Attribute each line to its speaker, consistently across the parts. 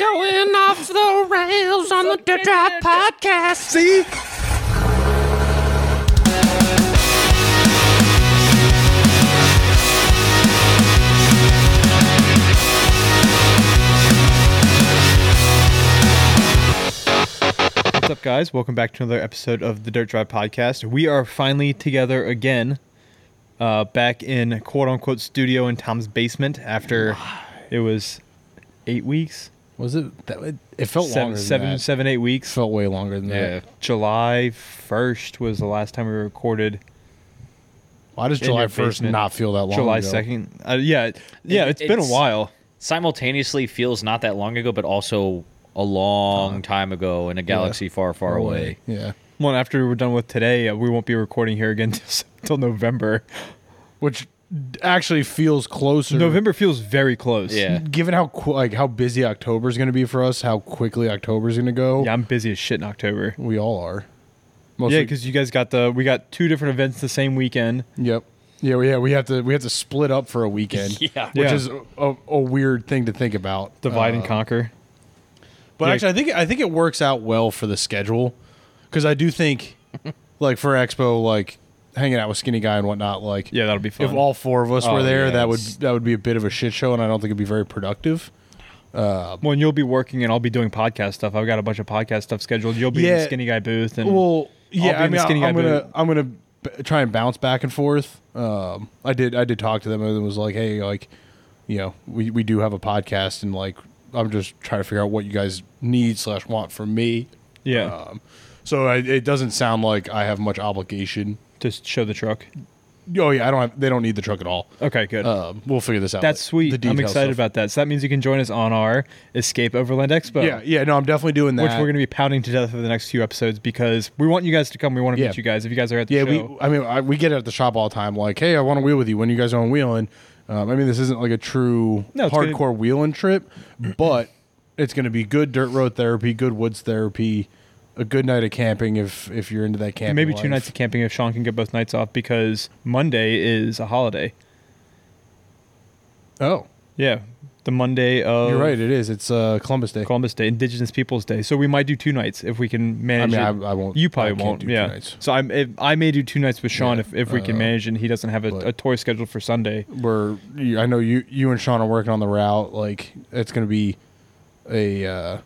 Speaker 1: going off the rails on the Dirt Drive podcast.
Speaker 2: See? What's up, guys? Welcome back to another episode of the Dirt Drive Podcast. We are finally together again, uh, back in quote unquote studio in Tom's basement after it was eight weeks,
Speaker 3: Was it? That, it, it felt
Speaker 2: seven,
Speaker 3: longer than
Speaker 2: seven,
Speaker 3: that.
Speaker 2: seven, eight
Speaker 3: It
Speaker 2: weeks.
Speaker 3: felt way longer than
Speaker 2: Yeah,
Speaker 3: that.
Speaker 2: July first was the last time we recorded.
Speaker 3: Why does
Speaker 2: In
Speaker 3: July
Speaker 2: your
Speaker 3: first
Speaker 2: basement.
Speaker 3: not feel that long?
Speaker 2: July
Speaker 3: ago?
Speaker 2: second. Uh, yeah, it- yeah,
Speaker 4: It-
Speaker 2: it's been a
Speaker 4: it's-
Speaker 2: while.
Speaker 4: simultaneously feels not that long ago, but also a long time ago in a galaxy far, far away.
Speaker 3: Yeah.
Speaker 2: Well, after we're done with today, uh, we won't be recording here again until November.
Speaker 3: Which d- actually feels closer.
Speaker 2: November feels very close.
Speaker 4: Yeah.
Speaker 3: Given how qu- like how busy October's going to be for us, how quickly October's going to go.
Speaker 2: yeah, I'm busy as shit in October.
Speaker 3: We all are.
Speaker 2: Yeah,
Speaker 3: Mostly,
Speaker 2: because you guys got the we got two different events the same weekend.
Speaker 3: Yep. Yeah. We, yeah. We have to. We have to split up for a weekend. Which
Speaker 4: Yeah.
Speaker 2: Yeah.
Speaker 3: is a, a, a weird thing to think about.
Speaker 2: Divide
Speaker 3: Uh,
Speaker 2: and conquer.
Speaker 3: But
Speaker 2: Yeah.
Speaker 3: actually, I think I think it works out well for the schedule because I do think, like for Expo, like hanging out with Skinny Guy and whatnot, like
Speaker 2: Yeah, that'll be fun.
Speaker 3: If all four of us
Speaker 4: Oh,
Speaker 3: were there,
Speaker 4: yeah,
Speaker 3: that would
Speaker 4: it's-
Speaker 3: that would be a bit of a shit show, and I don't think it'd be very productive.
Speaker 2: Um, When you'll be working and I'll be doing podcast stuff. I've got a bunch of podcast stuff scheduled. You'll be in the
Speaker 3: Yeah.
Speaker 2: skinny guy booth and
Speaker 3: Well,
Speaker 2: I'll be
Speaker 3: yeah, I
Speaker 2: in the
Speaker 3: mean, I-
Speaker 2: Skinny Guy
Speaker 3: I'm gonna
Speaker 2: booth.
Speaker 3: I'm gonna b- try and bounce back and forth. Um, I did I did talk to them and it was like, hey, like, you know, we we do have a podcast, and like, I'm just trying to figure out what you guys need slash want from me.
Speaker 2: yeah,
Speaker 3: Um, so I, it doesn't sound like I have much obligation.
Speaker 2: just show the truck.
Speaker 3: Oh yeah, I don't. Have, they don't need the truck at all.
Speaker 2: Okay, good.
Speaker 3: Um, we'll figure this out.
Speaker 2: That's
Speaker 3: The
Speaker 2: sweet. I'm
Speaker 3: detail stuff.
Speaker 2: excited about that. So that means you can join us on our Escape Overland Expo.
Speaker 3: Yeah, yeah. No, I'm definitely doing that.
Speaker 2: Which we're going to be pounding to death for the next few episodes because we want you guys to come. We want to
Speaker 3: Yeah.
Speaker 2: meet you guys if you guys are at the
Speaker 3: Yeah,
Speaker 2: show.
Speaker 3: we. I mean, I, we get it at the shop all the time. Like, hey, I want to wheel with you when you guys are on wheeling. Um, I mean, this isn't like a true
Speaker 2: No, it's
Speaker 3: hardcore wheeling trip, but it's going to be good dirt road therapy, good woods therapy, a good night of camping if if you're into that camping.
Speaker 2: And maybe two
Speaker 3: life.
Speaker 2: nights of camping if Sean can get both nights off because Monday is a holiday.
Speaker 3: Oh,
Speaker 2: Yeah, the Monday of
Speaker 3: you're right. It is. It's uh, Columbus Day.
Speaker 2: Columbus Day, Indigenous Peoples Day. So we might do two nights if we can manage.
Speaker 3: I mean,
Speaker 2: it.
Speaker 3: I- I won't-
Speaker 2: You probably
Speaker 3: I can't
Speaker 2: won't.
Speaker 3: do two
Speaker 2: yeah.
Speaker 3: nights.
Speaker 2: So I'm. If, I may do two nights with Sean
Speaker 3: Yeah,
Speaker 2: if, if we can
Speaker 3: uh,
Speaker 2: manage and he doesn't have a,
Speaker 3: but-
Speaker 2: a toy scheduled for Sunday.
Speaker 3: We're. you- I know you. You and Sean are working on the route. Like, it's going to be a. Uh,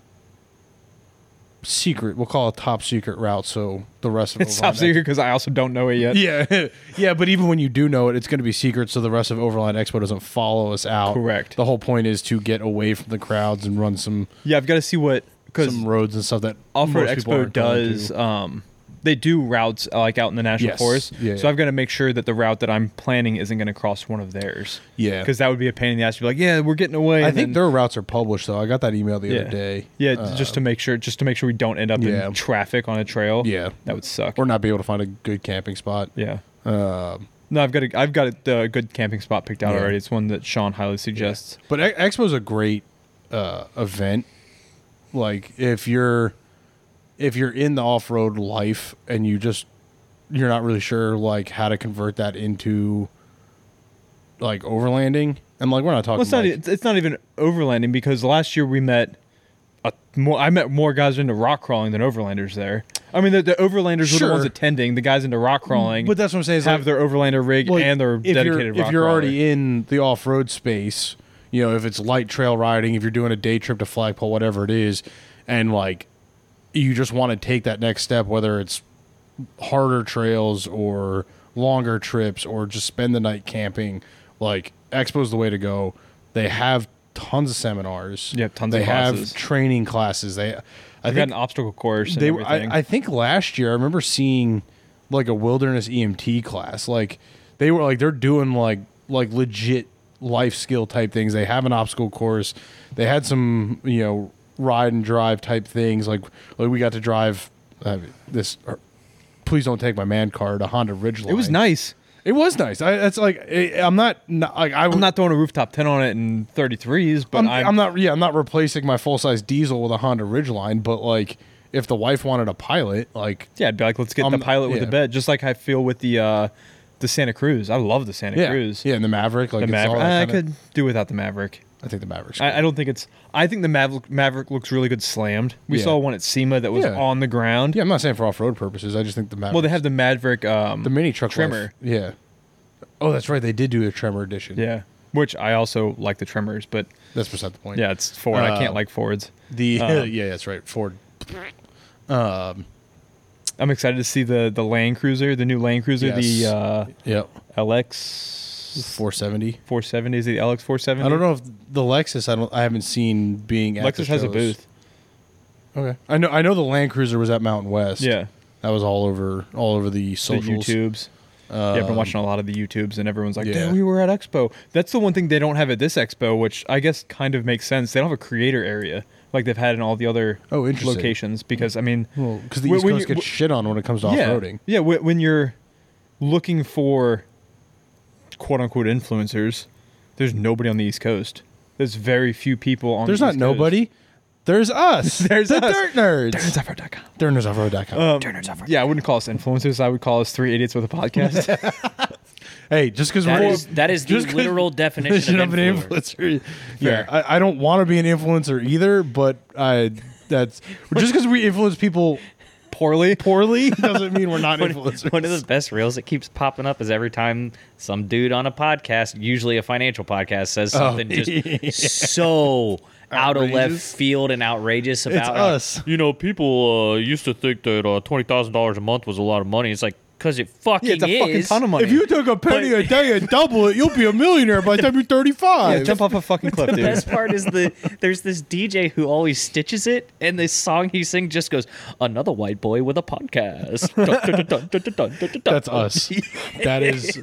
Speaker 3: Secret, we'll call it top secret route. So the rest of
Speaker 2: It's
Speaker 3: Overland
Speaker 2: top secret because I also don't know it yet.
Speaker 3: Yeah, yeah, but even when you do know it, it's going to be secret, so the rest of Overland Expo doesn't follow us out.
Speaker 2: Correct.
Speaker 3: The whole point is to get away from the crowds and run some
Speaker 2: Yeah, I've got to see what because
Speaker 3: some roads and stuff that
Speaker 2: Off Road
Speaker 3: most people
Speaker 2: Expo
Speaker 3: aren't going
Speaker 2: does.
Speaker 3: to.
Speaker 2: Um, they do routes uh, like out in the national
Speaker 3: Yes.
Speaker 2: forest.
Speaker 3: Yeah,
Speaker 2: so
Speaker 3: yeah.
Speaker 2: I've got to make sure that the route that I'm planning isn't going to cross one of theirs.
Speaker 3: Yeah.
Speaker 2: because that would be a pain in the ass to be like, yeah, we're getting away.
Speaker 3: I
Speaker 2: and
Speaker 3: think
Speaker 2: then-
Speaker 3: their routes are published, though. I got that email the
Speaker 2: yeah.
Speaker 3: other day.
Speaker 2: Yeah,
Speaker 3: Uh,
Speaker 2: just to make sure, just to make sure we don't end up
Speaker 3: yeah.
Speaker 2: in traffic on a trail.
Speaker 3: Yeah.
Speaker 2: that would suck.
Speaker 3: or not be able to find a good camping spot.
Speaker 2: yeah. no, I've got a, I've got a, uh, good camping spot picked out
Speaker 3: Um, Yeah.
Speaker 2: already. It's one that Sean highly suggests.
Speaker 3: But Ex- Expo's a great uh, event. Like if you're if you're in the off road life and you just you're not really sure like how to convert that into like overlanding and like we're not e-, talking
Speaker 2: Well, it's not e,
Speaker 3: like-
Speaker 2: it's, it's not even overlanding because last year we met a, more I met more guys into rock crawling than overlanders there. I mean the, the overlanders were the ones
Speaker 3: Sure.
Speaker 2: attending. The guys into rock crawling,
Speaker 3: But that's what I'm saying. Is
Speaker 2: have
Speaker 3: like,
Speaker 2: their overlander rig
Speaker 3: like,
Speaker 2: and their
Speaker 3: if
Speaker 2: dedicated
Speaker 3: You're,
Speaker 2: rock
Speaker 3: if you're
Speaker 2: crawler.
Speaker 3: already in the off road space, you know if it's light trail riding, if you're doing a day trip to flagpole, whatever it is, and like you just want to take that next step, whether it's harder trails or longer trips or just spend the night camping, like Expo's the way to go. They have tons of seminars.
Speaker 2: Yeah, tons
Speaker 3: They
Speaker 2: of
Speaker 3: have
Speaker 2: classes.
Speaker 3: training classes. They, I
Speaker 2: They've got
Speaker 3: think
Speaker 2: an obstacle course. And
Speaker 3: they were-
Speaker 2: everything.
Speaker 3: I, I think last year I remember seeing like a wilderness EMT class. Like they were like they're doing like like legit life skill type things. They have an obstacle course. They had some, you know, ride and drive type things. Like like we got to drive uh, this or, please don't take my man card, a Honda Ridgeline.
Speaker 2: it was nice.
Speaker 3: It was nice. I that's like I- I'm not, not like I
Speaker 2: I'm not throwing a rooftop tent on it in 33s, but
Speaker 3: I'm,
Speaker 2: I'm,
Speaker 3: I'm not. Yeah, I'm not replacing my full size diesel with a Honda Ridgeline. But like, if the wife wanted a Pilot, like
Speaker 2: Yeah, I'd be like, let's get
Speaker 3: I'm
Speaker 2: the
Speaker 3: not-
Speaker 2: pilot with the
Speaker 3: Um, yeah.
Speaker 2: bed, just like I feel with the uh, the Santa Cruz. I love the Santa
Speaker 3: yeah,
Speaker 2: Cruz.
Speaker 3: Yeah, and the Maverick. Like
Speaker 2: the
Speaker 3: it's all
Speaker 2: Maverick.
Speaker 3: that
Speaker 2: I
Speaker 3: kinda-
Speaker 2: could do without the Maverick.
Speaker 3: I think the Mavericks.
Speaker 2: I, I don't think it's. I think the Maverick, Maverick looks really good slammed. We
Speaker 3: Yeah.
Speaker 2: saw one at SEMA that was
Speaker 3: Yeah.
Speaker 2: on the ground.
Speaker 3: yeah, I'm not saying for off road purposes. I just think the Mavericks.
Speaker 2: Well, they have the Maverick. Um,
Speaker 3: the mini truck life.
Speaker 2: trimmer.
Speaker 3: Yeah. Oh, that's right. They did do a trimmer edition.
Speaker 2: yeah, which I also like the trimmers, but
Speaker 3: That's beside the point.
Speaker 2: yeah, Uh-huh. it's Ford. I
Speaker 3: Uh,
Speaker 2: can't like Fords.
Speaker 3: The yeah, that's right. Ford.
Speaker 2: I'm excited to see the the Land Cruiser, the new Land Cruiser,
Speaker 3: Yes.
Speaker 2: the uh,
Speaker 3: Yep.
Speaker 2: LX
Speaker 3: 470.
Speaker 2: 470 is it the LX 470.
Speaker 3: I don't know if the Lexus. I don't. I haven't seen being. at the
Speaker 2: Lexus has a
Speaker 3: shows.
Speaker 2: booth.
Speaker 3: Okay. I know. I know the Land Cruiser was at Mountain West.
Speaker 2: Yeah,
Speaker 3: That was all over. All over the
Speaker 2: the
Speaker 3: socials.
Speaker 2: YouTubes. yeah, I've been watching a lot of the YouTubes, and everyone's like,
Speaker 3: Yeah.
Speaker 2: "Dude, we were at Expo." That's the one thing they don't have at this Expo, which I guess kind of makes sense. They don't have a creator area like they've had in all the other
Speaker 3: Oh, interesting.
Speaker 2: locations. Because I mean,
Speaker 3: Well, because the
Speaker 2: when-
Speaker 3: East
Speaker 2: when
Speaker 3: Coast
Speaker 2: you-
Speaker 3: gets shit on when it comes to
Speaker 2: yeah,
Speaker 3: off-roading.
Speaker 2: Yeah, wh- when you're looking for quote unquote influencers, there's nobody on the East Coast. There's very few people on.
Speaker 3: There's
Speaker 2: the
Speaker 3: not
Speaker 2: East
Speaker 3: nobody. There's us.
Speaker 2: There's
Speaker 3: the
Speaker 2: us.
Speaker 3: Dirt Nerds. Um,
Speaker 2: Coast. Turnersoffroad.com.
Speaker 3: DirtNerdsOffroad.com.
Speaker 2: Um, Yeah, I wouldn't call us influencers. I would call us three idiots with a podcast.
Speaker 3: hey, just because
Speaker 4: That
Speaker 3: we're
Speaker 4: is- that is the
Speaker 3: just 'cause-
Speaker 4: literal definition of
Speaker 3: influencer.
Speaker 2: Fair.
Speaker 3: Yeah, I, I don't want to be an influencer either, but I that's just because we influence people
Speaker 2: Poorly.
Speaker 3: poorly doesn't mean we're not
Speaker 4: One,
Speaker 3: influencers.
Speaker 4: one of the best reels that keeps popping up is every time some dude on a podcast, usually a financial podcast, says
Speaker 2: Oh,
Speaker 4: something just so out of left
Speaker 3: Outrageous.
Speaker 4: field and outrageous about uh,
Speaker 3: us.
Speaker 4: You know, people uh, used to think that uh, twenty thousand dollars a month was a lot of money. It's like because it fucking
Speaker 2: Yeah, it's a fucking
Speaker 4: is.
Speaker 2: ton of money.
Speaker 3: if you took a penny a day and double it, you'll be a millionaire by the time you're
Speaker 2: yeah,
Speaker 3: 35.
Speaker 2: jump off a fucking cliff,
Speaker 4: The
Speaker 2: dude.
Speaker 4: best part is the there's this DJ who always stitches it, and the song he sings just goes, "Another white boy with a podcast." Dun, dun, dun, dun, dun, dun, dun, dun, dun.
Speaker 3: That's us. That is.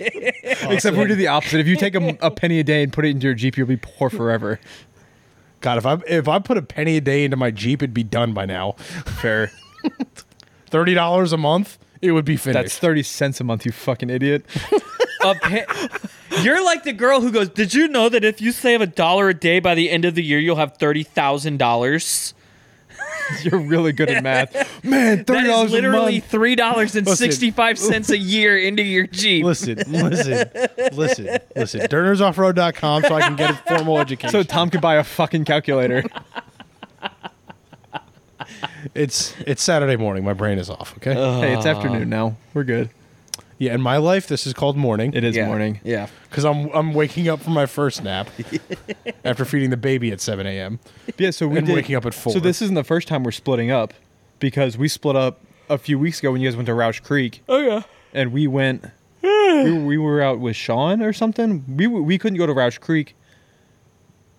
Speaker 2: Except we do the opposite. If you take a, a penny a day and put it into your Jeep, you'll be poor forever.
Speaker 3: God, if I if I put a penny a day into my Jeep, it'd be done by now.
Speaker 2: Fair.
Speaker 3: Thirty dollars a month, it would be finished.
Speaker 2: That's 30 cents a month, you fucking idiot.
Speaker 4: A pa- You're like the girl who goes, "Did you know that if you save a dollar a day by the end of the year, you'll have thirty thousand dollars?"
Speaker 2: You're really good at math. Man,
Speaker 4: That
Speaker 2: $30
Speaker 4: is literally
Speaker 2: a month.
Speaker 4: three dollars and sixty-five cents a year into your Jeep.
Speaker 3: Listen, listen, listen, listen. Durnersoffroad.com so I can get a formal education.
Speaker 2: So Tom could buy a fucking calculator.
Speaker 3: it's it's Saturday morning. My brain is off. Okay.
Speaker 2: hey, it's afternoon now. We're good.
Speaker 3: yeah. In my life, this is called morning
Speaker 2: It is morning.
Speaker 4: Yeah.
Speaker 3: because I'm I'm waking up from my first nap after feeding the baby at 7 a.m.
Speaker 2: Yeah, so we
Speaker 3: And
Speaker 2: did,
Speaker 3: waking up at four.
Speaker 2: So this isn't the first time we're splitting up because we split up a few weeks ago when you guys went to Roush Creek.
Speaker 4: Oh yeah.
Speaker 2: and we went. we, we were out with Sean or something. We w- we couldn't go to Roush Creek.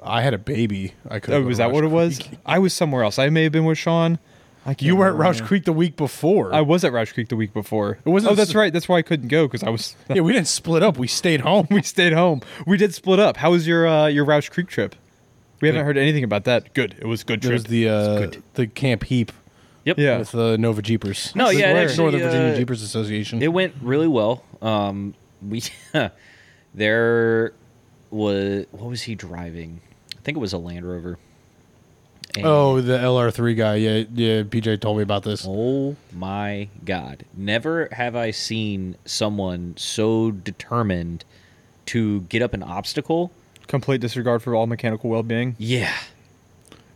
Speaker 3: I had a baby. I could.
Speaker 2: Oh, was that what it was? I was somewhere else. I may have been with Sean. I can't
Speaker 3: You were at
Speaker 2: remember.
Speaker 3: Roush Creek the week before.
Speaker 2: I was at Roush Creek the week before. It
Speaker 3: wasn't
Speaker 2: Oh, that's
Speaker 3: s-
Speaker 2: right. That's why I couldn't go because I was.
Speaker 3: yeah, we didn't split up. We stayed home.
Speaker 2: we stayed home. We did split up. How was your uh, your Roush Creek trip? We haven't heard anything about that. Good. It was a good
Speaker 3: It
Speaker 2: trip.
Speaker 3: was the uh,
Speaker 2: good.
Speaker 3: the Camp Heap
Speaker 4: Yep.
Speaker 2: Yeah.
Speaker 3: with the Nova Jeepers.
Speaker 4: No,
Speaker 3: This is
Speaker 4: yeah, it
Speaker 3: where-
Speaker 4: actually,
Speaker 3: Northern Virginia
Speaker 4: uh,
Speaker 3: Jeepers Association.
Speaker 4: It went really well. Um, we there was what was he driving? I think it was a Land Rover. And-
Speaker 3: Oh, the LR3 guy. Yeah, yeah. PJ told me about this.
Speaker 4: Oh my God. Never have I seen someone so determined to get up an obstacle.
Speaker 2: complete disregard for all mechanical well being.
Speaker 4: Yeah.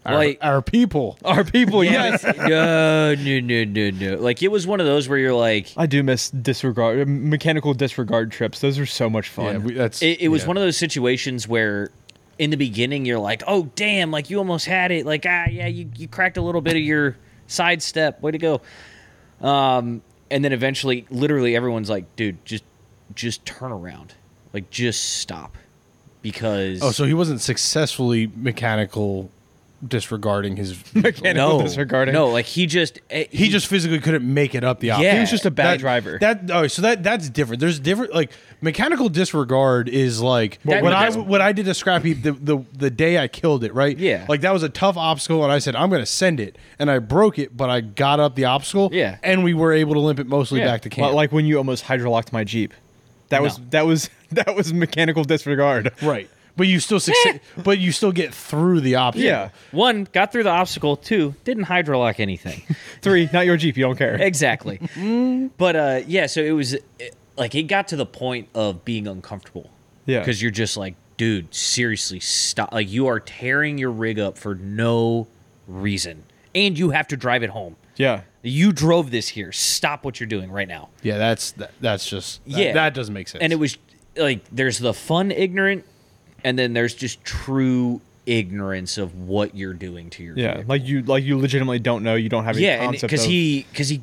Speaker 3: Our,
Speaker 4: like-
Speaker 3: our people.
Speaker 2: Our people, yes.
Speaker 4: no, no, no, no, no. Like it was one of those where you're like,
Speaker 2: I do miss disregard uh, mechanical disregard trips. Those are so much fun.
Speaker 3: Yeah, we, that's
Speaker 4: it, it was
Speaker 3: yeah.
Speaker 4: one of those situations where in the beginning you're like oh damn like you almost had it like ah yeah you, you cracked a little bit of your side step way to go um, and then eventually literally everyone's like dude just just turn around like just stop because
Speaker 3: Oh, so he wasn't successfully mechanical disregarding his
Speaker 2: Mechanic-
Speaker 4: no
Speaker 2: disregarding.
Speaker 4: no like he just eh,
Speaker 3: He just physically couldn't make it up the obstacle.
Speaker 4: He was just
Speaker 2: a bad
Speaker 3: That-
Speaker 2: driver.
Speaker 3: That oh, so that that's different. There's different like mechanical disregard is like
Speaker 4: That-
Speaker 3: what I
Speaker 4: that's-
Speaker 3: what I did to Scrap Heap the, the the day I killed it, right?
Speaker 4: Yeah.
Speaker 3: Like that was a tough obstacle and I said I'm going to send it and I broke it, but I got up the obstacle
Speaker 4: Yeah.
Speaker 3: and we were able to limp it mostly
Speaker 4: Yeah.
Speaker 3: back to camp.
Speaker 2: Li- Like when you almost hydrolocked my Jeep. That was
Speaker 4: No.
Speaker 2: that was that was mechanical disregard.
Speaker 3: right. But you still
Speaker 4: Eh.
Speaker 3: succeed, but you still get through the obstacle.
Speaker 2: Yeah.
Speaker 4: one got through the obstacle two didn't hydrolock anything
Speaker 2: Three, not your Jeep, you don't care.
Speaker 4: exactly.
Speaker 3: Mm-hmm.
Speaker 4: but uh, yeah, so it was it, like it got to the point of being uncomfortable.
Speaker 2: Yeah.
Speaker 4: because you're just like, dude, seriously, stop. Like, you are tearing your rig up for no reason. And you have to drive it home.
Speaker 2: Yeah.
Speaker 4: You drove this here. Stop what you're doing right now.
Speaker 3: Yeah, that's that, that's just that,
Speaker 4: Yeah.
Speaker 3: that doesn't make sense.
Speaker 4: And it was like there's the fun ignorant, and then there's just true ignorance of what you're doing to your
Speaker 2: Yeah.
Speaker 4: vehicle.
Speaker 2: Like you like you legitimately don't know. You don't have any
Speaker 4: yeah,
Speaker 2: concept
Speaker 4: because
Speaker 2: of-
Speaker 4: he because he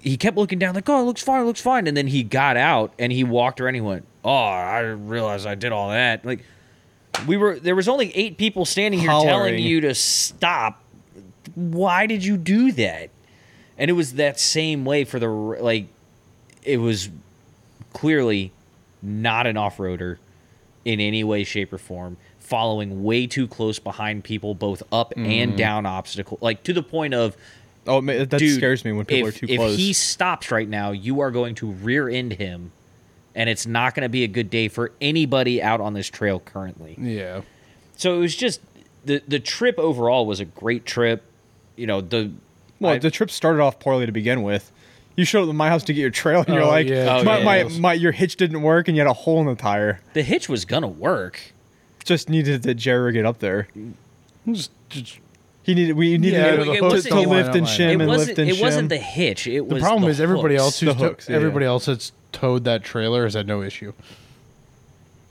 Speaker 4: he kept looking down like oh it looks fine, it looks fine, and then he got out and he walked around. And he went oh I didn't realize I did all that like we were there was only eight people standing here telling
Speaker 2: Hollering.
Speaker 4: you to stop. Why did you do that? And it was that same way for the r- like it was clearly not an off roader in any way, shape, or form, following way too close behind people, both up
Speaker 2: Mm-hmm.
Speaker 4: and down obstacle, like to the point of,
Speaker 2: Oh, ma- that
Speaker 4: dude,
Speaker 2: scares me when people
Speaker 4: if,
Speaker 2: are too
Speaker 4: if
Speaker 2: close.
Speaker 4: he stops right now, you are going to rear end him, and it's not going to be a good day for anybody out on this trail currently.
Speaker 3: yeah,
Speaker 4: So it was just the the trip overall was a great trip. You know the
Speaker 2: Well,
Speaker 4: I-
Speaker 2: the trip started off poorly to begin with. You showed up at my house to get your trail, and you're
Speaker 3: Oh,
Speaker 2: like,
Speaker 3: yeah.
Speaker 4: Oh,
Speaker 2: my,
Speaker 4: yeah.
Speaker 2: my, my, your hitch didn't work, and you had a hole in the tire.
Speaker 4: the hitch was gonna work.
Speaker 2: Just needed to jerry get up there.
Speaker 3: just, just-
Speaker 2: He needed we needed
Speaker 3: Yeah,
Speaker 2: to,
Speaker 4: it
Speaker 2: to-
Speaker 4: wasn't-
Speaker 2: to
Speaker 4: it
Speaker 2: lift and
Speaker 3: wasn't-
Speaker 2: shim
Speaker 4: it
Speaker 2: and
Speaker 4: wasn't
Speaker 2: lift and
Speaker 4: it
Speaker 2: shim.
Speaker 4: wasn't the hitch. It
Speaker 3: the
Speaker 4: was
Speaker 3: problem
Speaker 4: the
Speaker 3: is everybody
Speaker 4: hooks.
Speaker 3: else who's
Speaker 2: The
Speaker 3: to-
Speaker 2: hooks, yeah.
Speaker 3: everybody else that's towed that trailer has had no issue.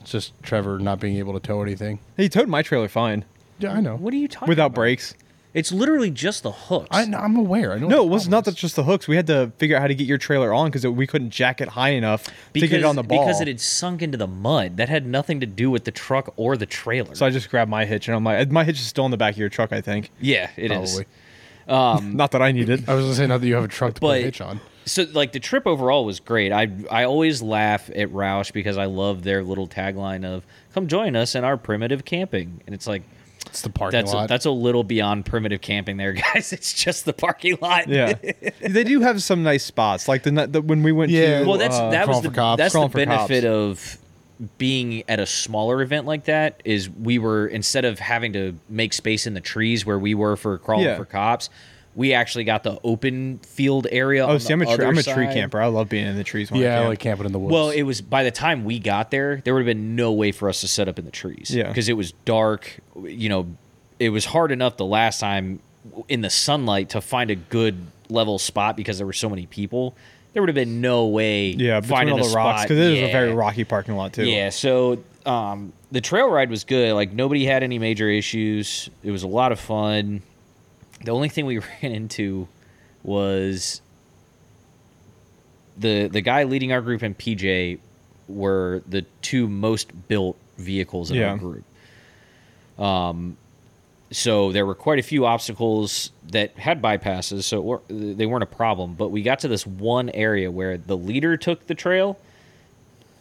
Speaker 3: It's just Trevor not being able to tow anything.
Speaker 2: he towed my trailer fine
Speaker 3: Yeah, I know.
Speaker 4: What are you talking
Speaker 2: without
Speaker 4: about?
Speaker 2: brakes.
Speaker 4: It's literally just the hooks.
Speaker 3: I, I'm aware. I know.
Speaker 2: No,
Speaker 3: what
Speaker 2: it
Speaker 3: the
Speaker 2: was not
Speaker 3: problem
Speaker 2: that just the hooks. We had to figure out how to get your trailer on because we couldn't jack it high enough to get it on the ball.
Speaker 4: Because it had sunk into the mud. That had nothing to do with the truck or the trailer.
Speaker 2: so I just grabbed my hitch and I'm like, my hitch is still in the back of your truck, I think.
Speaker 4: yeah, it
Speaker 3: is.
Speaker 4: is.
Speaker 3: Probably.
Speaker 2: Not that I need it.
Speaker 3: I was gonna say not that you have a truck to put a
Speaker 4: But-
Speaker 3: hitch on.
Speaker 4: So like the trip overall was great. I I always laugh at Roush because I love their little tagline of "Come join us in our primitive camping," and it's like
Speaker 3: It's the parking
Speaker 4: that's a,
Speaker 3: lot.
Speaker 4: that's a little beyond primitive camping, there, guys. It's just the parking lot.
Speaker 2: Yeah, they do have some nice spots. Like the, ni- the when we went
Speaker 3: Yeah.
Speaker 2: to
Speaker 4: Well, that's
Speaker 2: uh,
Speaker 4: that was
Speaker 3: crawling
Speaker 4: the,
Speaker 3: for cops.
Speaker 4: that's the
Speaker 2: Crawling for
Speaker 4: benefit
Speaker 2: cops.
Speaker 4: of being at a smaller event like that is we were instead of having to make space in the trees where we were for crawling
Speaker 2: Yeah.
Speaker 4: for cops, we actually got the open field area.
Speaker 2: Oh,
Speaker 4: on
Speaker 2: see,
Speaker 4: the
Speaker 2: I'm a,
Speaker 4: other
Speaker 2: tre- I'm a tree
Speaker 4: side.
Speaker 2: camper. I love being in the trees. When
Speaker 3: yeah,
Speaker 2: I camp.
Speaker 3: like camping in the woods.
Speaker 4: Well, it was by the time we got there, there would have been no way for us to set up in the trees.
Speaker 2: Yeah.
Speaker 4: because it was dark. You know, it was hard enough the last time in the sunlight to find a good level spot because there were so many people. There would have been no way.
Speaker 2: yeah, between
Speaker 4: finding
Speaker 2: all the
Speaker 4: a
Speaker 2: rocks
Speaker 4: spot.
Speaker 2: because it is a
Speaker 4: Yeah.
Speaker 2: very rocky parking lot too.
Speaker 4: Yeah, so um, the trail ride was good. Like nobody had any major issues. It was a lot of fun. The only thing we ran into was the the guy leading our group and PJ were the two most built vehicles in
Speaker 2: Yeah.
Speaker 4: our group. Um, so there were quite a few obstacles that had bypasses, so it were, they weren't a problem. But we got to this one area where the leader took the trail.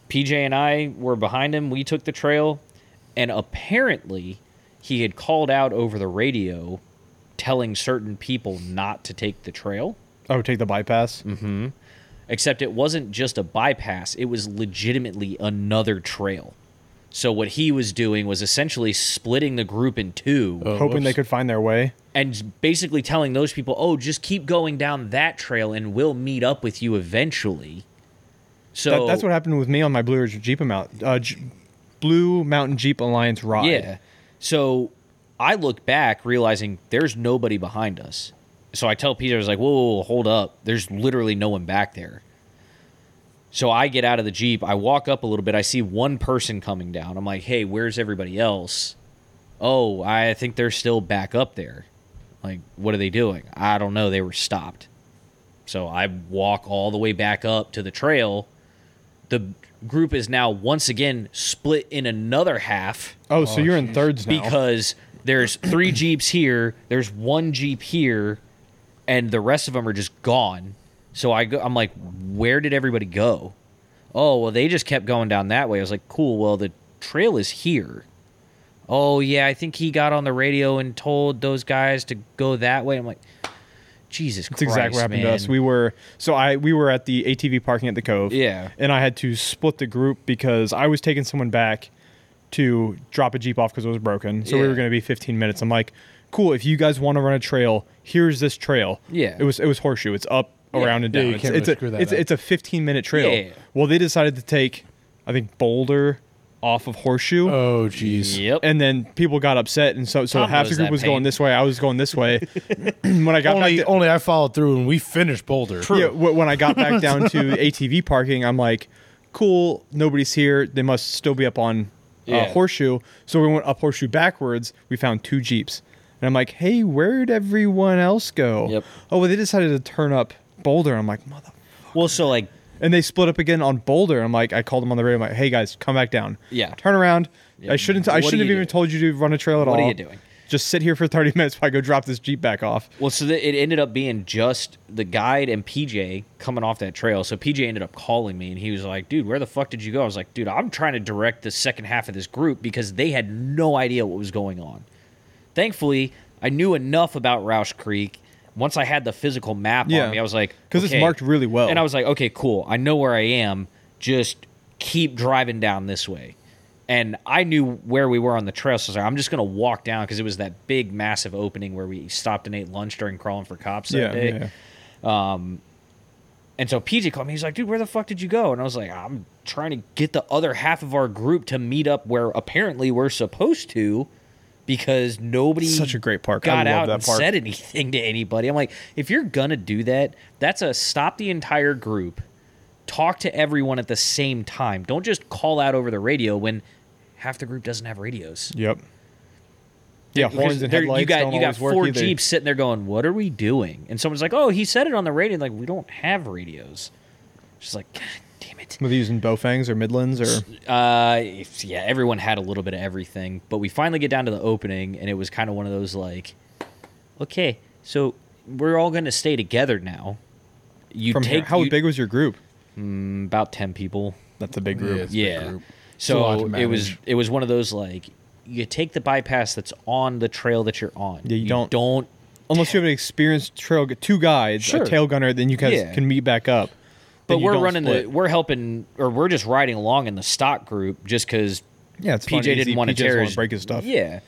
Speaker 4: PJ and I were behind him. We took the trail, and apparently, he had called out over the radio, telling certain people not to take the trail.
Speaker 2: Oh, take the bypass.
Speaker 4: Mm-hmm. Except it wasn't just a bypass; it was legitimately another trail. So what he was doing was essentially splitting the group in two
Speaker 3: Oh,
Speaker 2: Hoping they
Speaker 3: whoops.
Speaker 2: could find their way.
Speaker 4: and basically telling those people, "Oh, just keep going down that trail, and we'll meet up with you eventually." So
Speaker 2: That, that's what happened with me on my Blue Ridge Jeep Mount, uh, J- Blue Mountain Jeep Alliance ride.
Speaker 4: Yeah. So I look back, realizing there's nobody behind us. So I tell Peter, I was like, whoa, whoa, whoa, hold up. There's literally no one back there. So I get out of the Jeep. I walk up a little bit. I see one person coming down. I'm like, hey, where's everybody else? Oh, I think they're still back up there. Like, what are they doing? I don't know. They were stopped. So I walk all the way back up to the trail. The group is now once again split in another half
Speaker 2: Oh, so you're in thirds now.
Speaker 4: because there's three jeeps here, there's one jeep here, and the rest of them are just gone. So I go, I'm like, where did everybody go? Oh well, they just kept going down that way. I was like, cool. Well, the trail is here. Oh yeah, I think he got on the radio and told those guys to go that way. I'm like, Jesus
Speaker 2: That's exactly what happened
Speaker 4: man.
Speaker 2: to us. We were so I we were at the ATV parking at the Cove.
Speaker 4: Yeah.
Speaker 2: and I had to split the group because I was taking someone back to drop a Jeep off because it was broken. So we
Speaker 4: Yeah.
Speaker 2: were going to be 15 minutes. I'm like, cool. If you guys want to run a trail, here's this trail.
Speaker 4: Yeah.
Speaker 2: it was it was horseshoe. It's up, around, and
Speaker 3: Yeah,
Speaker 2: down.
Speaker 3: you
Speaker 2: it's,
Speaker 3: can't
Speaker 2: it's
Speaker 3: really
Speaker 2: a
Speaker 3: screw that
Speaker 2: it's,
Speaker 3: up.
Speaker 2: it's a 15 minute trail.
Speaker 4: Yeah.
Speaker 2: Well, they decided to take, I think Boulder off of Horseshoe.
Speaker 3: Oh, jeez.
Speaker 4: Yep.
Speaker 2: And then people got upset, and so so
Speaker 4: Tom
Speaker 2: half the
Speaker 4: knows
Speaker 2: group
Speaker 4: that
Speaker 2: was
Speaker 4: pain.
Speaker 2: going this way, I was going this way. when I got
Speaker 3: Only,
Speaker 2: back, to,
Speaker 3: only I followed through and we finished Boulder.
Speaker 2: Yeah, wh- when I got back down to ATV parking, I'm like, cool, nobody's here. They must still be up on uh,
Speaker 4: Yeah.
Speaker 2: Horseshoe. So we went up Horseshoe backwards. We found two Jeeps. And I'm like, hey, where'd everyone else go?
Speaker 4: Yep.
Speaker 2: Oh, well, they decided to turn up Boulder. I'm like, mother.
Speaker 4: well, so like
Speaker 2: And they split up again on Boulder. I'm like, I called them on the radio. I'm like, hey, guys, come back down.
Speaker 4: Yeah.
Speaker 2: Turn around. I shouldn't. I
Speaker 4: What are
Speaker 2: shouldn't have
Speaker 4: you
Speaker 2: even
Speaker 4: doing?
Speaker 2: told you to run a trail at all.
Speaker 4: What are you doing?
Speaker 2: Just sit here for 30 minutes while I go drop this Jeep back off.
Speaker 4: Well, so that it ended up being just the guide and PJ coming off that trail. So PJ ended up calling me and he was like, dude, where the fuck did you go? I was like, dude, I'm trying to direct the second half of this group because they had no idea what was going on. Thankfully, I knew enough about Roush Creek. Once I had the physical map
Speaker 2: Yeah.
Speaker 4: on me, I was like,
Speaker 2: 'Cause it's
Speaker 4: okay.
Speaker 2: marked really well.
Speaker 4: And I was like, okay, cool. I know where I am. Just keep driving down this way. And I knew where we were on the trail, so I was like, I'm just gonna walk down because it was that big, massive opening where we stopped and ate lunch during crawling for cops that
Speaker 2: Yeah,
Speaker 4: day.
Speaker 2: yeah.
Speaker 4: And so PJ called me. He's like, "Dude, where the fuck did you go?" And I was like, "I'm trying to get the other half of our group to meet up where apparently we're supposed to." Because nobody
Speaker 2: Such a great park. I
Speaker 4: got
Speaker 2: love
Speaker 4: out
Speaker 2: that
Speaker 4: and
Speaker 2: park.
Speaker 4: said anything to anybody. I'm like, if you're gonna do that, that's a stop the entire group, talk to everyone at the same time. Don't just call out over the radio when half the group doesn't have radios.
Speaker 2: Yep. Yeah,
Speaker 4: Because
Speaker 2: horns and
Speaker 4: there-
Speaker 2: headlights
Speaker 4: You got
Speaker 2: don't
Speaker 4: you got
Speaker 2: always work
Speaker 4: four
Speaker 2: either.
Speaker 4: jeeps sitting there going, "What are we doing?" And someone's like, "Oh, he said it on the radio." Like we don't have radios. She's like, "God damn it!"
Speaker 2: Were they using Bofangs or Midlands or?
Speaker 4: Uh, if- yeah, everyone had a little bit of everything, but we finally get down to the opening, and it was kind of one of those like, "Okay, so we're all going to stay together now." You
Speaker 2: From here,
Speaker 4: take
Speaker 2: how
Speaker 4: you-
Speaker 2: big was your group?
Speaker 4: about ten people.
Speaker 2: That's a big
Speaker 3: Yeah,
Speaker 2: group.
Speaker 3: it's a big
Speaker 4: yeah.
Speaker 3: group. It's a lot to
Speaker 4: So it was
Speaker 3: manage.
Speaker 4: it was one of those like you take the bypass that's on the trail that you're on.
Speaker 2: Yeah, you don't-
Speaker 4: don't
Speaker 2: Unless you have an experienced trail, gu- two guides,
Speaker 4: Sure.
Speaker 2: a tail gunner, then you guys
Speaker 4: Yeah.
Speaker 2: can meet back up.
Speaker 4: But
Speaker 2: Then you
Speaker 4: we're
Speaker 2: don't
Speaker 4: running the
Speaker 2: split.
Speaker 4: we're helping or we're just riding along in the stock group just because
Speaker 2: yeah. It's
Speaker 4: PJ didn't
Speaker 2: want to
Speaker 4: tear his
Speaker 2: break his stuff.
Speaker 4: Yeah,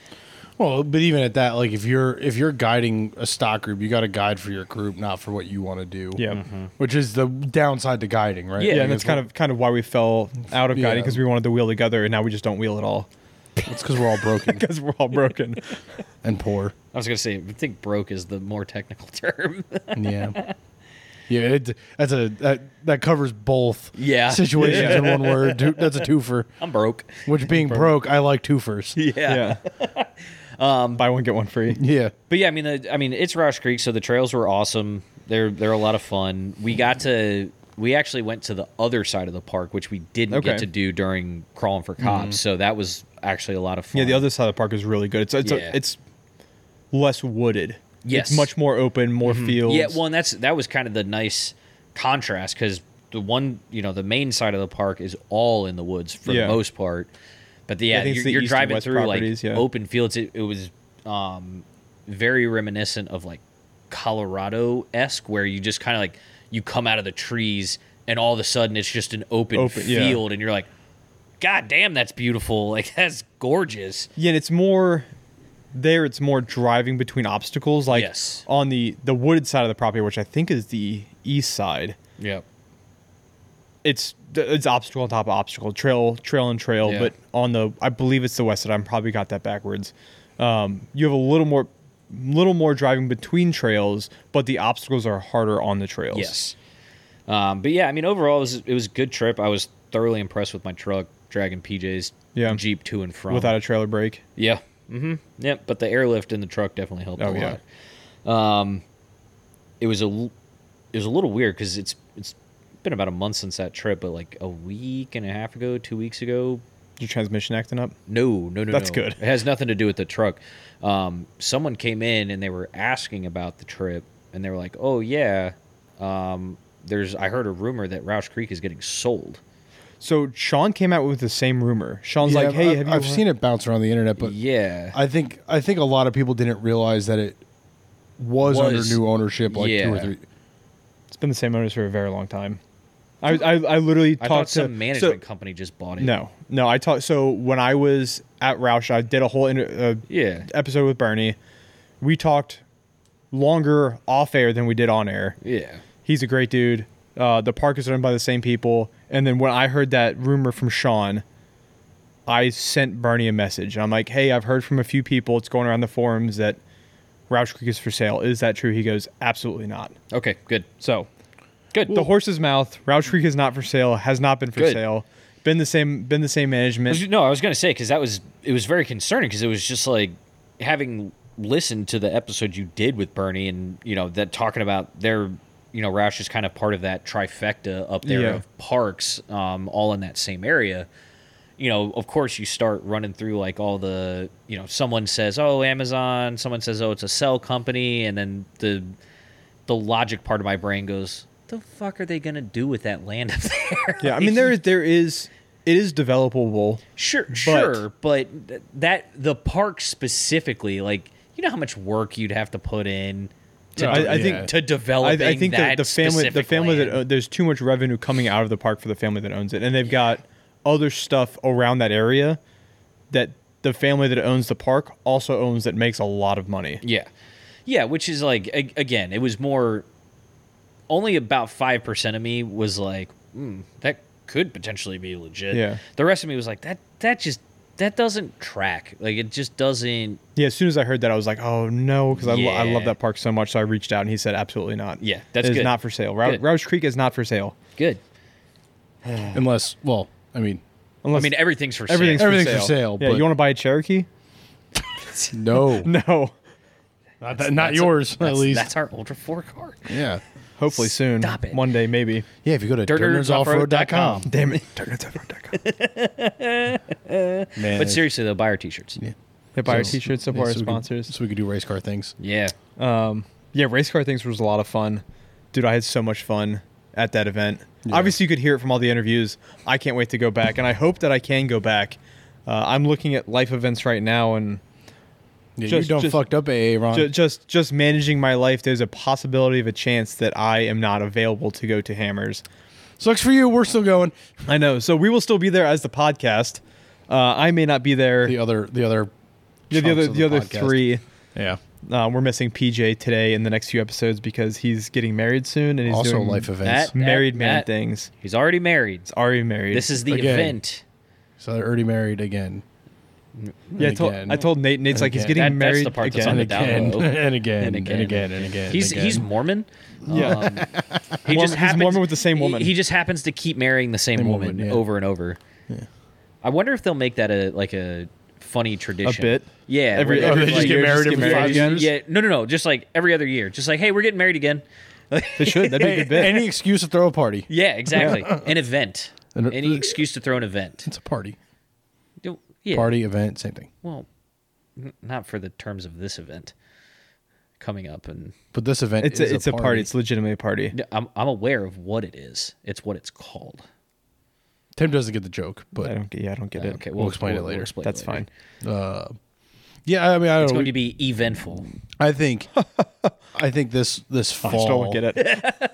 Speaker 3: Well, but even at that, like if you're if you're guiding a stock group, you got to guide for your group, not for what you want to do.
Speaker 2: Yeah.
Speaker 3: Which is the downside to guiding, right?
Speaker 4: Mm-hmm. Yeah,
Speaker 2: Yeah,
Speaker 3: Like,
Speaker 2: and that's
Speaker 3: it's
Speaker 2: kind of kind of why we fell out of guiding
Speaker 3: Yeah.
Speaker 2: because we wanted to wheel together, and now we just don't wheel at all
Speaker 3: It's because we're all broken
Speaker 2: because we're all broken.
Speaker 3: and poor.
Speaker 4: I was gonna say I think broke is the more technical term.
Speaker 3: Yeah. Yeah, it, that's a that, that covers both
Speaker 4: Yeah.
Speaker 3: situations
Speaker 2: Yeah.
Speaker 3: in one word. Two- That's a twofer.
Speaker 4: I'm broke.
Speaker 3: Which being broke, I like twofers.
Speaker 4: Yeah. Um,
Speaker 2: yeah. Buy one get one free.
Speaker 3: Yeah.
Speaker 4: but yeah, I mean, the, I mean, it's Rush Creek, so the trails were awesome. They're they're a lot of fun. We got to we actually went to the other side of the park, which we didn't
Speaker 2: Okay. Mm.
Speaker 4: get to do during crawling for cops. So that was actually a lot of fun.
Speaker 2: Yeah, the other side of the park is really good. It's it's
Speaker 4: Yeah.
Speaker 2: a, it's less wooded.
Speaker 4: Yes. Mm-hmm.
Speaker 2: it's much more open, more fields.
Speaker 4: Yeah, well, and that's that was kind of the nice contrast because the one you know the main side of the park is all in the woods for
Speaker 2: Yeah.
Speaker 4: the most part, but the,
Speaker 2: I
Speaker 4: yeah,
Speaker 2: think it's
Speaker 4: you're,
Speaker 2: the
Speaker 4: you're
Speaker 2: east and
Speaker 4: driving
Speaker 2: west
Speaker 4: through like
Speaker 2: properties, yeah.
Speaker 4: open fields. It, it was um, very reminiscent of like Colorado esque, where you just kind of like you come out of the trees and all of a sudden it's just an open,
Speaker 2: Open, yeah.
Speaker 4: field, and you're like, God damn, that's beautiful! Like that's gorgeous.
Speaker 2: Yeah, and it's more there. It's more driving between obstacles, like
Speaker 4: Yes.
Speaker 2: on the the wooded side of the property, which I think is the east side.
Speaker 4: Yep.
Speaker 2: It's it's obstacle on top of obstacle, trail trail and trail.
Speaker 4: Yeah.
Speaker 2: But on the I believe it's the west side. I'm probably got that backwards. Um, you have a little more little more driving between trails, but the obstacles are harder on the trails.
Speaker 4: Yes. Um, but yeah, I mean, overall, it was, it was a good trip. I was thoroughly impressed with my truck, dragging PJ's
Speaker 2: Yeah.
Speaker 4: Jeep to and from.
Speaker 2: without a trailer break.
Speaker 4: yeah. Mm-hmm. Yeah, but the airlift in the truck definitely helped
Speaker 2: Oh,
Speaker 4: a
Speaker 2: yeah.
Speaker 4: lot. Um, it was a l- it was a little weird because it's it's been about a month since that trip, but like a week and a half ago, two weeks ago,
Speaker 2: Your transmission acting up.
Speaker 4: no, no, no.
Speaker 2: That's
Speaker 4: no.
Speaker 2: good.
Speaker 4: It has nothing to do with the truck. Um, someone came in and they were asking about the trip, and they were like, "Oh yeah, um, there's." I heard a rumor that Roush Creek is getting sold.
Speaker 2: So Sean came out with the same rumor. Sean's
Speaker 3: Yeah,
Speaker 2: like, "Hey,
Speaker 3: I've,
Speaker 2: have you
Speaker 3: I've seen it bounce around the internet, but
Speaker 4: yeah,
Speaker 3: I think I think a lot of people didn't realize that it was,
Speaker 4: Was-
Speaker 3: under new ownership like two or
Speaker 4: yeah.
Speaker 3: three.
Speaker 2: It's been the same owners for a very long time. I I, I literally
Speaker 4: I
Speaker 2: talked
Speaker 4: thought
Speaker 2: to
Speaker 4: some management
Speaker 2: so-
Speaker 4: company just bought it.
Speaker 2: no, no. I talked. So when I was at Roush, I did a whole inter- uh,
Speaker 4: Yeah.
Speaker 2: episode with Bernie. We talked longer off air than we did on air.
Speaker 4: Yeah.
Speaker 2: He's a great dude. Uh, the park is run by the same people. And then when I heard that rumor from Sean, I sent Bernie a message. I'm like, hey, I've heard from a few people. It's going around the forums that Roush Creek is for sale. Is that true? He goes, absolutely not.
Speaker 4: Okay, good.
Speaker 2: So
Speaker 4: Good.
Speaker 2: the horse's mouth. Roush Creek is not for sale. Has not been for
Speaker 4: Good.
Speaker 2: sale. Been the same. Been the same management.
Speaker 4: No, I was gonna say because that was it was very concerning because it was just like having listened to the episode you did with Bernie and you know that talking about their you know Roush is kind of part of that trifecta up there
Speaker 2: Yeah.
Speaker 4: of parks um, all in that same area. You know, of course, you start running through like all the you know someone says oh Amazon, someone says oh it's a cell company, and then the the logic part of my brain goes. The fuck are they gonna do with that land up there?
Speaker 2: Yeah, I mean there is there is it is developable.
Speaker 4: Sure, sure, but th- that the park specifically, like you know how much work you'd have to put in to
Speaker 3: Oh,
Speaker 2: I, I
Speaker 3: yeah.
Speaker 2: think
Speaker 4: to
Speaker 2: I,
Speaker 4: developing
Speaker 2: I think
Speaker 4: that
Speaker 2: that the family the
Speaker 4: specific
Speaker 2: family that
Speaker 4: land.
Speaker 2: uh, there's too much revenue coming out of the park for the family that owns it, and they've got other stuff around that area that the family that owns the park also owns that makes a lot of money.
Speaker 4: yeah, yeah, which is like a- again, it was more only about five percent of me was like mm, that could potentially be legit.
Speaker 2: Yeah.
Speaker 4: the rest of me was like that that just that doesn't track. Like it just doesn't.
Speaker 2: Yeah, as soon as I heard that, I was like, oh no, because I, lo- I love
Speaker 4: Yeah.
Speaker 2: that park so much. So I reached out and he said, absolutely not.
Speaker 4: Yeah, that's
Speaker 2: It is
Speaker 4: good.
Speaker 2: not for sale. Rou-
Speaker 4: Good.
Speaker 2: Roush Creek is not for sale.
Speaker 4: Good.
Speaker 3: Unless, well, I mean,
Speaker 2: Unless
Speaker 4: I mean, everything's for
Speaker 2: everything's,
Speaker 4: sale.
Speaker 2: for,
Speaker 3: Everything's
Speaker 2: sale.
Speaker 3: for sale,
Speaker 2: Yeah,
Speaker 3: but-
Speaker 2: you want to buy a Cherokee?
Speaker 3: no,
Speaker 2: No.
Speaker 3: not, that, not
Speaker 4: That's-
Speaker 3: yours at
Speaker 4: that's-
Speaker 3: least.
Speaker 4: That's our Ultra 4 car.
Speaker 3: yeah,
Speaker 2: Hopefully soon.
Speaker 4: Stop it.
Speaker 2: One day, maybe.
Speaker 3: yeah. If you go to dirtnerdsoffroad.com.
Speaker 4: dirtnerdsoffroad.com.
Speaker 2: Damn it. Darknetsoffroad.com.
Speaker 3: man,
Speaker 4: But seriously, though, buy our t shirts. Yeah.
Speaker 2: They buy our
Speaker 3: So-
Speaker 2: t-shirts,
Speaker 3: yeah,
Speaker 2: support our
Speaker 3: so we could-
Speaker 2: sponsors.
Speaker 3: so we could do race car things.
Speaker 4: Yeah.
Speaker 2: Yeah, race car things was a lot of fun. Dude, I had so much fun at that event. Obviously, you could hear it from all the interviews. I can't wait to go back, and I hope that I can go back. Uh, I'm looking at life events right now, and
Speaker 3: Yeah,
Speaker 2: Just-
Speaker 3: you done
Speaker 2: just-
Speaker 3: fucked up, AA Ron.
Speaker 2: ju- just just managing my life. There's a possibility of a chance that I am not available to go to Hammers.
Speaker 3: Sucks for you. We're still going.
Speaker 2: I know, so we will still be there as the podcast. Uh, I may not be there.
Speaker 3: The other, the other,
Speaker 2: Yeah, the
Speaker 3: chunks
Speaker 2: other,
Speaker 3: of
Speaker 2: the other
Speaker 3: podcast.
Speaker 2: three.
Speaker 3: Yeah.
Speaker 2: Uh, we're missing PJ today in the next few episodes because he's getting married soon, and he's
Speaker 3: also,
Speaker 2: doing
Speaker 3: life events.
Speaker 4: That-
Speaker 2: married man
Speaker 4: that-
Speaker 2: things.
Speaker 4: He's already married.
Speaker 2: It's already married.
Speaker 4: This is the
Speaker 3: Again.
Speaker 4: event.
Speaker 3: so they're already married again,
Speaker 2: yeah. I told,
Speaker 3: again.
Speaker 2: I told Nate. Nate's like he's
Speaker 3: Again.
Speaker 2: getting
Speaker 4: That- that's
Speaker 2: married
Speaker 4: the part that's
Speaker 2: again.
Speaker 4: on
Speaker 3: and
Speaker 4: the down
Speaker 3: again,
Speaker 4: low.
Speaker 3: and again, and again, and again, and again.
Speaker 4: He's he's Mormon.
Speaker 2: Yeah.
Speaker 4: Um, he
Speaker 2: Mormon- he's
Speaker 4: just happens,
Speaker 2: Mormon with the same
Speaker 4: he-
Speaker 2: woman.
Speaker 4: He, just happens to keep marrying the same,
Speaker 3: Same
Speaker 4: woman,
Speaker 3: woman, yeah.
Speaker 4: over and over. I wonder if they'll make that a like a funny tradition.
Speaker 2: bit?
Speaker 4: Yeah.
Speaker 2: Every-
Speaker 4: where
Speaker 2: every-
Speaker 3: Oh,
Speaker 4: they're
Speaker 3: they
Speaker 2: like,
Speaker 3: just get
Speaker 2: you're
Speaker 3: married
Speaker 2: just
Speaker 3: every
Speaker 2: getting
Speaker 3: five
Speaker 2: married.
Speaker 3: years.
Speaker 4: yeah. No, no, no. Just like every other year. Just like, hey, we're getting married again.
Speaker 2: They should. That'd be a good bit.
Speaker 3: Any excuse to throw a party.
Speaker 4: Yeah, exactly. An event.
Speaker 3: An-
Speaker 4: Any excuse to throw an event.
Speaker 3: It's a party.
Speaker 4: Do- Yeah.
Speaker 3: Party event, same thing.
Speaker 4: Well, n- not for the terms of this event coming up, and
Speaker 3: But this event,
Speaker 2: it's
Speaker 3: is
Speaker 2: a, it's a party. It's legitimately a party.
Speaker 4: No, I'm I'm aware of what it is. It's what it's called.
Speaker 3: Tim doesn't get the joke, but
Speaker 2: I don't get. Yeah, I don't get it.
Speaker 4: Okay,
Speaker 3: we'll explain it later.
Speaker 4: explain it
Speaker 2: That's
Speaker 4: later.
Speaker 2: fine.
Speaker 3: yeah, I mean, I don't.
Speaker 4: It's
Speaker 3: know.
Speaker 4: going to be eventful.
Speaker 3: I think, I think this this fall,
Speaker 2: I still don't get it. Yeah,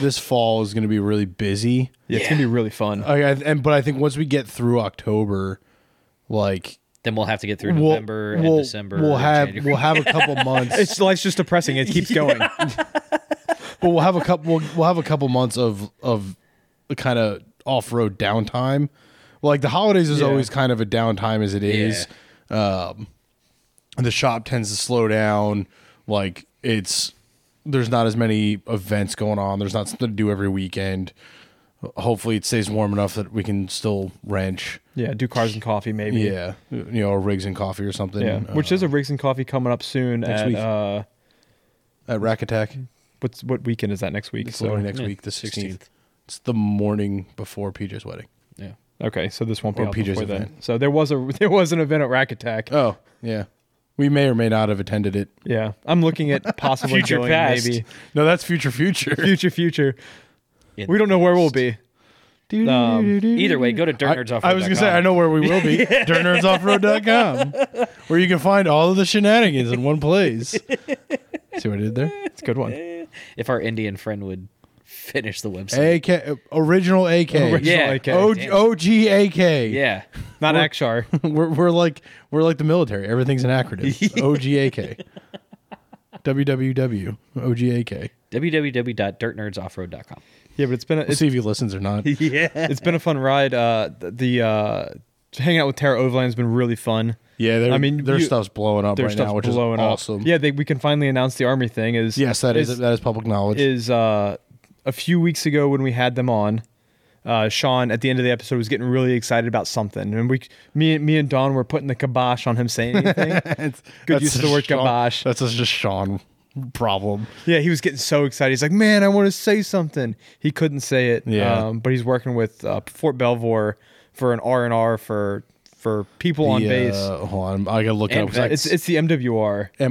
Speaker 3: this fall is going to be really busy.
Speaker 2: it's gonna be really fun.
Speaker 3: I, I, and but I think once we get through October, like
Speaker 4: Then we'll have to get through
Speaker 3: we'll-
Speaker 4: November and
Speaker 3: we'll-
Speaker 4: December.
Speaker 3: we'll
Speaker 4: and
Speaker 3: have
Speaker 4: January.
Speaker 3: we'll have a couple months.
Speaker 2: it's life's just depressing. It keeps going.
Speaker 3: but we'll have a couple we'll, we'll have a couple months of of kind of off-road downtime like the holidays is
Speaker 2: Yeah.
Speaker 3: always kind of a downtime as it is um the shop tends to slow down like it's there's not as many events going on there's not something to do every weekend hopefully it stays warm enough that we can still wrench
Speaker 2: yeah, do cars and coffee maybe.
Speaker 3: yeah you know rigs and coffee or something
Speaker 2: Yeah.
Speaker 3: uh,
Speaker 2: Which there's a rigs and coffee coming up soon.
Speaker 3: Next
Speaker 2: at,
Speaker 3: week.
Speaker 2: Uh,
Speaker 3: at rack attack
Speaker 2: what's what weekend is that next week?
Speaker 3: it's only next
Speaker 4: yeah,
Speaker 3: week the 16th
Speaker 4: 16th.
Speaker 3: it's the morning before pj's wedding
Speaker 4: yeah.
Speaker 2: Okay, so this won't be
Speaker 3: Or
Speaker 2: out
Speaker 3: PJ's
Speaker 2: before then.
Speaker 3: event.
Speaker 2: So there was a there was an event at Rack Attack.
Speaker 3: Oh, yeah. We may or may not have attended it.
Speaker 2: yeah, I'm looking at possibly
Speaker 4: Future
Speaker 2: going
Speaker 4: past.
Speaker 2: maybe
Speaker 3: No, that's future future.
Speaker 2: future future.
Speaker 4: In
Speaker 2: We don't know where we'll be. Um,
Speaker 4: Either way, go to
Speaker 3: I,
Speaker 4: dirtnerdsoff.
Speaker 3: I was gonna say I know where we will be. Dirtnerdsoffroad.com, where you can find all of the shenanigans in one place. See what I did there?
Speaker 2: It's a good one.
Speaker 4: if our Indian friend would finish the website.
Speaker 3: AK original AK.
Speaker 2: Original
Speaker 4: Yeah.
Speaker 2: AK.
Speaker 3: O-
Speaker 4: Damn.
Speaker 3: OG AK.
Speaker 4: Yeah.
Speaker 2: Not Akshar.
Speaker 3: Oh, We're, we're like we're like the military. Everything's an acronym. OG AK. WWW OGAK.
Speaker 4: www.dirtnerdsoffroad.com.
Speaker 2: yeah, but it's been a,
Speaker 3: We'll
Speaker 2: it's,
Speaker 3: see if he listens or not.
Speaker 4: Yeah.
Speaker 2: it's been a fun ride. Uh, th- the uh, hanging out with Terra Overland's been really fun.
Speaker 3: Yeah, they're,
Speaker 2: I mean,
Speaker 3: their
Speaker 2: you-
Speaker 3: stuff's blowing up
Speaker 2: Their
Speaker 3: right
Speaker 2: stuff's
Speaker 3: now, which is
Speaker 2: blowing up.
Speaker 3: awesome.
Speaker 2: Yeah, they, we can finally announce the army thing. Is
Speaker 3: Yes, that is,
Speaker 2: is
Speaker 3: that is public knowledge.
Speaker 2: is uh, a few weeks ago when we had them on. Uh, Sean at the end of the episode was getting really excited about something, and we, me, me and Don were putting the kibosh on him saying anything.
Speaker 3: It's-
Speaker 2: Good
Speaker 3: that's
Speaker 2: use of the
Speaker 3: a
Speaker 2: word
Speaker 3: Sean-
Speaker 2: kibosh.
Speaker 3: That's a just Sean problem.
Speaker 2: Yeah, he was getting so excited. He's like, "Man, I want to say something." He couldn't say it.
Speaker 3: Yeah.
Speaker 2: Um, but he's working with uh, Fort Belvoir for an R and R for for people on
Speaker 3: The,
Speaker 2: base.
Speaker 3: Uh, hold on, I gotta look it up.
Speaker 4: And
Speaker 3: 'cause I-
Speaker 2: It's it's the MWR,
Speaker 3: MRW.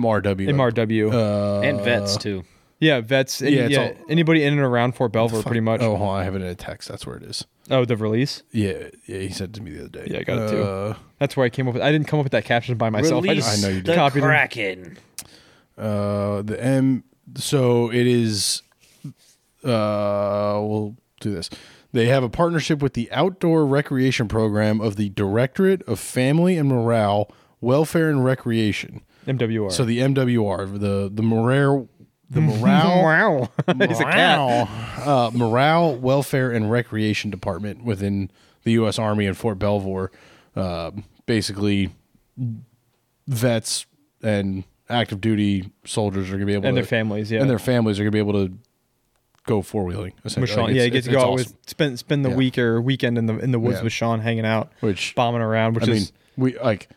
Speaker 2: MRW.
Speaker 3: Uh,
Speaker 4: and vets too.
Speaker 2: yeah, vets. any-
Speaker 3: yeah,
Speaker 2: yeah,
Speaker 3: it's all-
Speaker 2: anybody in and around Fort Belvoir, pretty much.
Speaker 3: Oh,
Speaker 2: Oh.
Speaker 3: hold on, I have it in a text. That's where it is.
Speaker 2: the release.
Speaker 3: Yeah, yeah. He sent it to me the other day.
Speaker 2: Yeah, I got it too.
Speaker 3: Uh,
Speaker 2: That's where I came up with. I didn't come up with that caption by myself.
Speaker 4: Release
Speaker 2: I just
Speaker 3: I know you
Speaker 4: the
Speaker 2: copied him.
Speaker 4: Kraken.
Speaker 3: Uh, the M. So it is. Uh, we'll do this. They have a partnership with the outdoor recreation program of the Directorate of Family and Morale, Welfare and Recreation.
Speaker 2: MWR.
Speaker 3: So the MWR, the the morale, the morale,
Speaker 2: wow. He's a cat.
Speaker 3: morale, uh, morale, welfare, and recreation department within the U.S. Army and Fort Belvoir. Uh, basically, vets and active duty soldiers are going to be able
Speaker 2: And
Speaker 3: to,
Speaker 2: their families, yeah.
Speaker 3: and their families are going to be able to go four wheeling.
Speaker 2: With Sean, yeah, you get to go out with spend spend the
Speaker 3: Yeah.
Speaker 2: week or weekend in the in the woods
Speaker 3: Yeah.
Speaker 2: with Sean, hanging out,
Speaker 3: Which-
Speaker 2: bombing around, which
Speaker 3: I mean,
Speaker 2: is
Speaker 3: we like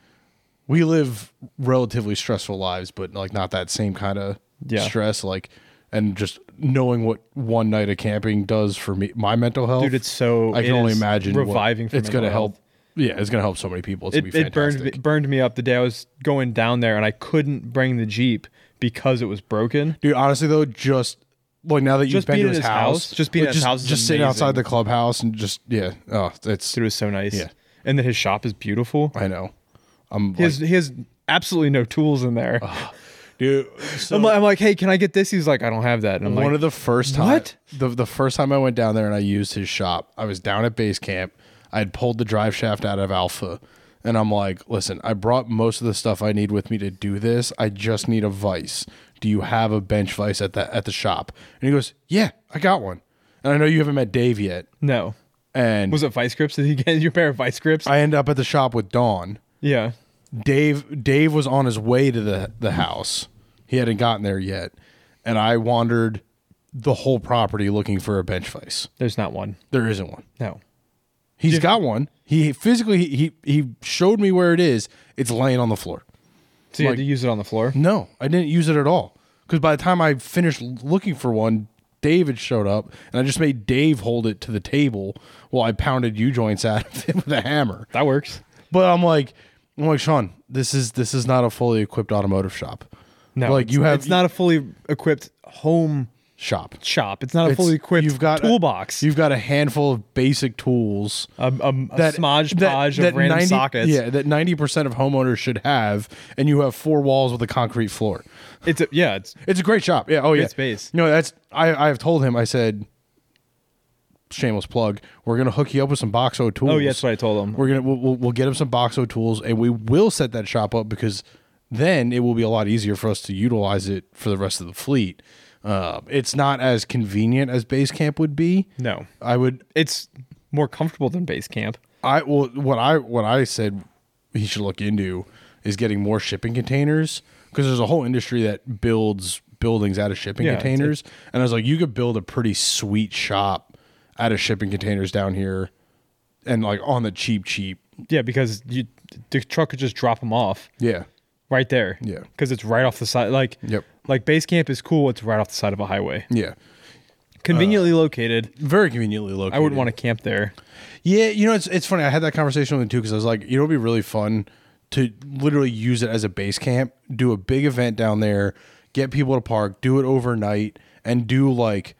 Speaker 3: we live relatively stressful lives, but like not that same kind of
Speaker 2: Yeah.
Speaker 3: stress. Like, and just knowing what one night of camping does for me, my mental health,
Speaker 2: Dude, it's so-
Speaker 3: I can
Speaker 2: it
Speaker 3: only
Speaker 2: is
Speaker 3: imagine what-
Speaker 2: reviving for
Speaker 3: it's going to
Speaker 2: mental
Speaker 3: help.
Speaker 2: health.
Speaker 3: Yeah, it's going to help so many people. It's
Speaker 2: it,
Speaker 3: going to be
Speaker 2: it burned
Speaker 3: fantastic.
Speaker 2: me, burned me up the day I was going down there and I couldn't bring the Jeep because it was broken.
Speaker 3: Dude, honestly though, just like now that you've
Speaker 2: Just
Speaker 3: been
Speaker 2: being
Speaker 3: to
Speaker 2: in
Speaker 3: his
Speaker 2: his
Speaker 3: house,
Speaker 2: house- just being
Speaker 3: like,
Speaker 2: at his
Speaker 3: just,
Speaker 2: house is
Speaker 3: just sitting
Speaker 2: amazing.
Speaker 3: outside the clubhouse and just yeah, oh, it's
Speaker 2: Dude, it was so nice.
Speaker 3: Yeah.
Speaker 2: And then his shop is beautiful.
Speaker 3: I know. I'm Oh.
Speaker 2: He has, he has absolutely no tools in there.
Speaker 3: like, dude.
Speaker 2: I'm, like, I'm like, hey, can I get this? He's like, I don't have that. And I'm
Speaker 3: one
Speaker 2: like,
Speaker 3: of the first time
Speaker 2: What?
Speaker 3: the the first time I went down there and I used his shop. I was down at base camp. I had pulled the drive shaft out of Alpha, and I'm like, "Listen, I brought most of the stuff I need with me to do this. I just need a vice. Do you have a bench vice at the at the shop?" And he goes, "Yeah, I got one." And I know you haven't met Dave yet.
Speaker 2: no.
Speaker 3: And
Speaker 2: Was it vice grips? Did he get you a pair of vice grips?
Speaker 3: I end up at the shop with Dawn.
Speaker 2: yeah.
Speaker 3: Dave Dave was on his way to the the house. He hadn't gotten there yet, and I wandered the whole property looking for a bench vice.
Speaker 2: There's not one.
Speaker 3: There isn't one.
Speaker 2: No.
Speaker 3: He's got one. He physically he he showed me where it is. It's laying on the floor.
Speaker 2: So you
Speaker 3: Like-
Speaker 2: had to use it on the floor?
Speaker 3: No, I didn't use it at all. Because by the time I finished l- looking for one, David showed up, and I just made Dave hold it to the table while I pounded U joints out of it with a hammer.
Speaker 2: That works.
Speaker 3: But I'm like, I'm like Sean, this is this is not a fully equipped automotive shop.
Speaker 2: No.
Speaker 3: like you
Speaker 2: it's-
Speaker 3: have
Speaker 2: It's not a fully equipped home
Speaker 3: shop.
Speaker 2: shop. It's not a fully
Speaker 3: It's-
Speaker 2: equipped
Speaker 3: you've got a-
Speaker 2: toolbox.
Speaker 3: You've got a handful of basic tools.
Speaker 2: um, um, a smudge podge of random
Speaker 3: 90
Speaker 2: sockets.
Speaker 3: Yeah, that ninety percent of homeowners should have, and you have four walls with a concrete floor.
Speaker 2: It's a, yeah, it's
Speaker 3: It's a great shop. Yeah. Oh yeah.
Speaker 2: space.
Speaker 3: No, that's I. I have told him. I said, shameless plug. We're gonna hook you up with some Boxo tools.
Speaker 2: Oh, yeah, that's what I told him.
Speaker 3: We're gonna we'll, we'll, we'll get him some Boxo tools, and we will set that shop up because then it will be a lot easier for us to utilize it for the rest of the fleet. Uh, it's not as convenient as base camp would be.
Speaker 2: No.
Speaker 3: I would
Speaker 2: It's more comfortable than base camp.
Speaker 3: I well, what I what I said he should look into is getting more shipping containers because there's a whole industry that builds buildings out of shipping
Speaker 2: Yeah, it's-
Speaker 3: containers, and I was like, you could build a pretty sweet shop out of shipping containers down here, and like on the cheap, cheap.
Speaker 2: Yeah, because you the truck could just drop them off
Speaker 3: Yeah,
Speaker 2: right there.
Speaker 3: Yeah.
Speaker 2: because it's right off the side. Like
Speaker 3: Yep.
Speaker 2: like base camp is cool. It's right off the side of a highway,
Speaker 3: yeah,
Speaker 2: conveniently
Speaker 3: Uh,
Speaker 2: located.
Speaker 3: very conveniently located.
Speaker 2: I wouldn't want to camp there.
Speaker 3: Yeah, you know, it's it's funny. I had that conversation with him too because I was like, you know, it'd be really fun to literally use it as a base camp, do a big event down there, get people to park, do it overnight, and do like,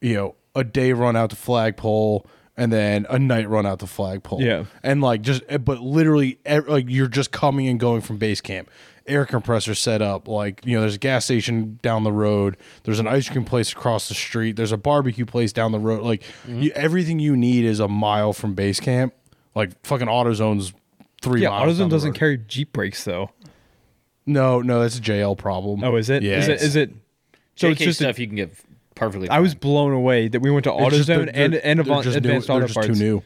Speaker 3: you know, a day run out to flagpole and then a night run out to flagpole.
Speaker 2: Yeah.
Speaker 3: and like just eh, but literally ev- like you're just coming and going from base camp. Air compressor set up, like you know, there's a gas station down the road. There's an ice cream place across the street. There's a barbecue place down the road. Like
Speaker 2: Mm-hmm.
Speaker 3: you, everything you need is a mile from base camp. Like fucking AutoZone's three.
Speaker 2: Yeah,
Speaker 3: miles down
Speaker 2: AutoZone
Speaker 3: the
Speaker 2: doesn't
Speaker 3: road.
Speaker 2: carry Jeep brakes though.
Speaker 3: No, no, that's a JL problem.
Speaker 2: Oh, is it?
Speaker 3: Yeah,
Speaker 2: Is it? Is it? So
Speaker 4: JK
Speaker 2: it's just. a-
Speaker 4: stuff you can get perfectly.
Speaker 2: I was blown away that we went to
Speaker 3: it's just
Speaker 2: AutoZone
Speaker 3: they're-
Speaker 2: and
Speaker 3: they're-
Speaker 2: and
Speaker 3: they're
Speaker 2: Avant-
Speaker 3: just new-
Speaker 2: Advanced
Speaker 3: they're
Speaker 2: Auto
Speaker 3: just
Speaker 2: Parts.
Speaker 3: Too new.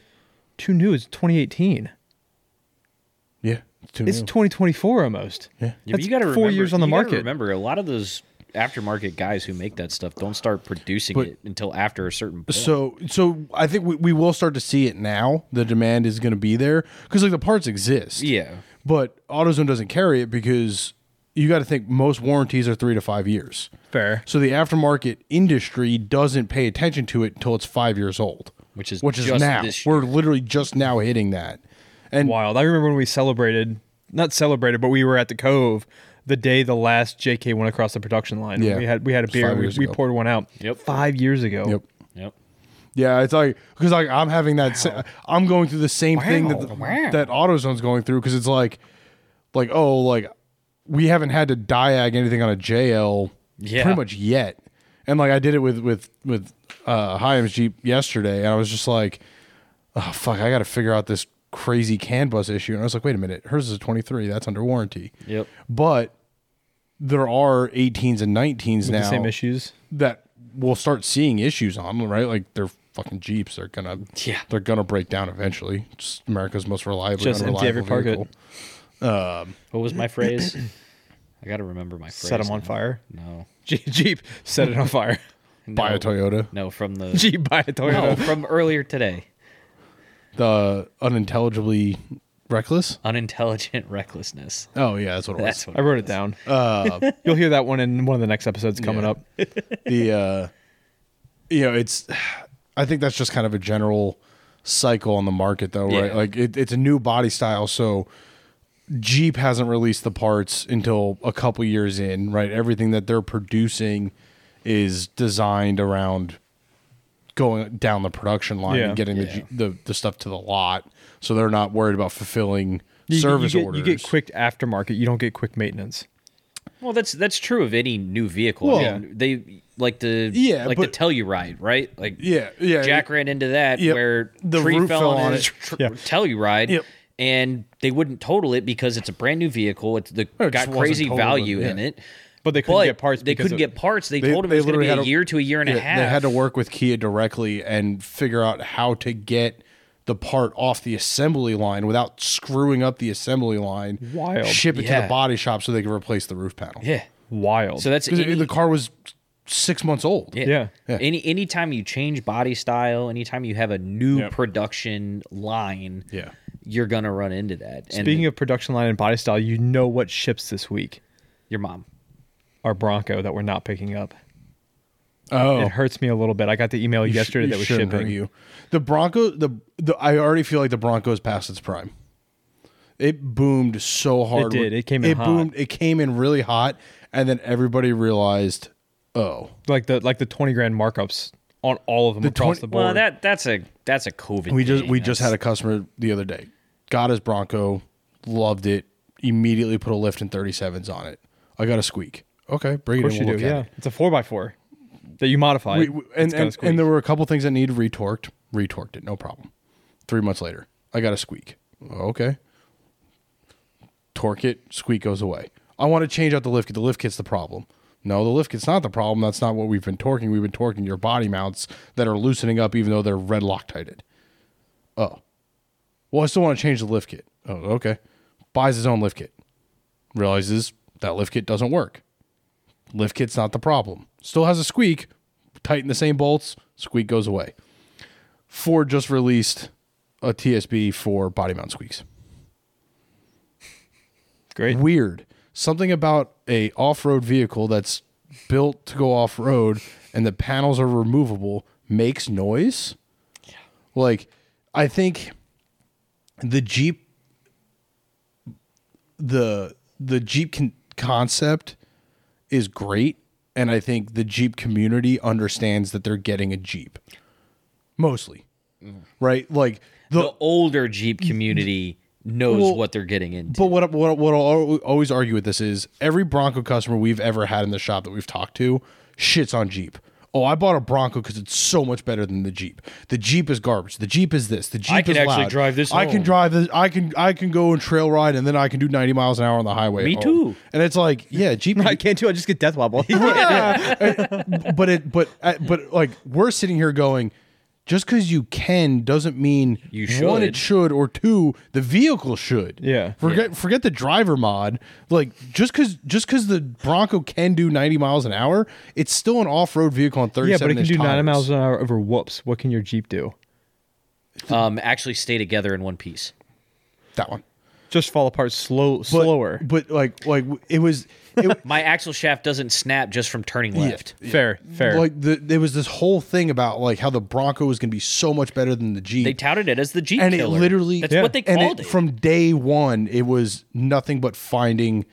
Speaker 2: Too new is 2018.
Speaker 3: It's too
Speaker 2: It's
Speaker 3: new.
Speaker 2: 2024 almost. Yeah,
Speaker 4: Yeah, but
Speaker 2: That's
Speaker 4: you gotta
Speaker 2: four
Speaker 4: remember-
Speaker 2: years on the
Speaker 4: you gotta
Speaker 2: market.
Speaker 4: Remember, a lot of those aftermarket guys who make that stuff don't start producing
Speaker 3: But-
Speaker 4: it until after a certain point.
Speaker 3: So, so I think we, we will start to see it now. The demand is going to be there because like the parts exist.
Speaker 4: yeah,
Speaker 3: But AutoZone doesn't carry it because you got to think most warranties are three to five years.
Speaker 2: Fair.
Speaker 3: So the aftermarket industry doesn't pay attention to it until it's five years old,
Speaker 4: Which is
Speaker 3: which is
Speaker 4: just
Speaker 3: now.
Speaker 4: this year.
Speaker 3: We're literally just now hitting that. And
Speaker 2: Wild. I remember when we celebrated, not celebrated, but we were at the Cove the day the last JK went across the production line.
Speaker 3: Yeah.
Speaker 2: We had we had a
Speaker 3: It's
Speaker 2: beer.
Speaker 3: five
Speaker 2: We,
Speaker 3: years
Speaker 2: we
Speaker 3: ago.
Speaker 2: poured one out.
Speaker 4: Yep.
Speaker 2: Five years ago.
Speaker 3: yep.
Speaker 4: yep.
Speaker 3: Yeah, it's like because like I'm having that. Sa- I'm going through the same thing that the,
Speaker 4: Wow.
Speaker 3: that AutoZone's going through because it's like, like oh, like we haven't had to diag anything on a JL
Speaker 4: Yeah.
Speaker 3: pretty much yet, and like I did it with with with uh, Hyam's Jeep yesterday, and I was just like, oh fuck, I got to figure out this crazy CAN bus issue, and I was like, wait a minute, hers is a 23, that's under warranty,
Speaker 4: Yep.
Speaker 3: but there are 18s and 19s now
Speaker 2: The same issues.
Speaker 3: that we'll start seeing issues on, right? Like they're fucking jeeps. They're gonna
Speaker 4: Yeah.
Speaker 3: they're gonna break down eventually. Just America's most reliable,
Speaker 2: Just empty every
Speaker 3: unreliable
Speaker 2: park
Speaker 3: vehicle.
Speaker 4: What was my phrase? I gotta remember my phrase.
Speaker 2: Set them on
Speaker 4: now.
Speaker 2: fire.
Speaker 4: No.
Speaker 2: Je- Jeep set it on fire.
Speaker 3: Buy a Toyota.
Speaker 4: No, from the
Speaker 2: Jeep by a
Speaker 4: no,
Speaker 2: Toyota.
Speaker 4: from earlier today.
Speaker 3: The unintelligibly reckless.
Speaker 4: Unintelligent recklessness.
Speaker 3: Oh yeah, that's what it
Speaker 4: That's
Speaker 3: was.
Speaker 4: what.
Speaker 2: I wrote it down. You'll hear that one in one of the next episodes coming
Speaker 3: Uh, Yeah.
Speaker 2: up.
Speaker 3: the uh, you know it's. I think that's just kind of a general cycle on the market, though, right?
Speaker 4: Yeah.
Speaker 3: Like it, it's a new body style, so Jeep hasn't released the parts until a couple years in, right? Everything that they're producing is designed around going down the production line
Speaker 2: Yeah.
Speaker 3: and getting the,
Speaker 4: Yeah.
Speaker 3: G- the the stuff to the lot. So they're not worried about fulfilling
Speaker 2: You- you
Speaker 3: service
Speaker 2: get-
Speaker 3: orders.
Speaker 2: You get quick aftermarket. You don't get quick maintenance.
Speaker 4: Well, that's that's true of any new vehicle. I
Speaker 3: Well-
Speaker 4: mean, they like the
Speaker 3: Yeah,
Speaker 4: like
Speaker 3: but-
Speaker 4: the Telluride, right? Like
Speaker 3: Yeah, yeah.
Speaker 4: Jack ran into that
Speaker 3: Yep.
Speaker 4: where
Speaker 3: The
Speaker 4: tree
Speaker 3: roof
Speaker 4: fell on it.
Speaker 2: Yeah.
Speaker 4: Telluride.
Speaker 3: Yep.
Speaker 4: And they wouldn't total it because it's a brand new vehicle. It's the
Speaker 3: Oh, It just
Speaker 4: got
Speaker 3: wasn't
Speaker 4: crazy
Speaker 3: totaled,
Speaker 4: value
Speaker 3: yeah.
Speaker 4: in it.
Speaker 2: But they couldn't
Speaker 4: But
Speaker 2: get parts.
Speaker 4: They
Speaker 2: because
Speaker 4: couldn't
Speaker 2: of-
Speaker 4: get parts. They,
Speaker 3: They-
Speaker 4: told him
Speaker 3: they
Speaker 4: it was going to be
Speaker 3: literally
Speaker 4: a
Speaker 3: had a-
Speaker 4: year to a year and a
Speaker 3: Yeah,
Speaker 4: half.
Speaker 3: They had to work with Kia directly and figure out how to get the part off the assembly line without screwing up the assembly line.
Speaker 2: Wild.
Speaker 3: Ship it to
Speaker 4: Yeah.
Speaker 3: the body shop so they can replace the roof panel.
Speaker 4: Yeah.
Speaker 2: wild.
Speaker 4: So that's
Speaker 3: 'Cause it-
Speaker 4: any-
Speaker 3: the car was six months old.
Speaker 4: Yeah.
Speaker 2: Yeah.
Speaker 3: Yeah.
Speaker 4: Any anytime you change body style, anytime you have a new
Speaker 2: Yep.
Speaker 4: production line,
Speaker 3: Yeah.
Speaker 4: you're gonna run into that.
Speaker 2: Speaking of production line and body style, you know what ships this week?
Speaker 4: your mom.
Speaker 2: Our Bronco that we're not picking up.
Speaker 3: Oh.
Speaker 2: It hurts me a little bit. I got the email
Speaker 3: You sh-
Speaker 2: yesterday
Speaker 3: you
Speaker 2: that was
Speaker 3: shouldn't hurt
Speaker 2: shipping.
Speaker 3: you. The Bronco the, the I already feel like the Bronco is past its prime. It boomed so hard.
Speaker 2: did. It came in
Speaker 3: It
Speaker 2: hot.
Speaker 3: boomed. It came in really hot, and then everybody realized, oh,
Speaker 2: Like the like the twenty grand markups on all of them across
Speaker 3: 20
Speaker 2: the board.
Speaker 4: Well, that that's a that's a COVID.
Speaker 3: We just
Speaker 4: thing.
Speaker 3: we just had
Speaker 4: That's-
Speaker 3: a customer the other day. Got his Bronco, loved it. Immediately put a lift and 37s on it. I got a squeak. Okay, bring
Speaker 2: of course
Speaker 3: it
Speaker 2: you
Speaker 3: in.
Speaker 2: do.
Speaker 3: We'll look at
Speaker 2: Yeah,
Speaker 3: it.
Speaker 2: it's a four by four that you modify.
Speaker 3: We- we- and,
Speaker 2: It's got a
Speaker 3: and,
Speaker 2: squeak.
Speaker 3: and there were a couple things that needed retorqued. Retorqued it, no problem. Three months later, I got a squeak. Okay. Torque it, squeak goes away. I want to change out the lift kit. The lift kit's the problem. No, the lift kit's not the problem. That's not what we've been torquing. We've been torquing your body mounts that are loosening up even though they're red Loctited. Oh. Well, I still want to change the lift kit. Oh, okay. Buys his own lift kit. Realizes that lift kit doesn't work. Lift kit's not the problem. Still has a squeak. Tighten the same bolts. Squeak goes away. Ford just released a TSB for body mount squeaks.
Speaker 2: Great.
Speaker 3: Weird. Something about a off-road vehicle that's built to go off-road and the panels are removable makes noise. Like I think the Jeep the the Jeep con- concept is great and I think the Jeep community understands that they're getting a Jeep. Mostly. Right? Like the,
Speaker 4: the older Jeep community knows
Speaker 3: Well,
Speaker 4: what they're getting into.
Speaker 3: but what what what I'll al- always argue with this is every Bronco customer we've ever had in the shop that we've talked to shits on Jeep. Oh, I bought a Bronco because it's so much better than the Jeep. The Jeep is garbage. The Jeep is this. The Jeep
Speaker 4: can
Speaker 3: is
Speaker 4: actually
Speaker 3: loud.
Speaker 4: drive this
Speaker 3: I can
Speaker 4: home."
Speaker 3: drive this. I can I can go and trail ride, and then I can do ninety miles an hour on the highway.
Speaker 4: Me
Speaker 3: at
Speaker 4: too.
Speaker 3: home. And it's like, yeah, Jeep.
Speaker 2: I can't do. I just get death wobble.
Speaker 3: Yeah. but it but uh, but like we're sitting here going just because you can doesn't mean
Speaker 4: You
Speaker 3: one it should or two the vehicle should.
Speaker 2: Yeah.
Speaker 3: Forget forget the driver mod. Like just because just because the Bronco can do 90 miles an hour, it's still an off road vehicle on 37.
Speaker 2: Yeah, but it can
Speaker 3: inch
Speaker 2: do
Speaker 3: tires.
Speaker 2: nine miles an hour over whoops. What can your Jeep do?
Speaker 4: Um, actually stay together in one piece.
Speaker 3: That one
Speaker 2: Just fall apart slow,
Speaker 3: But-
Speaker 2: slower.
Speaker 3: But like like it was it,
Speaker 4: My axle shaft doesn't snap just from turning left.
Speaker 2: Fair, fair.
Speaker 3: like the, there was this whole thing about like how the Bronco was going to be so much better than the Jeep.
Speaker 4: They touted it as the Jeep
Speaker 3: and it
Speaker 4: killer.
Speaker 3: literally
Speaker 4: that's
Speaker 2: Yeah.
Speaker 4: what they
Speaker 3: and
Speaker 4: called
Speaker 3: it-
Speaker 4: it.
Speaker 3: from day one it was nothing but finding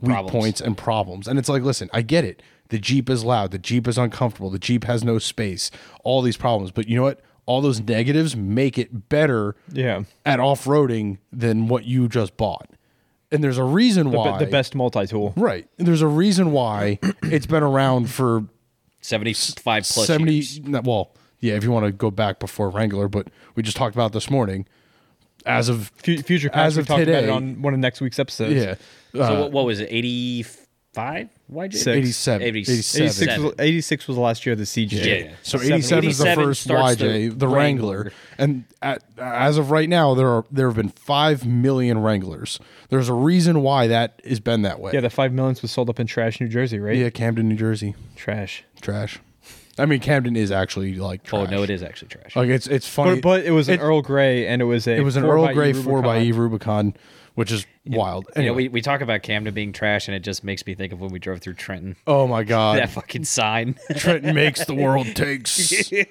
Speaker 3: weak
Speaker 4: Problems.
Speaker 3: points and problems and it's like listen i get it the jeep is loud the jeep is uncomfortable the jeep has no space all these problems but you know what all those negatives make it better
Speaker 2: yeah.
Speaker 3: at off-roading than what you just bought and there's a reason
Speaker 2: The,
Speaker 3: why
Speaker 2: be- the best multi tool.
Speaker 3: right And there's a reason why it's been around for
Speaker 4: Seventy-five plus
Speaker 3: 70
Speaker 4: years.
Speaker 3: no, well yeah if you want to go back before wrangler but we just talked about it this morning as of
Speaker 2: Fu- Future past,
Speaker 3: As
Speaker 2: we
Speaker 3: of
Speaker 2: talked about it
Speaker 3: today-
Speaker 2: on one of next week's episodes.
Speaker 3: yeah
Speaker 4: So
Speaker 3: uh,
Speaker 4: what, what was it? Eighty-five? YJ?
Speaker 2: Six.
Speaker 3: 87.
Speaker 4: 86.
Speaker 2: 86
Speaker 4: Seven.
Speaker 2: was, 86 was the last year of the CJ.
Speaker 4: Yeah, yeah.
Speaker 3: So
Speaker 2: Seven.
Speaker 3: 87 is the
Speaker 4: 87
Speaker 3: first
Speaker 4: starts the
Speaker 3: YJ, the, Wrangler.
Speaker 4: Wrangler.
Speaker 3: And at, as of right now, there are there have been 5 million Wranglers. There's a reason why that has been that way.
Speaker 2: Yeah, the five millions was sold up in trash, New Jersey, right?
Speaker 3: Yeah, Camden, New Jersey.
Speaker 2: Trash.
Speaker 3: Trash. I mean, Camden is actually like
Speaker 4: Oh
Speaker 3: trash.
Speaker 4: no, it is actually trash.
Speaker 3: Like it's it's funny.
Speaker 2: But, but it was an
Speaker 3: It-
Speaker 2: Earl Grey and it was a
Speaker 3: it was an
Speaker 2: four
Speaker 3: Earl
Speaker 2: by E
Speaker 3: Grey 4xE
Speaker 2: Rubicon.
Speaker 3: Rubicon, which is wild.
Speaker 4: You know,
Speaker 3: Anyway,
Speaker 4: we, we talk about Camden being trash, and it just makes me think of when we drove through Trenton.
Speaker 3: oh my god.
Speaker 4: That fucking sign.
Speaker 3: Trenton makes the world takes. Uh,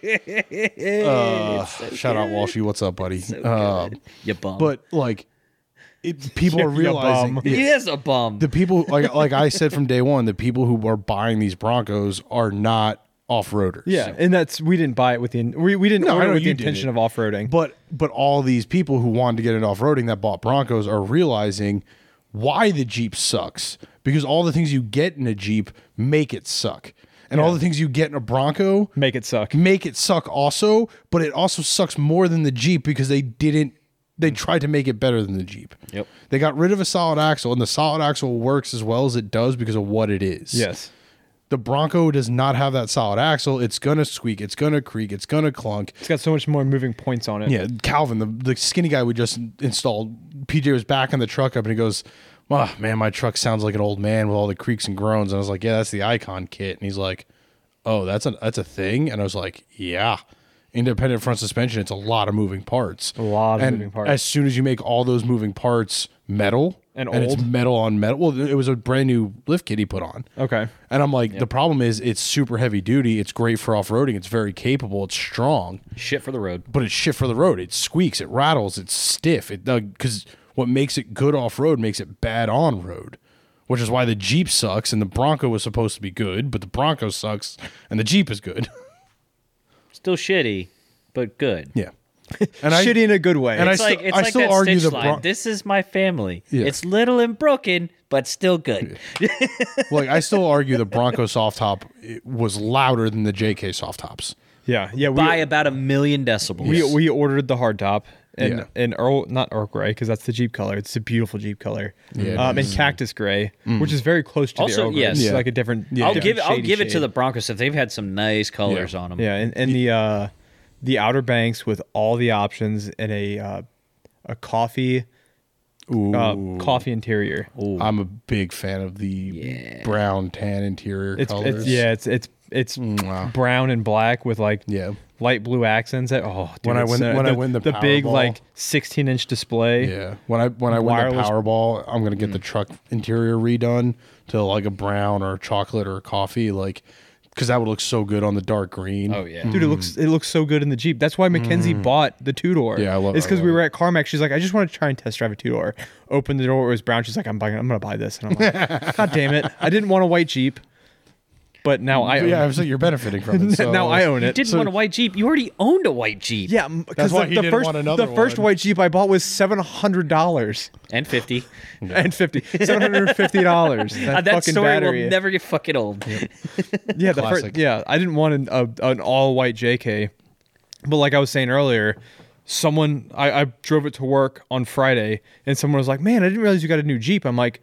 Speaker 3: shout out Walshy, what's up, buddy? Uh,
Speaker 4: you bum.
Speaker 3: but like, it, people are
Speaker 2: Um, Yeah,
Speaker 3: realizing
Speaker 2: bum.
Speaker 4: he is a bum.
Speaker 3: the people like like I said from day one, the people who are buying these Broncos are not off roaders.
Speaker 2: Yeah, and that's we didn't buy it with the in- we, we didn't
Speaker 3: No, I
Speaker 2: order
Speaker 3: know
Speaker 2: with the
Speaker 3: you did
Speaker 2: intention
Speaker 3: it.
Speaker 2: of off roading.
Speaker 3: But but all these people who wanted to get into off roading that bought Broncos are realizing why the Jeep sucks. Because all the things you get in a Jeep make it suck. And all the things you get in a Bronco
Speaker 2: Make it suck.
Speaker 3: make it suck also, but it also sucks more than the Jeep because they didn't they tried to make it better than the Jeep.
Speaker 4: Yep.
Speaker 3: They got rid of a solid axle and the solid axle works as well as it does because of what it is.
Speaker 2: Yes.
Speaker 3: The Bronco does not have that solid axle. It's gonna squeak. It's gonna creak. It's gonna clunk.
Speaker 2: It's got so much more moving points on it.
Speaker 3: Yeah, Calvin, the, the skinny guy we just installed. PJ was back in the truck up, and he goes, "Ah, man, my truck sounds like an old man with all the creaks and groans." And I was like, "Yeah, that's the Icon kit." And he's like, "Oh, that's a that's a thing." And I was like, "Yeah." Independent front suspension, it's a lot of moving parts. A
Speaker 2: lot of
Speaker 3: and
Speaker 2: moving parts.
Speaker 3: As soon as you make all those moving parts metal
Speaker 2: And
Speaker 3: it's
Speaker 2: old.
Speaker 3: metal on metal. Well, it was a brand new lift kit he put on.
Speaker 2: Okay.
Speaker 3: And I'm like, the problem is it's super heavy duty. It's great for off roading. It's very capable. It's strong
Speaker 4: Shit for the road.
Speaker 3: but it's shit for the road. It squeaks, it rattles, it's stiff. It because what makes it good off road makes it bad on road, which is why the Jeep sucks and the Bronco was supposed to be good, but the Bronco sucks and the Jeep is good.
Speaker 4: Still shitty, but good.
Speaker 3: yeah,
Speaker 2: And
Speaker 3: and I
Speaker 2: Shitty in a good way.
Speaker 3: and
Speaker 4: It's
Speaker 3: I
Speaker 4: like
Speaker 3: still-
Speaker 4: it's
Speaker 3: I
Speaker 4: like
Speaker 3: still
Speaker 4: that
Speaker 3: argue
Speaker 4: Stitch
Speaker 3: the
Speaker 4: line.
Speaker 3: Bron-
Speaker 4: this is my family.
Speaker 3: Yeah.
Speaker 4: It's little and broken, but still good.
Speaker 3: like I still argue the Bronco soft top it was louder than the JK soft tops.
Speaker 2: yeah. Yeah. We,
Speaker 4: By about a million decibels.
Speaker 2: we, we ordered the hard top and
Speaker 3: Yeah.
Speaker 2: and Earl not Earl Grey because that's the Jeep color. It's a beautiful Jeep color.
Speaker 3: Yeah, it Mm.
Speaker 2: um, and cactus gray, which is very close to
Speaker 4: Also,
Speaker 2: the Earl Grey.
Speaker 4: yes.
Speaker 2: It's
Speaker 3: Yeah.
Speaker 2: like a different.
Speaker 4: I'll
Speaker 2: different
Speaker 4: give it, I'll
Speaker 2: shady
Speaker 4: give it to
Speaker 2: shade.
Speaker 4: the Broncos if they've had some nice colors
Speaker 3: Yeah.
Speaker 4: on them.
Speaker 2: Yeah, and, and the uh, the outer banks with all the options and a uh, a coffee
Speaker 3: Ooh,
Speaker 2: uh, coffee interior.
Speaker 3: I'm a big fan of the brown tan interior
Speaker 2: It's,
Speaker 3: colors.
Speaker 2: it's yeah, it's it's it's
Speaker 3: wow.
Speaker 2: brown and black with like
Speaker 3: Yeah.
Speaker 2: light blue accents. At, oh, dude,
Speaker 3: When I
Speaker 2: it's
Speaker 3: win-
Speaker 2: so-
Speaker 3: when
Speaker 2: the,
Speaker 3: I win the
Speaker 2: big
Speaker 3: Powerball.
Speaker 2: like sixteen inch display.
Speaker 3: Yeah. When I when I win the
Speaker 2: Wireless- Mm.
Speaker 3: Powerball, I'm gonna get the truck interior redone to like a brown or a chocolate or a coffee, like because that would look so good on the dark green.
Speaker 4: Oh yeah.
Speaker 2: Dude, it looks it looks so good in the Jeep. That's why Mackenzie bought the two door.
Speaker 3: Mm. Yeah, I love-
Speaker 2: It's
Speaker 3: I
Speaker 2: because we
Speaker 3: love
Speaker 2: were at Carmack. She's like, I just want to try and test drive a two door. Opened the door, it was brown. She's like, I'm buying, I'm gonna buy this. And I'm like, God damn it, I didn't want a white Jeep, but now I own
Speaker 3: But yeah, I
Speaker 2: it.
Speaker 3: was like, you're benefiting from it. So.
Speaker 2: now I own
Speaker 4: You
Speaker 2: it.
Speaker 4: didn't want a white Jeep. You already owned a white Jeep.
Speaker 2: Yeah, because
Speaker 3: why
Speaker 2: the,
Speaker 3: he
Speaker 2: the
Speaker 3: didn't
Speaker 2: first
Speaker 3: want another
Speaker 2: the first
Speaker 3: one.
Speaker 2: white Jeep I bought was seven hundred dollars
Speaker 4: And fifty.
Speaker 2: and fifty seven hundred fifty dollars. That,
Speaker 4: Uh, that
Speaker 2: fucking
Speaker 4: story
Speaker 2: battery.
Speaker 4: will never get fucking old.
Speaker 2: yeah, the
Speaker 3: Classic.
Speaker 2: first, yeah. I didn't want an, a, an all white JK, but like I was saying earlier, someone I, I drove it to work on Friday, and someone was like, "Man, I didn't realize you got a new Jeep." I'm like,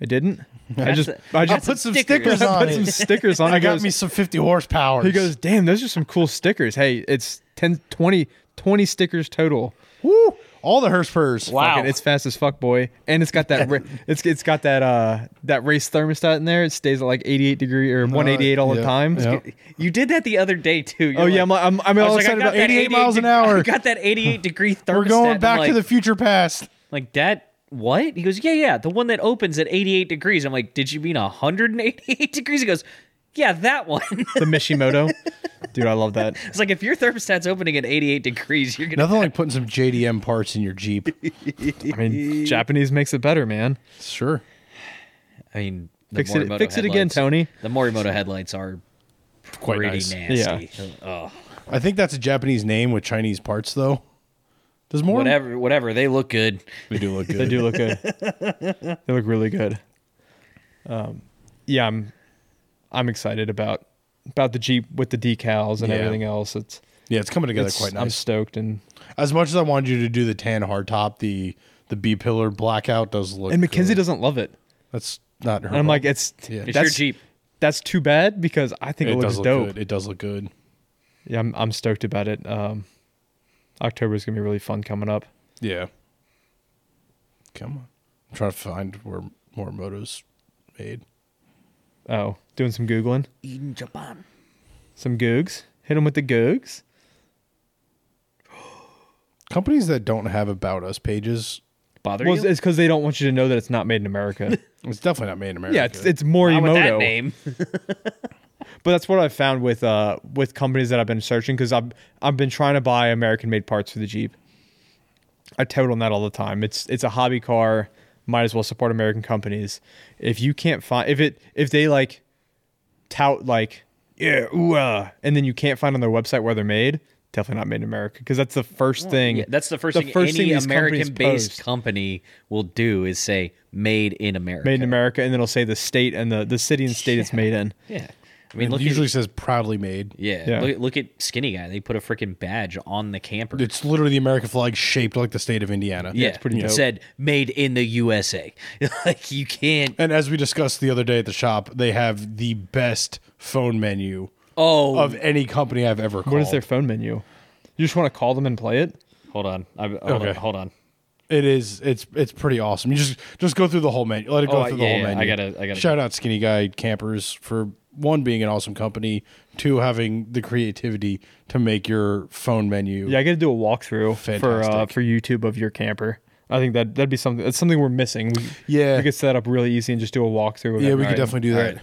Speaker 2: "I didn't. I
Speaker 4: That's
Speaker 2: just
Speaker 4: a-
Speaker 2: I just
Speaker 4: that's a
Speaker 2: put some
Speaker 4: stickers
Speaker 2: stickers
Speaker 3: on
Speaker 2: on put
Speaker 3: it.
Speaker 2: some stickers on."
Speaker 3: I
Speaker 2: He
Speaker 3: got
Speaker 2: goes-
Speaker 3: me some 50 horsepower.
Speaker 2: He goes, "Damn, those are some cool stickers." Hey, it's 10, 20, 20 stickers total.
Speaker 3: Woo! All the Hearst purrs.
Speaker 4: Wow.
Speaker 2: Fucking, it's fast as fuck, boy. And it's got that ra- it's it's got that uh that race thermostat in there. It stays at like 88 degree or 188 all the
Speaker 3: yeah,
Speaker 2: time.
Speaker 3: yeah.
Speaker 4: You did that the other day too. You're
Speaker 2: Oh yeah, I'm
Speaker 4: like,
Speaker 2: I'm, I'm
Speaker 4: I
Speaker 2: all
Speaker 4: was like, I
Speaker 2: excited
Speaker 4: got
Speaker 2: about
Speaker 4: that
Speaker 3: 88 miles an
Speaker 4: de-
Speaker 3: hour.
Speaker 4: I got that 88 degree thermostat.
Speaker 3: We're going
Speaker 4: I'm
Speaker 3: back
Speaker 4: like,
Speaker 3: to the future past.
Speaker 4: Like that. What? He goes, yeah, yeah. The one that opens at 88 degrees. I'm like, did you mean 188 degrees? He goes, yeah, that one.
Speaker 2: the Mishimoto. Dude, I love that.
Speaker 4: it's like if your thermostat's opening at 88 degrees, you're gonna.
Speaker 3: Nothing like putting some JDM parts in your Jeep.
Speaker 2: I mean, Japanese makes it better, man.
Speaker 3: sure.
Speaker 4: I mean, the
Speaker 2: Fix it
Speaker 4: Morimoto
Speaker 2: fix it again,
Speaker 4: headlights-
Speaker 2: Tony.
Speaker 4: The Morimoto headlights are
Speaker 3: Quite
Speaker 4: pretty
Speaker 3: nice.
Speaker 4: nasty. Oh,
Speaker 3: I think that's a Japanese name with Chinese parts, though. Does more?
Speaker 4: whatever, whatever. They look good.
Speaker 3: They do look good.
Speaker 2: They do look good. they look really good. Um, yeah, I'm I'm excited about about the Jeep with the decals and
Speaker 3: Yeah.
Speaker 2: everything else. It's,
Speaker 3: Yeah, it's coming together
Speaker 2: it's-
Speaker 3: quite
Speaker 2: I'm
Speaker 3: nice.
Speaker 2: stoked and
Speaker 3: as much as I wanted you to do the tan hardtop, the the B pillar blackout does look.
Speaker 2: and Mackenzie
Speaker 3: good.
Speaker 2: doesn't love it.
Speaker 3: That's not her.
Speaker 2: And I'm
Speaker 3: fault.
Speaker 2: like, it's
Speaker 3: Yeah. It's your
Speaker 4: It's your Jeep.
Speaker 2: That's too bad because I think it,
Speaker 3: it
Speaker 2: looks
Speaker 3: does look
Speaker 2: dope.
Speaker 3: good. It does look good.
Speaker 2: Yeah, I'm I'm stoked about it. Um, October is gonna be really fun coming up.
Speaker 3: Yeah. Come on. I'm trying to find where more motos made.
Speaker 2: Oh, doing some googling,
Speaker 4: Eden Japan.
Speaker 2: some googs. Hit them with the googs.
Speaker 3: Companies that don't have about us pages.
Speaker 4: Bother
Speaker 2: Well,
Speaker 4: you?
Speaker 2: it's because they don't want you to know that it's not made in America.
Speaker 3: It's definitely not made in America.
Speaker 2: yeah, it's it's
Speaker 4: Not with that
Speaker 2: Morimoto.
Speaker 4: name.
Speaker 2: But that's what I've found with uh with companies that I've been searching because I've I've been trying to buy American made parts for the Jeep. I tout on that all the time. It's it's a hobby car. Might as well support American companies. If you can't find if it if they like tout like yeah ooh uh, and then you can't find on their website where they're made, definitely not made in America because that's the first thing.
Speaker 4: Yeah, that's the first thing any
Speaker 2: these companies
Speaker 4: American-based
Speaker 2: post.
Speaker 4: company will do is say "Made in America."
Speaker 2: made in America, and then it'll say the state and the the city and state it's made in.
Speaker 4: Yeah, I mean,
Speaker 3: It
Speaker 4: look
Speaker 3: usually
Speaker 4: at
Speaker 3: says proudly made.
Speaker 4: yeah,
Speaker 2: Yeah.
Speaker 4: Look, look at Skinny Guy. They put a freaking badge on the camper.
Speaker 3: It's literally the American flag shaped like the state of Indiana.
Speaker 4: yeah,
Speaker 2: it's pretty
Speaker 4: It
Speaker 2: dope.
Speaker 4: said "Made in the USA." like you can't.
Speaker 3: And as we discussed the other day at the shop, they have the best phone menu
Speaker 4: Oh,
Speaker 3: of any company I've ever called.
Speaker 2: What is their phone menu? You just want to call them and play it.
Speaker 4: hold on. I, oh, hold on.
Speaker 3: Okay.
Speaker 4: Hold on.
Speaker 3: It is. It's it's pretty awesome. You just just go through the whole menu. Let it go
Speaker 4: Oh,
Speaker 3: through
Speaker 4: yeah,
Speaker 3: the whole
Speaker 4: yeah,
Speaker 3: menu.
Speaker 4: I gotta- I gotta-
Speaker 3: shout out Skinny Guy Campers for one being an awesome company, two having the creativity to make your phone menu.
Speaker 2: Yeah, I got to do a walkthrough for uh,
Speaker 3: Fantastic.
Speaker 2: for YouTube of your camper. I think that that'd be something. That's something we're missing. We,
Speaker 3: Yeah.
Speaker 2: we could set up really easy and just do a walkthrough. Of
Speaker 3: Yeah,
Speaker 2: it.
Speaker 3: we
Speaker 2: All right.
Speaker 3: could definitely do
Speaker 2: All
Speaker 3: that.
Speaker 2: right.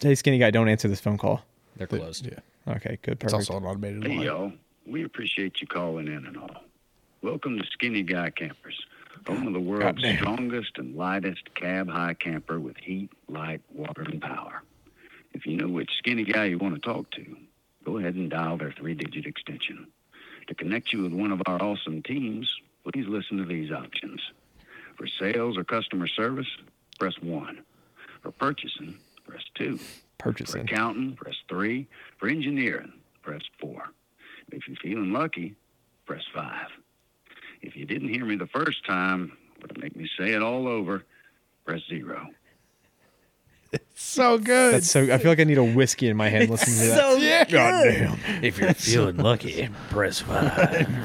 Speaker 2: Hey, skinny guy, don't answer this phone call.
Speaker 4: They're closed.
Speaker 3: Yeah,
Speaker 2: Okay, good,
Speaker 3: it's
Speaker 2: perfect.
Speaker 3: also an automated
Speaker 5: Hey,
Speaker 3: line.
Speaker 5: y'all. We appreciate you calling in and all. Welcome to Skinny Guy Campers, home of the world's strongest and lightest cab high camper with heat, light, water, and power. If you know which skinny guy you want to talk to, go ahead and dial their three digit extension. To connect you with one of our awesome teams, please listen to these options. For sales or customer service, press 1. For purchasing, press 2. For
Speaker 2: Purchasing.
Speaker 5: accounting, press three. For engineering, press four. If you're feeling lucky, press five. If you didn't hear me the first time, would make me say it all over, press zero.
Speaker 3: So good.
Speaker 2: That's so. I feel like I need a whiskey in my hand listening to that.
Speaker 4: So
Speaker 2: God damn!
Speaker 4: if you're feeling lucky, press five.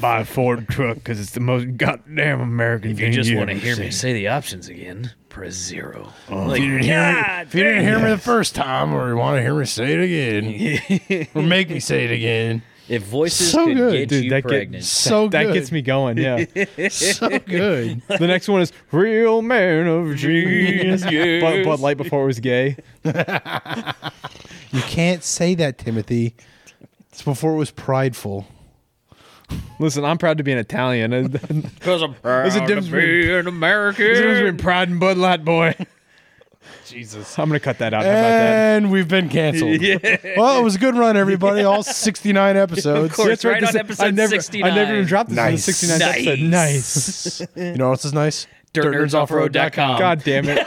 Speaker 2: Buy a Ford truck because it's the most goddamn American
Speaker 4: If you just want to hear me say the options again, press zero. Like,
Speaker 3: Oh, If you didn't hear, me,
Speaker 4: God
Speaker 3: if you didn't hear me the first time, or you want to hear me say it again, or make me say it again,
Speaker 4: If voices
Speaker 3: So
Speaker 4: could
Speaker 3: good,
Speaker 4: get
Speaker 2: dude,
Speaker 4: you
Speaker 2: that get-
Speaker 4: pregnant,
Speaker 3: so
Speaker 2: That
Speaker 3: good.
Speaker 2: gets me going. Yeah.
Speaker 3: so good.
Speaker 2: The next one is real man of genius.
Speaker 4: Yes.
Speaker 2: Bud, Bud Light before it was gay.
Speaker 3: You can't say that, Timothy. It's before it was prideful.
Speaker 2: Listen, I'm proud to be an Italian. There's
Speaker 4: because I'm proud
Speaker 2: a difference
Speaker 4: to
Speaker 2: between-
Speaker 4: be an American.
Speaker 2: been pride and Bud Light, boy. Jesus, I'm gonna cut that out. How about that?
Speaker 3: And we've been canceled. Well, it was a good run, everybody. All 69 episodes.
Speaker 4: Of course,
Speaker 2: That's right,
Speaker 4: right
Speaker 2: this
Speaker 4: on
Speaker 2: is-
Speaker 4: episode
Speaker 2: I never,
Speaker 4: 69.
Speaker 2: I never even dropped this
Speaker 3: Nice.
Speaker 2: in the 69th episode. Nice.
Speaker 3: You know what else is nice?
Speaker 4: DirtNerdsOffroad.com.
Speaker 2: God damn it.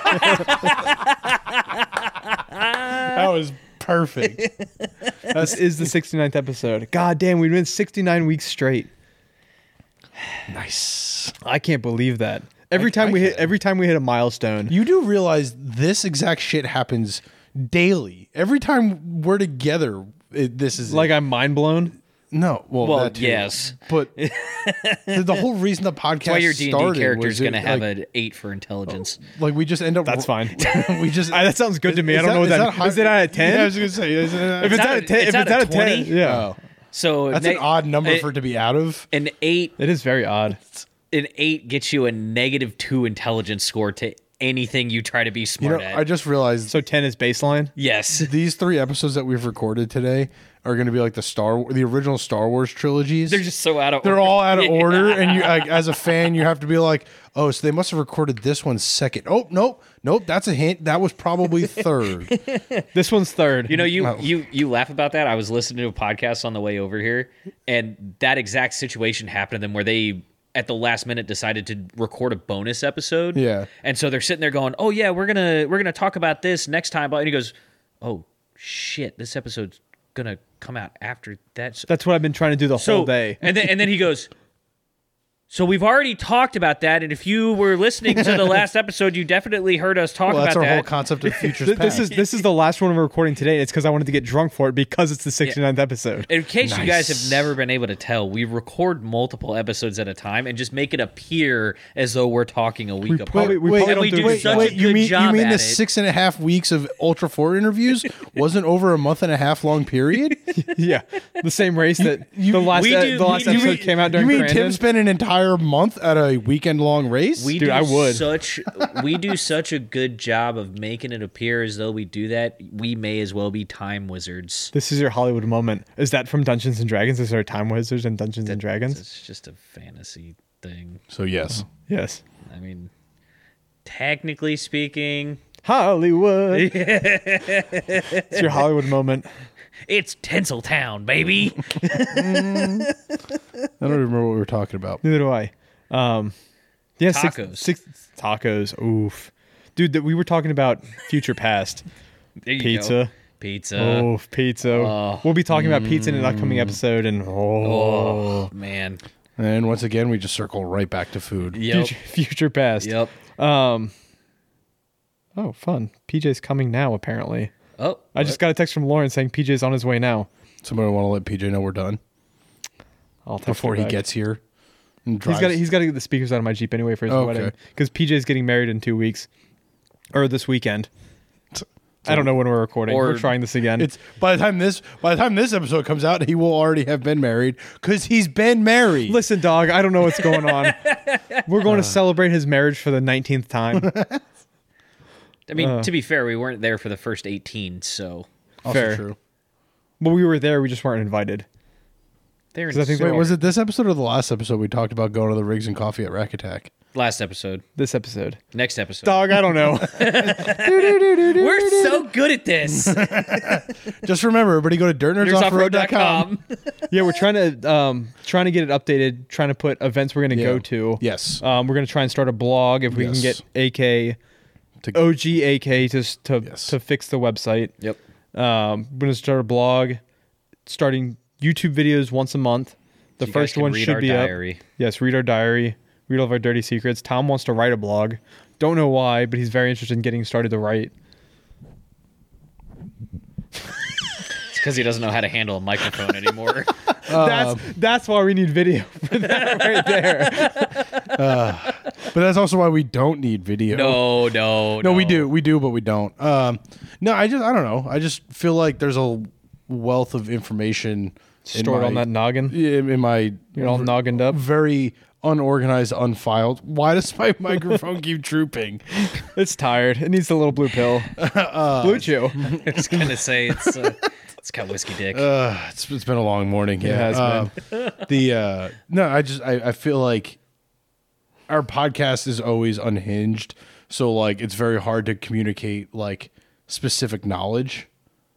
Speaker 3: That was perfect.
Speaker 2: this is the 69th episode. God damn, we've been 69 weeks straight.
Speaker 3: nice.
Speaker 2: I can't believe that. Every time
Speaker 3: I
Speaker 2: we hit,
Speaker 3: can.
Speaker 2: every time we hit a milestone,
Speaker 3: You do realize this exact shit happens daily. Every time we're together, it, this is
Speaker 2: Like I'm mind blown.
Speaker 3: no, well,
Speaker 4: Well,
Speaker 3: that too.
Speaker 4: yes.
Speaker 3: but the, the whole reason the podcast
Speaker 4: Why your D and
Speaker 3: started
Speaker 4: D character
Speaker 3: was
Speaker 4: is
Speaker 3: it,
Speaker 4: going to have
Speaker 3: like, Oh.
Speaker 4: an eight for intelligence?
Speaker 3: like we just end up.
Speaker 2: That's fine.
Speaker 3: we just
Speaker 2: I- that sounds good to me. I
Speaker 3: Is
Speaker 2: don't know what that-
Speaker 3: high-
Speaker 2: is it out of 10?
Speaker 3: Yeah, I was gonna say is it out
Speaker 2: If
Speaker 3: of-
Speaker 2: it's
Speaker 4: not
Speaker 2: out
Speaker 4: a-
Speaker 2: of ten,
Speaker 4: it's
Speaker 2: if
Speaker 4: not
Speaker 2: it's
Speaker 4: a
Speaker 2: out of ten,
Speaker 4: 20?
Speaker 2: yeah,
Speaker 3: Oh.
Speaker 4: So
Speaker 3: that's an
Speaker 4: ne-
Speaker 3: odd number
Speaker 4: a-
Speaker 3: for it to be out of.
Speaker 4: an eight.
Speaker 2: it is very odd.
Speaker 4: An eight gets you a negative two intelligence score to anything you try to be
Speaker 3: You
Speaker 4: smart
Speaker 3: know,
Speaker 4: at.
Speaker 3: I just realized
Speaker 2: So ten is baseline.
Speaker 4: yes.
Speaker 3: these three episodes that we've recorded today are going to be like the Star, the original Star Wars trilogies.
Speaker 4: They're just so out of
Speaker 3: they're
Speaker 4: order.
Speaker 3: all out of order, and you, like, as a fan, you have to be like, oh, so they must have recorded this one second. Oh, nope, nope, that's a hint. That was probably third.
Speaker 2: This one's third.
Speaker 4: You know, you
Speaker 3: Wow.
Speaker 4: you you laugh about that. I was listening to a podcast on the way over here, and that exact situation happened to them where they at the last minute decided to record a bonus episode.
Speaker 3: Yeah.
Speaker 4: And so they're sitting there going, "Oh yeah, we're gonna we're gonna talk about this next time." And he goes, "Oh shit, this episode's gonna come out after that." So-
Speaker 2: that's what I've been trying to do the whole day.
Speaker 4: and then and then he goes. So we've already talked about that, and if you were listening to the last episode, you definitely heard us talk
Speaker 3: well,
Speaker 4: about
Speaker 3: that's our
Speaker 4: that.
Speaker 3: whole concept of futures.
Speaker 2: Th- This
Speaker 3: past.
Speaker 2: is this is the last one we're recording today. It's because I wanted to get drunk for it because it's the 69th episode.
Speaker 4: In case you guys have
Speaker 3: Nice.
Speaker 4: never been able to tell, we record multiple episodes at a time and just make it appear as though we're talking a week apart.
Speaker 2: probably- we
Speaker 4: And
Speaker 2: probably don't
Speaker 4: we
Speaker 2: do
Speaker 4: do
Speaker 2: a good
Speaker 4: such
Speaker 2: job.
Speaker 4: a
Speaker 3: you
Speaker 4: good
Speaker 3: mean
Speaker 4: job
Speaker 3: you mean
Speaker 4: at
Speaker 3: the
Speaker 4: it.
Speaker 3: six and a half weeks of Ultra Four interviews wasn't over a month and a half long period?
Speaker 2: yeah, the same race that the last
Speaker 4: we
Speaker 2: e-
Speaker 4: do-
Speaker 2: the last
Speaker 4: we do-
Speaker 2: episode came out during.
Speaker 3: you mean
Speaker 2: Brandon?
Speaker 3: Tim spent an entire month at a weekend long race?
Speaker 4: we
Speaker 2: Dude,
Speaker 4: do
Speaker 2: I would.
Speaker 4: such we do such a good job of making it appear as though we do that. We may as well be time wizards.
Speaker 2: This is your Hollywood moment. Is that from Dungeons and Dragons? Is there Time Wizards and Dungeons and Dragons?
Speaker 4: It's just a fantasy thing.
Speaker 3: so yes.
Speaker 4: Oh.
Speaker 2: Yes.
Speaker 4: I mean, technically speaking,
Speaker 2: Hollywood. it's your Hollywood moment.
Speaker 4: it's Tinseltown, baby.
Speaker 3: I don't even remember what we were talking about.
Speaker 2: Neither do I. Um, yeah,
Speaker 4: Tacos.
Speaker 2: Six, six, tacos. Oof, dude. That we were talking about future past
Speaker 4: There you go.
Speaker 2: pizza.
Speaker 4: Pizza.
Speaker 2: Oh, pizza. we'll be talking about pizza in an upcoming episode. And oh,
Speaker 4: uh, mm. Oh, man.
Speaker 3: And once again, we just circle right back to food.
Speaker 4: Yep.
Speaker 2: future, future past.
Speaker 4: Yep.
Speaker 2: Oh, fun. PJ's coming now. Apparently,
Speaker 4: Oh,
Speaker 2: I just got a text from Lauren saying PJ's on his way now.
Speaker 3: Somebody want to let PJ know we're done
Speaker 2: I'll text her
Speaker 3: before he
Speaker 2: back.
Speaker 3: gets here. And
Speaker 2: He's got
Speaker 3: drives.
Speaker 2: he's got to get the speakers out of my Jeep anyway for his
Speaker 3: Okay.
Speaker 2: wedding because PJ's getting married in two weeks or this weekend. I don't know when we're recording.
Speaker 4: Or-
Speaker 2: we're trying this again.
Speaker 3: It's by the time this by the time this episode comes out, he will already have been married because he's been married.
Speaker 2: Listen, dog, I don't know what's going on. we're going to celebrate his marriage for the 19th time.
Speaker 4: I mean,
Speaker 2: Uh.
Speaker 4: to be fair, we weren't there for the first 18, so
Speaker 3: Also
Speaker 2: fair.
Speaker 3: true.
Speaker 2: Well, we were there, we just weren't invited.
Speaker 4: there.
Speaker 2: 'Cause I think
Speaker 3: Wait,
Speaker 2: Fair.
Speaker 3: was it this episode or the last episode we talked about going to the rigs and coffee at Rack Attack?
Speaker 4: last episode,
Speaker 2: This episode.
Speaker 4: next episode.
Speaker 2: Dog, I don't know.
Speaker 4: We're so good at this.
Speaker 3: Just remember, everybody go to dirtnerdsoffroad.com.
Speaker 4: Nerdsoffroad.com.
Speaker 2: yeah, we're trying to um trying to get it updated, trying to put events we're going to go to.
Speaker 3: Yes.
Speaker 2: Um, we're going to try and start a blog if we
Speaker 3: Yes.
Speaker 2: can get AK
Speaker 3: To-
Speaker 2: OG AK to s- to,
Speaker 3: Yes.
Speaker 2: to fix the website.
Speaker 4: Yep.
Speaker 2: Um, we're gonna start a blog, starting YouTube videos once a month. The
Speaker 4: you guys
Speaker 2: first
Speaker 4: can
Speaker 2: one
Speaker 4: read
Speaker 2: should
Speaker 4: our
Speaker 2: be
Speaker 4: diary.
Speaker 2: up. Yes, read our diary, read all of our dirty secrets. Tom wants to write a blog. Don't know why, but he's very interested in getting started to write.
Speaker 4: It's because he doesn't know how to handle a microphone anymore.
Speaker 2: that's that's why we need video for that right there.
Speaker 3: But that's also why we don't need video.
Speaker 4: no, no, no.
Speaker 3: No, we do. We do, but we don't. Um, no, I just, I don't know. I just feel like there's a wealth of information in
Speaker 2: Stored on
Speaker 3: my-
Speaker 2: that noggin.
Speaker 3: in, in my
Speaker 2: You're all noggined up.
Speaker 3: very unorganized, unfiled. Why does my microphone keep drooping?
Speaker 2: It's tired. It needs a little blue pill.
Speaker 3: Uh,
Speaker 2: blue chew.
Speaker 4: I was gonna say it's uh, it's got whiskey dick.
Speaker 3: Uh, it's, it's been a long morning. Yeah,
Speaker 2: has
Speaker 3: Uh, the uh, no, I just I, I feel like our podcast is always unhinged, so like it's very hard to communicate like specific knowledge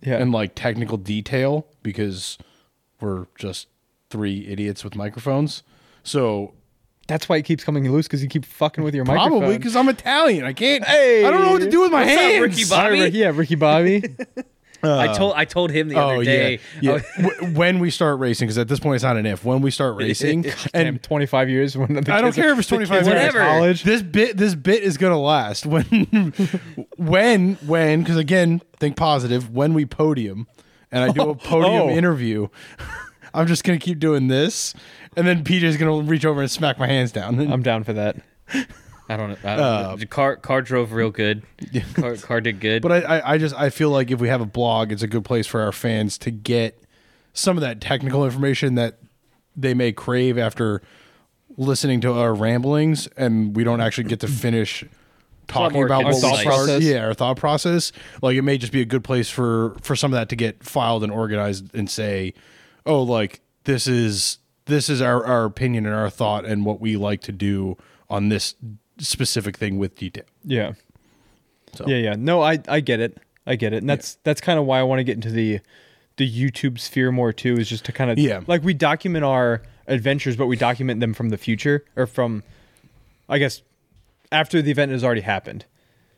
Speaker 2: Yeah.
Speaker 3: and like technical detail because we're just three idiots with microphones. So
Speaker 2: That's why it keeps coming loose because you keep fucking with your microphone.
Speaker 3: probably because I'm Italian, I can't.
Speaker 2: Hey,
Speaker 3: I don't know what to do with my
Speaker 4: what's up,
Speaker 3: hands.
Speaker 4: Ricky Bobby?
Speaker 2: Sorry, Ricky- yeah, Ricky Bobby.
Speaker 4: I told I told him the other day.
Speaker 3: Oh.
Speaker 4: Oh,
Speaker 3: yeah,
Speaker 4: I
Speaker 3: yeah. W- when we start racing, because at this point it's not an if. When we start racing,
Speaker 2: and
Speaker 3: and
Speaker 2: 25 years when the
Speaker 3: I don't
Speaker 2: kids are-
Speaker 3: care if it's
Speaker 2: the
Speaker 3: 25
Speaker 2: kids are in
Speaker 4: Whatever.
Speaker 2: college.
Speaker 3: This bit this bit is going to last when when when cuz again, think positive, when we podium and I do a podium
Speaker 2: Oh.
Speaker 3: interview, I'm just gonna keep doing this, and then PJ's gonna reach over and smack my hands down.
Speaker 2: I'm down for that.
Speaker 4: I don't know. I don't
Speaker 3: Uh,
Speaker 4: know. The car car drove real good. Car, car did good.
Speaker 3: But uh, I, I, I just I feel like if we have a blog, it's a good place for our fans to get some of that technical information that they may crave after listening to our ramblings, and we don't actually get to finish talking
Speaker 4: more
Speaker 3: about what we
Speaker 4: concise.
Speaker 3: started.
Speaker 2: Process.
Speaker 3: Yeah, our thought process. Like it may just be a good place for for some of that to get filed and organized, and say, oh, like this is this is our our opinion and our thought and what we like to do on this specific thing with detail.
Speaker 2: Yeah.
Speaker 3: So.
Speaker 2: Yeah, yeah. No, I I get it. I get it. And that's that's kind of why I want to get into the the YouTube sphere more too is just to kind of
Speaker 3: Yeah.
Speaker 2: like we document our adventures but we document them from the future or from I guess after the event has already happened.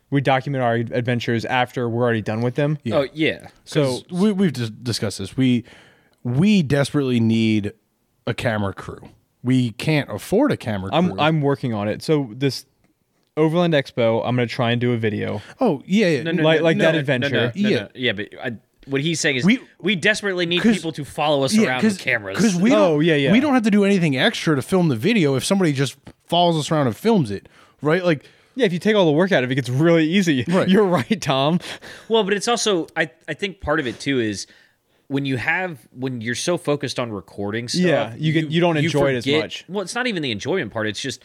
Speaker 2: We document our adventures after we're already done with them.
Speaker 4: oh yeah.
Speaker 2: So
Speaker 3: we, we've dis- discussed this. We we desperately need a camera crew. We can't afford a camera crew.
Speaker 2: I'm I'm working on it. So this Overland Expo, I'm going to try and do a video.
Speaker 3: oh yeah, yeah.
Speaker 2: like like that
Speaker 4: No,
Speaker 2: adventure.
Speaker 4: no, no,
Speaker 3: Yeah.
Speaker 4: no. yeah. But I, what he's saying is
Speaker 3: We-
Speaker 4: we, desperately need
Speaker 3: 'cause-
Speaker 4: people to follow us around with cameras.
Speaker 3: Because we
Speaker 2: Oh,
Speaker 3: don't,
Speaker 2: yeah, yeah.
Speaker 3: we don't have to do anything extra to film the video if somebody just follows us around and films it, right? Like
Speaker 2: Yeah, if you take all the work out of it, it gets really easy.
Speaker 3: Right.
Speaker 2: You're right, Tom.
Speaker 4: Well, but it's also I I think part of it too is when you have when you're so focused on recording stuff,
Speaker 2: Yeah, you get- you don't enjoy it as
Speaker 4: forget-
Speaker 2: much.
Speaker 4: Well, it's not even the enjoyment part. It's just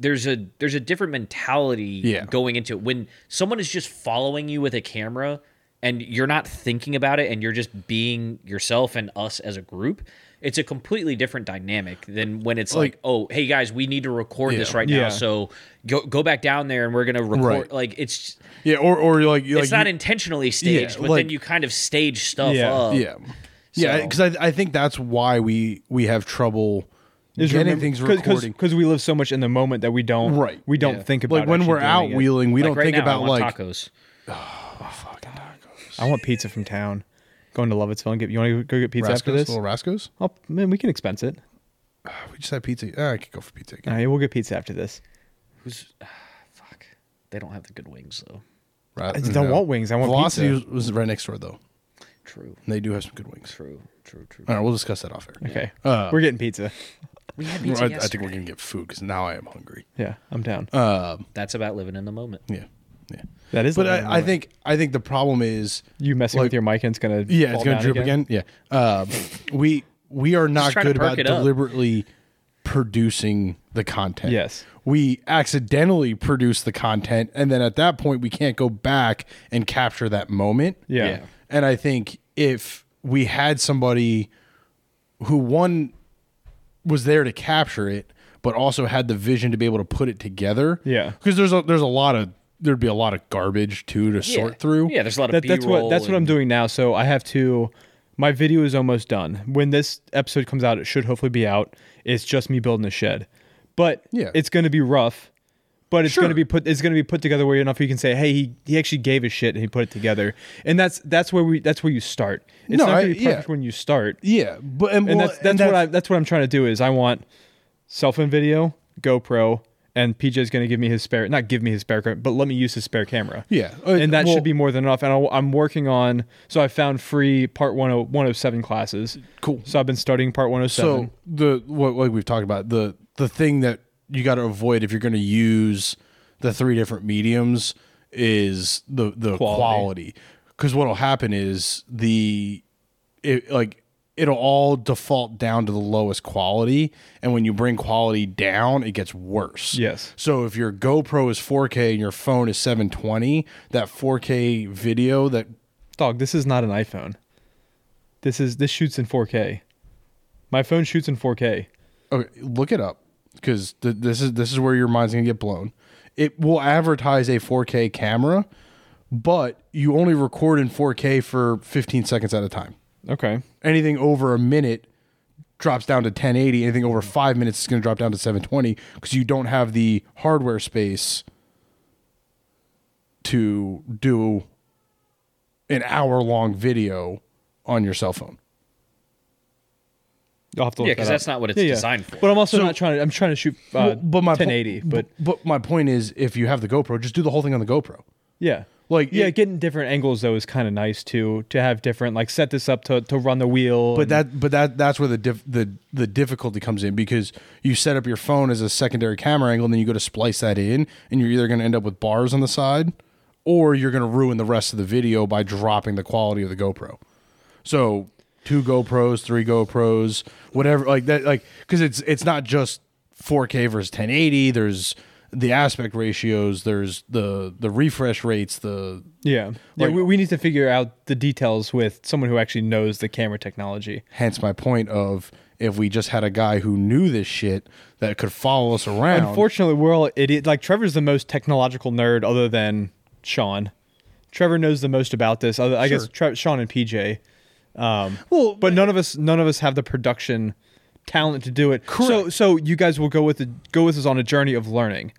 Speaker 4: there's a there's a different mentality
Speaker 3: Yeah.
Speaker 4: going into it when someone is just following you with a camera and you're not thinking about it and you're just being yourself and us as a group. It's a completely different dynamic than when it's like,
Speaker 3: Like-
Speaker 4: oh, hey guys, we need to record this
Speaker 3: Yeah.
Speaker 4: right
Speaker 2: Yeah.
Speaker 4: now, so go go back down there and we're gonna record.
Speaker 3: Right.
Speaker 4: Like it's
Speaker 3: yeah, or or like, like
Speaker 4: it's not
Speaker 3: you-
Speaker 4: intentionally staged, but
Speaker 3: like-
Speaker 4: then you kind of stage stuff
Speaker 2: Yeah,
Speaker 4: up.
Speaker 3: yeah, yeah.
Speaker 4: So-
Speaker 3: Because I, I think that's why we we have trouble
Speaker 2: is
Speaker 3: getting things recording.
Speaker 2: because we live so much in the moment that we don't
Speaker 3: Right.
Speaker 2: we don't
Speaker 3: Yeah.
Speaker 2: think about
Speaker 3: like when
Speaker 2: actually
Speaker 3: we're
Speaker 2: doing
Speaker 3: out
Speaker 2: it.
Speaker 3: wheeling, we
Speaker 4: Like
Speaker 3: don't
Speaker 4: right
Speaker 3: think
Speaker 4: now, I
Speaker 3: about
Speaker 4: want
Speaker 3: like Oh,
Speaker 4: tacos.
Speaker 2: I want pizza from town. Going to Lovettsville and get you want to go get pizza after
Speaker 3: Rascos,
Speaker 2: this?
Speaker 3: little Rascos.
Speaker 2: Oh man, we can expense it.
Speaker 3: We just had pizza. Ah, I could go for pizza. Again.
Speaker 2: All right, we'll get pizza after this.
Speaker 4: ah, Fuck, they don't have the good wings though.
Speaker 3: Right.
Speaker 2: I just don't want wings, I want
Speaker 3: Velocity
Speaker 2: pizza.
Speaker 3: was was right next door though.
Speaker 4: True,
Speaker 3: And they do have some good wings.
Speaker 4: true, true, true.
Speaker 3: All right, we'll discuss that off air.
Speaker 2: Okay,
Speaker 3: Uh,
Speaker 2: we're getting pizza.
Speaker 4: We had
Speaker 3: Well,
Speaker 4: pizza
Speaker 3: I, I
Speaker 4: yesterday.
Speaker 3: think we're gonna get food because now I am hungry.
Speaker 2: Yeah, I'm down.
Speaker 4: That's about living in the moment.
Speaker 3: Yeah, yeah.
Speaker 2: that is.
Speaker 3: uh, But
Speaker 2: living in the
Speaker 3: I, I
Speaker 2: moment.
Speaker 3: think I think the problem is
Speaker 2: you messing
Speaker 3: like-
Speaker 2: with your mic and it's gonna
Speaker 3: yeah, it's
Speaker 2: fall
Speaker 3: gonna
Speaker 2: down
Speaker 3: droop again. Yeah, Um we we are not
Speaker 4: trying to
Speaker 3: good about
Speaker 4: perk it up.
Speaker 3: deliberately producing the content.
Speaker 2: Yes.
Speaker 3: we accidentally produce the content, and then at that point we can't go back and capture that moment.
Speaker 2: Yeah.
Speaker 4: Yeah.
Speaker 3: And I think if we had somebody who one was there to capture it, but also had the vision to be able to put it together.
Speaker 2: Yeah.
Speaker 3: Because there's a there's a lot of there'd be a lot of garbage too to sort through.
Speaker 4: Yeah, there's a lot of
Speaker 2: That, that's what
Speaker 4: B-roll
Speaker 2: that's what I'm
Speaker 4: and-
Speaker 2: doing now. So I have to. My video is almost done. When this episode comes out, it should hopefully be out. It's just me building a shed, but
Speaker 3: Yeah.
Speaker 2: it's going to be rough. But it's going
Speaker 3: Sure.
Speaker 2: to be put. It's going to be put together where enough you can say, "Hey, he, he actually gave a shit and he put it together." And that's that's where we that's where you start. It's
Speaker 3: No,
Speaker 2: not
Speaker 3: I-
Speaker 2: going to be perfect
Speaker 3: yeah.
Speaker 2: when you start.
Speaker 3: Yeah, but and,
Speaker 2: And
Speaker 3: well,
Speaker 2: that's that's what I that's what I'm trying to do is I want cell phone video, GoPro, and PJ's going to give me his spare not give me his spare camera, but let me use his spare camera
Speaker 3: yeah, uh,
Speaker 2: and that
Speaker 3: well,
Speaker 2: should be more than enough. And I'll, I'm working on, so I found free part oh, 10 107 classes.
Speaker 3: Cool.
Speaker 2: So I've been studying part 107.
Speaker 3: so the what like we've talked about the the thing that you got to avoid if you're going to use the three different mediums is the the quality
Speaker 2: Quality.
Speaker 3: because what'll happen is the it like it'll all default down to the lowest quality and when you bring quality down it gets worse
Speaker 2: Yes.
Speaker 3: so if your gopro is 4k and your phone is 720 that 4k video that
Speaker 2: Dog, this is not an iPhone. This is this shoots in 4K. My phone shoots in 4K.
Speaker 3: Okay, look it up because th- this is this is where your mind's gonna get blown. It will advertise a 4K camera, but you only record in 4K for 15 seconds at a time.
Speaker 2: Okay.
Speaker 3: Anything over a minute drops down to 1080. Anything over five minutes is gonna drop down to 720 because you don't have the hardware space to do an hour long video on your cell phone.
Speaker 2: I'll have to look
Speaker 4: Yeah,
Speaker 2: because
Speaker 4: because that's not what it's designed for.
Speaker 2: But I'm also not trying to. I'm trying to shoot
Speaker 3: Well,
Speaker 2: uh,
Speaker 3: but my po-
Speaker 2: 1080. but
Speaker 3: but my point is, if you have the GoPro, just do the whole thing on the GoPro.
Speaker 2: yeah,
Speaker 3: Like
Speaker 2: Yeah,
Speaker 3: it-
Speaker 2: getting different angles though is kind of nice too. To have different, like set this up to, to run the wheel.
Speaker 3: but
Speaker 2: and-
Speaker 3: that but that that's where the dif- the the difficulty comes in because you set up your phone as a secondary camera angle and then you go to splice that in and you're either going to end up with bars on the side or you're going to ruin the rest of the video by dropping the quality of the GoPro. So two GoPros, three GoPros, whatever like that like cuz it's it's not just 4K versus 1080, there's the aspect ratios, there's the the refresh rates, the
Speaker 2: yeah, yeah.
Speaker 3: like-
Speaker 2: We, we need to figure out the details with someone who actually knows the camera technology.
Speaker 3: Hence my point of if we just had a guy who knew this shit that could follow us around.
Speaker 2: Unfortunately, we're all idiots. Like Trevor's the most technological nerd, other than Sean. Trevor knows the most about this. Other, I guess Tre- Sean and PJ. Um,
Speaker 3: Well,
Speaker 2: but none of us, none of us have the production talent to do it. So, so you guys will go with the go with us on a journey of learning.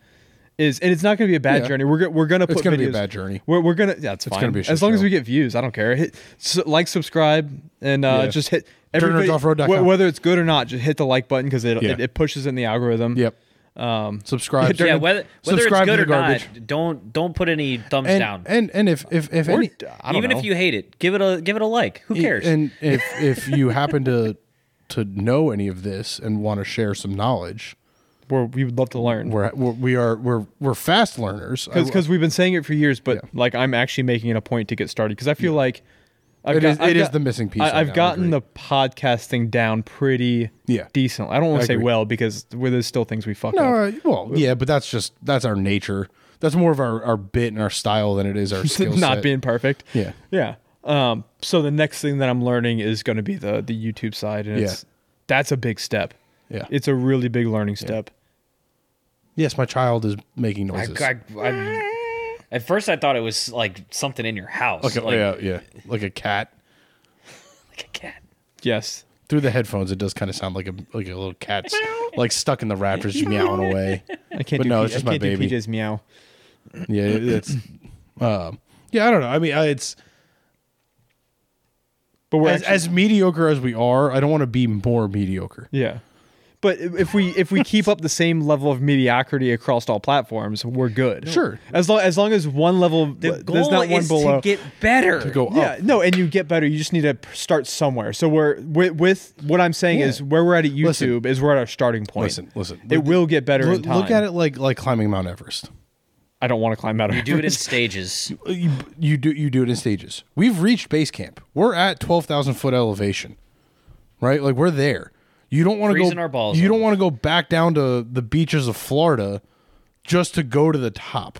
Speaker 2: Is and it's not going to be a bad
Speaker 3: Yeah.
Speaker 2: journey. We're go- we're going to put
Speaker 3: gonna be a
Speaker 2: videos-
Speaker 3: bad journey.
Speaker 2: We're, we're gonna yeah, it's, fine.
Speaker 3: gonna be a shit
Speaker 2: as long as
Speaker 3: show.
Speaker 2: we get views, I don't care. Hit s like, subscribe, and uh,
Speaker 3: Yeah.
Speaker 2: just hit
Speaker 3: Turners
Speaker 2: everybody-
Speaker 3: off road dot
Speaker 2: wh-
Speaker 3: com.
Speaker 2: Whether it's good or not, just hit the like button because it,
Speaker 3: Yeah.
Speaker 2: it it pushes in the algorithm.
Speaker 3: yep. Um, subscribe.
Speaker 4: yeah, whether whether it's
Speaker 3: subscribe to
Speaker 4: good
Speaker 3: the
Speaker 4: or not,
Speaker 3: garbage.
Speaker 4: don't don't put any thumbs
Speaker 3: and,
Speaker 4: down.
Speaker 3: and and if if if
Speaker 2: Or,
Speaker 3: any,
Speaker 2: I don't
Speaker 4: Even
Speaker 2: know.
Speaker 4: if you hate it, give it a give it a like. Who cares?
Speaker 3: and if if you happen to to know any of this and want to share some knowledge,
Speaker 2: We're, we would love to learn
Speaker 3: we're, we're we are we're we're fast learners. I-
Speaker 2: because we've been saying it for years, but like I'm actually making it a point to get started because I feel like I've
Speaker 3: It is- it is the missing piece
Speaker 2: I,
Speaker 3: right
Speaker 2: have
Speaker 3: now, I
Speaker 2: gotten
Speaker 3: agree.
Speaker 2: the podcasting down pretty
Speaker 3: Yeah.
Speaker 2: decent. I don't want
Speaker 3: I
Speaker 2: to say
Speaker 3: agree.
Speaker 2: well because where there's still things we fuck
Speaker 3: no,
Speaker 2: up.
Speaker 3: uh, well, yeah, but that's just that's our nature. That's more of our, our bit and our style than it is our skill
Speaker 2: not
Speaker 3: set.
Speaker 2: being perfect.
Speaker 3: Yeah.
Speaker 2: Yeah. Um, so the next thing that I'm learning is going to be the the YouTube side, and it's that's a big step.
Speaker 3: Yeah.
Speaker 2: It's a really big learning step.
Speaker 3: yes, my child is making
Speaker 4: I,
Speaker 3: noises.
Speaker 4: I- I- at first, I thought it was like something in your house,
Speaker 3: like, a,
Speaker 4: like,
Speaker 3: oh, yeah, yeah, like a cat.
Speaker 4: like a cat.
Speaker 2: Yes.
Speaker 3: Through the headphones, it does kind of sound like a like a little cat's like stuck in the rafters, just meowing away.
Speaker 2: I can't
Speaker 3: But
Speaker 2: do
Speaker 3: no,
Speaker 2: P-
Speaker 3: it's just
Speaker 2: I
Speaker 3: my
Speaker 2: can't
Speaker 3: baby.
Speaker 2: do PJ's meow.
Speaker 3: Yeah, it- it's. Uh, yeah, I don't know. I mean, I- it's
Speaker 2: But we're
Speaker 3: as,
Speaker 2: actually-
Speaker 3: as mediocre as we are. I don't want to be more mediocre.
Speaker 2: yeah. But i- if we if we keep up the same level of mediocrity across all platforms, we're good.
Speaker 3: Sure.
Speaker 2: As long as long as one level
Speaker 4: The
Speaker 2: there's
Speaker 4: goal
Speaker 2: not one
Speaker 4: is
Speaker 2: below.
Speaker 4: to get better.
Speaker 3: Go
Speaker 2: yeah,
Speaker 3: up.
Speaker 2: no, and you get better. You just need to p- start somewhere. So we're with, with what I'm saying
Speaker 3: Yeah.
Speaker 2: is where we're at at YouTube
Speaker 3: Listen.
Speaker 2: is we're at our starting point.
Speaker 3: Listen, listen.
Speaker 2: It will get better in
Speaker 3: Look,
Speaker 2: time.
Speaker 3: look at it like like climbing Mount Everest.
Speaker 2: I don't want to climb out of
Speaker 4: You do it in stages.
Speaker 3: You, you do you do it in stages. We've reached base camp. We're at twelve thousand foot elevation, right? Like we're there. You don't want to
Speaker 4: Freezing
Speaker 3: go.
Speaker 4: our balls
Speaker 3: you don't
Speaker 4: off.
Speaker 3: want to go back down to the beaches of Florida just to go to the top,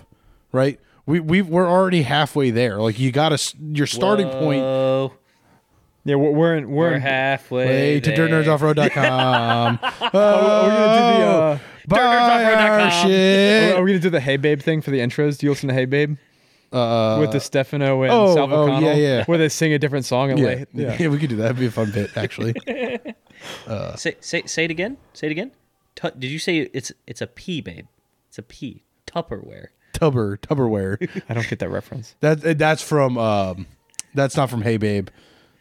Speaker 3: right? We we we're already halfway there. Like you got to your starting point.
Speaker 4: Oh,
Speaker 2: Yeah, we're, we're in we're,
Speaker 4: we're
Speaker 2: in,
Speaker 4: halfway.
Speaker 3: Way to
Speaker 4: there.
Speaker 3: dirtnerdsoffroad.com. oh,
Speaker 2: are we gonna do the, uh,
Speaker 3: buy our
Speaker 4: dirtnerdsoffroad.com.
Speaker 2: are, are
Speaker 3: shit.
Speaker 2: we gonna do the Hey Babe thing for the intros? Do you listen to Hey Babe? Uh, with the Stefano and
Speaker 3: oh,
Speaker 2: Sal
Speaker 3: oh, yeah,
Speaker 2: O'Connell,
Speaker 3: yeah.
Speaker 2: where they sing a different song and
Speaker 3: Yeah,
Speaker 2: like,
Speaker 3: yeah. we could do that. It'd be a fun bit, actually.
Speaker 4: Say, say say it again. Say it again. Tu- did you say it's it's a P, babe? It's a P. Tupperware.
Speaker 3: Tubber, Tupperware.
Speaker 2: I don't get that reference.
Speaker 3: That uh, that's from um, that's not from Hey Babe.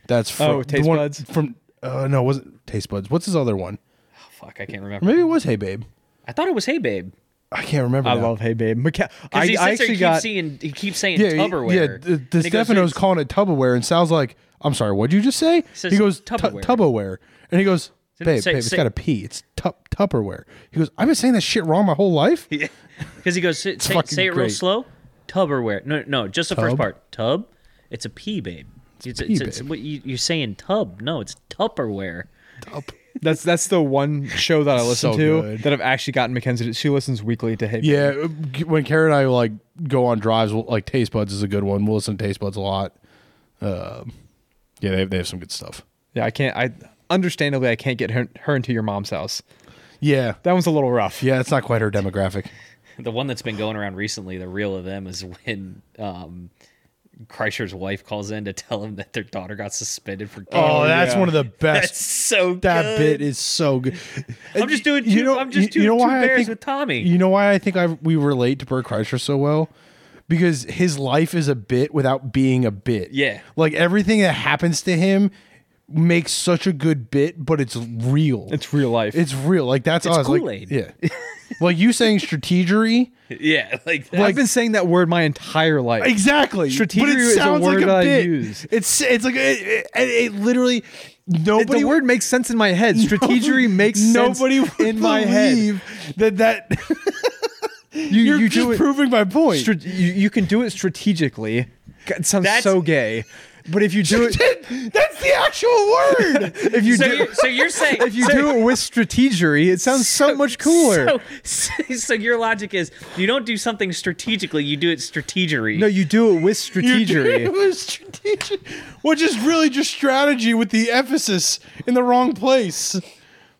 Speaker 3: That's from
Speaker 2: Oh,
Speaker 3: the
Speaker 2: Taste
Speaker 3: one-
Speaker 2: Buds?
Speaker 3: From uh, no, it wasn't Taste Buds. What's his other one?
Speaker 4: Oh, fuck, I can't remember.
Speaker 3: Maybe it was Hey Babe.
Speaker 4: I thought it was Hey, babe.
Speaker 3: I can't remember.
Speaker 2: I
Speaker 3: now.
Speaker 2: love Hey Babe. Maca-
Speaker 4: Because
Speaker 2: I,
Speaker 4: he sits
Speaker 2: I
Speaker 4: there,
Speaker 2: actually
Speaker 4: he
Speaker 2: got
Speaker 4: keeps seeing, he keeps saying
Speaker 3: yeah, y-
Speaker 4: Tupperware.
Speaker 3: yeah. The,
Speaker 4: And
Speaker 3: the
Speaker 4: he goes,
Speaker 3: Stefano's
Speaker 4: "It's-
Speaker 3: calling it Tupperware and sounds like I'm sorry. What'd you just say?
Speaker 4: says
Speaker 3: he goes "Tu-
Speaker 4: Tupperware."
Speaker 3: Tupperware, and he goes.
Speaker 4: Didn't
Speaker 3: Babe,
Speaker 4: say-
Speaker 3: babe, it's
Speaker 4: say-
Speaker 3: got a P. It's tup, Tupperware. He goes, I've been saying that shit wrong my whole life.
Speaker 4: Because he goes, say, say,
Speaker 3: fucking
Speaker 4: say it real
Speaker 3: great.
Speaker 4: slow. Tubberware. No, no, just the first
Speaker 3: Tub?
Speaker 4: part. Tub. It's a P, babe. It's,
Speaker 3: a
Speaker 4: it's,
Speaker 3: pea,
Speaker 4: it's
Speaker 3: babe.
Speaker 4: what you, you're saying tub. No, it's Tupperware.
Speaker 2: that's that's the one show that I listen
Speaker 3: So
Speaker 2: to
Speaker 3: good.
Speaker 2: that I've actually gotten Mackenzie. To, she listens weekly to Hey Babe.
Speaker 3: Yeah, uh, g- when Karen and I like go on drives, we'll, like Taste Buds is a good one. We'll listen to Taste Buds a lot. Um, yeah, they have, they have some good stuff.
Speaker 2: yeah. I can't. I understandably I can't get her, her into your mom's house.
Speaker 3: Yeah,
Speaker 2: That one's a little rough.
Speaker 3: yeah, it's not quite her demographic.
Speaker 4: The one that's been going around recently, the real of them, is when um, Kreischer's wife calls in to tell him that their daughter got suspended for.
Speaker 3: Oh, that's
Speaker 2: yeah.
Speaker 3: one of the best.
Speaker 4: That's so
Speaker 3: that
Speaker 4: good.
Speaker 3: bit is so good.
Speaker 4: I'm just doing two- I'm just two- two
Speaker 3: why I
Speaker 4: bears with Tommy.
Speaker 3: You know why I think I we relate to Bert Kreischer so well? Because his life is a bit without being a bit.
Speaker 4: Yeah.
Speaker 3: Like everything that happens to him makes such a good bit, but it's real.
Speaker 2: It's real life.
Speaker 3: It's real. Like that's it's
Speaker 4: Kool-Aid.
Speaker 3: Like, yeah. like you saying strategery.
Speaker 4: yeah, like that.
Speaker 2: I've been saying that word my entire life.
Speaker 3: Exactly.
Speaker 2: Strategery
Speaker 3: but it
Speaker 2: is a
Speaker 3: sounds
Speaker 2: word
Speaker 3: like a
Speaker 2: I
Speaker 3: bit.
Speaker 2: use.
Speaker 3: It's it's like it, it, it literally nobody
Speaker 2: the word makes sense in my head. Strategery makes
Speaker 3: nobody
Speaker 2: sense
Speaker 3: would
Speaker 2: in my head.
Speaker 3: believe that that
Speaker 2: You,
Speaker 3: you're
Speaker 2: you
Speaker 3: just
Speaker 2: do it.
Speaker 3: proving my point.
Speaker 2: strate- you, you can do it strategically. God, it sounds
Speaker 4: That's-
Speaker 2: so gay, but if you do it,
Speaker 3: That's the actual word.
Speaker 2: if you
Speaker 4: so,
Speaker 2: do,
Speaker 4: you're, so you're saying
Speaker 2: if you do it with strategery, it sounds so, much cooler.
Speaker 4: So, so your logic is you don't do something strategically, you do it strategery.
Speaker 2: no, you do it with
Speaker 3: You're doing it
Speaker 2: strategery.
Speaker 3: with strategic, which is really just strategy with the emphasis in the wrong place.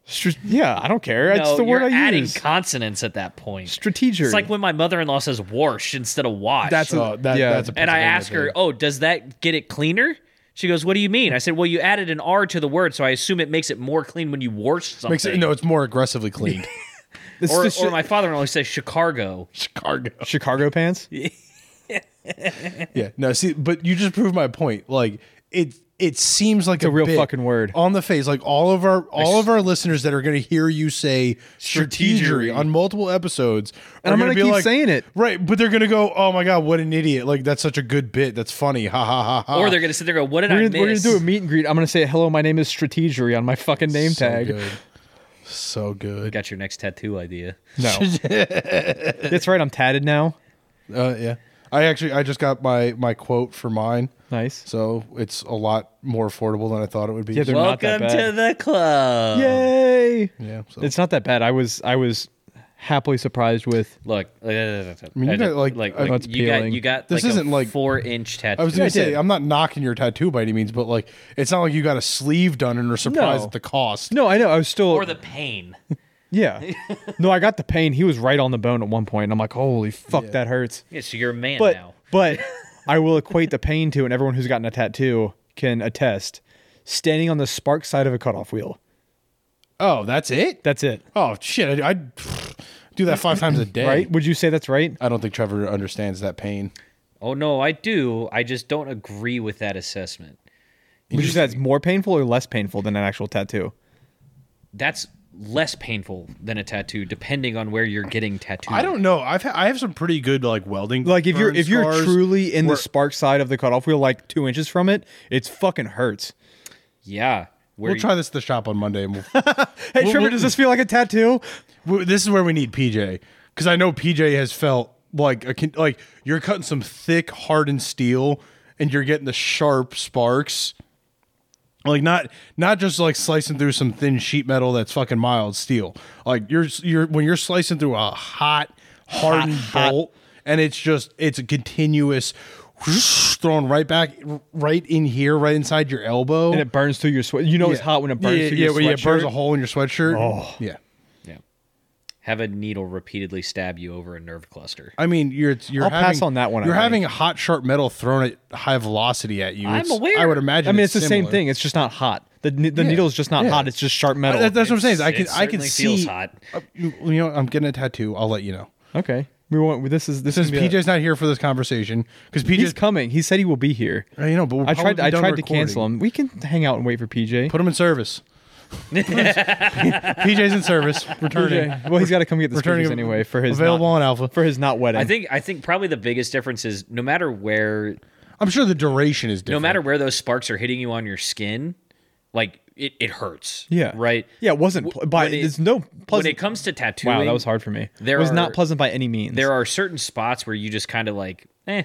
Speaker 2: Stra- yeah, I don't care. That's
Speaker 4: No,
Speaker 2: the word
Speaker 4: you're
Speaker 2: I
Speaker 4: adding
Speaker 2: use.
Speaker 4: consonants at that point.
Speaker 2: strategery.
Speaker 4: It's like when my mother-in-law says "wash" instead of "wash."
Speaker 2: That's a-
Speaker 3: Oh, that-
Speaker 2: yeah.
Speaker 3: that's a-
Speaker 4: and I
Speaker 3: Pennsylvania
Speaker 4: ask her,
Speaker 3: thing.
Speaker 4: "Oh, does that get it cleaner?" She goes, "What do you mean?" I said, "Well, you added an R to the word, so I assume it makes it more clean when you wash something."
Speaker 3: Makes it, no, it's more aggressively cleaned.
Speaker 2: It's
Speaker 4: or,
Speaker 2: just
Speaker 4: or my father-in-law says "Chicago."
Speaker 3: Chicago.
Speaker 2: Chicago pants.
Speaker 3: Yeah. No, see, but you just proved my point. Like it it seems like a,
Speaker 2: real
Speaker 3: bit
Speaker 2: fucking word.
Speaker 3: On the face. Like all of our all of our listeners that are gonna hear you say strategery on multiple episodes.
Speaker 2: And
Speaker 3: are
Speaker 2: I'm gonna
Speaker 3: be
Speaker 2: keep
Speaker 3: like-
Speaker 2: saying it.
Speaker 3: Right, but they're gonna go, Oh my god, what an idiot. Like that's such a good bit. That's funny. Ha ha ha ha.
Speaker 4: Or they're gonna sit there and go, "What did
Speaker 2: We're
Speaker 4: I
Speaker 2: gonna, we're gonna
Speaker 4: miss?"
Speaker 2: do a meet and greet. I'm gonna say hello. My name is Strategery on my fucking name
Speaker 3: so
Speaker 2: tag.
Speaker 3: good. So good.
Speaker 4: Got your next tattoo idea.
Speaker 2: No, that's right. I'm tatted now.
Speaker 3: Uh, yeah. I actually I just got my my quote for mine.
Speaker 2: Nice.
Speaker 3: So it's a lot more affordable than I thought it would be.
Speaker 2: Yeah, they're not that
Speaker 4: Welcome to the club.
Speaker 2: Yay!
Speaker 3: yeah so.
Speaker 2: It's not that bad. I was I was happily surprised with.
Speaker 4: Look, I mean,
Speaker 3: you got, like-
Speaker 4: like,
Speaker 3: I-
Speaker 4: like,
Speaker 2: That's
Speaker 4: you got
Speaker 2: peeling.
Speaker 4: you got
Speaker 3: This
Speaker 4: like a
Speaker 3: isn't, like-
Speaker 4: four inch tattoo.
Speaker 3: I was gonna
Speaker 2: Yeah, I
Speaker 3: say
Speaker 2: did.
Speaker 3: I'm not knocking your tattoo by any means, but like it's not like you got a sleeve done and are surprised
Speaker 2: No.
Speaker 3: at the cost.
Speaker 2: No, I know. I was still
Speaker 4: or the pain.
Speaker 2: yeah. no, I got the pain. He was right on the bone at one point, and I'm like, holy fuck, that hurts.
Speaker 4: Yeah, so you're a man
Speaker 2: But
Speaker 4: now.
Speaker 2: but I will equate the pain to, and everyone who's gotten a tattoo can attest. Standing on the spark side of a cutoff wheel.
Speaker 3: Oh, that's it.
Speaker 2: That's it.
Speaker 3: Oh shit, I, I'd do that five times a day.
Speaker 2: Right? Would you say that's right?
Speaker 3: I don't think Trevor understands that pain.
Speaker 4: Oh no, I do. I just don't agree with that assessment.
Speaker 2: Would you say that's more painful or less painful than an actual tattoo?
Speaker 4: That's less painful than a tattoo, depending on where you're getting tattooed.
Speaker 3: I don't know. I've ha- I have some pretty good like welding.
Speaker 2: Like if you're
Speaker 3: burn
Speaker 2: if you're
Speaker 3: scars
Speaker 2: truly in
Speaker 3: where-
Speaker 2: the spark side of the cutoff wheel, like two inches from it, it's fucking hurts.
Speaker 4: Yeah, where
Speaker 3: We'll
Speaker 4: you-
Speaker 3: try this at the shop on Monday. And we'll,
Speaker 2: Hey
Speaker 3: Well,
Speaker 2: Trevor,
Speaker 3: well-
Speaker 2: does this feel like a tattoo?
Speaker 3: we- this is where we need PJ because I know PJ has felt like a, con- like you're cutting some thick hardened steel and you're getting the sharp sparks. like not not just like slicing through some thin sheet metal that's fucking mild steel like you're you're when you're slicing through a hot hardened bolt and it's just it's a continuous whoosh, thrown right back right in here right inside your elbow
Speaker 2: And it burns through your sweat. You know it's
Speaker 3: Yeah.
Speaker 2: hot when it burns
Speaker 3: yeah,
Speaker 2: through
Speaker 3: yeah,
Speaker 2: your
Speaker 3: when
Speaker 2: sweatshirt.
Speaker 3: it burns a hole in your sweatshirt
Speaker 2: Oh.
Speaker 3: yeah
Speaker 4: yeah. have a needle repeatedly stab you over a nerve cluster.
Speaker 3: I mean, you're you're
Speaker 2: I'll
Speaker 3: having,
Speaker 2: pass on that one, I
Speaker 3: You're
Speaker 2: think.
Speaker 3: having hot sharp metal thrown at high velocity at you.
Speaker 4: I'm
Speaker 3: It's-
Speaker 4: aware.
Speaker 3: I would imagine.
Speaker 2: I mean, it's, the same
Speaker 3: similar.
Speaker 2: thing. It's just not hot. The ne- the
Speaker 3: Yeah.
Speaker 2: needle's just not
Speaker 3: Yeah. Uh,
Speaker 2: hot. It's just sharp metal.
Speaker 3: That- that's what I'm saying. is I
Speaker 4: It
Speaker 3: can I can
Speaker 4: certainly
Speaker 3: see.
Speaker 4: feels hot.
Speaker 3: Uh, you, you know, I'm getting a tattoo. I'll let you know.
Speaker 2: okay. We want this is this
Speaker 3: Since
Speaker 2: is gonna be a-
Speaker 3: PJ's not here for this conversation, because
Speaker 2: He's
Speaker 3: PJ's,
Speaker 2: coming. He said he will be here.
Speaker 3: I Uh, know, but we'll
Speaker 2: I tried.
Speaker 3: probably be
Speaker 2: I
Speaker 3: done
Speaker 2: tried to
Speaker 3: recording.
Speaker 2: cancel him. We can hang out and wait for PJ.
Speaker 3: Put him in service. PJ's in service, returning.
Speaker 2: PJ. Well, he's got to come get the
Speaker 3: returning
Speaker 2: pictures anyway for his
Speaker 3: available
Speaker 2: not,
Speaker 3: on Alpha.
Speaker 2: for his not wedding.
Speaker 4: I think I think probably the biggest difference is no matter where
Speaker 3: I'm sure the duration is
Speaker 4: no
Speaker 3: different.
Speaker 4: matter where those sparks are hitting you on your skin, like it, it hurts.
Speaker 2: Yeah.
Speaker 4: Right.
Speaker 2: Yeah, it wasn't.
Speaker 4: W-
Speaker 2: Pl- by
Speaker 4: when it-
Speaker 2: there's no
Speaker 4: When
Speaker 2: pleasant.
Speaker 4: it comes to tattooing,
Speaker 2: wow, that was hard for me.
Speaker 4: There
Speaker 2: There was
Speaker 4: are-
Speaker 2: not pleasant by any means.
Speaker 4: There are certain spots where you just kind of like, eh,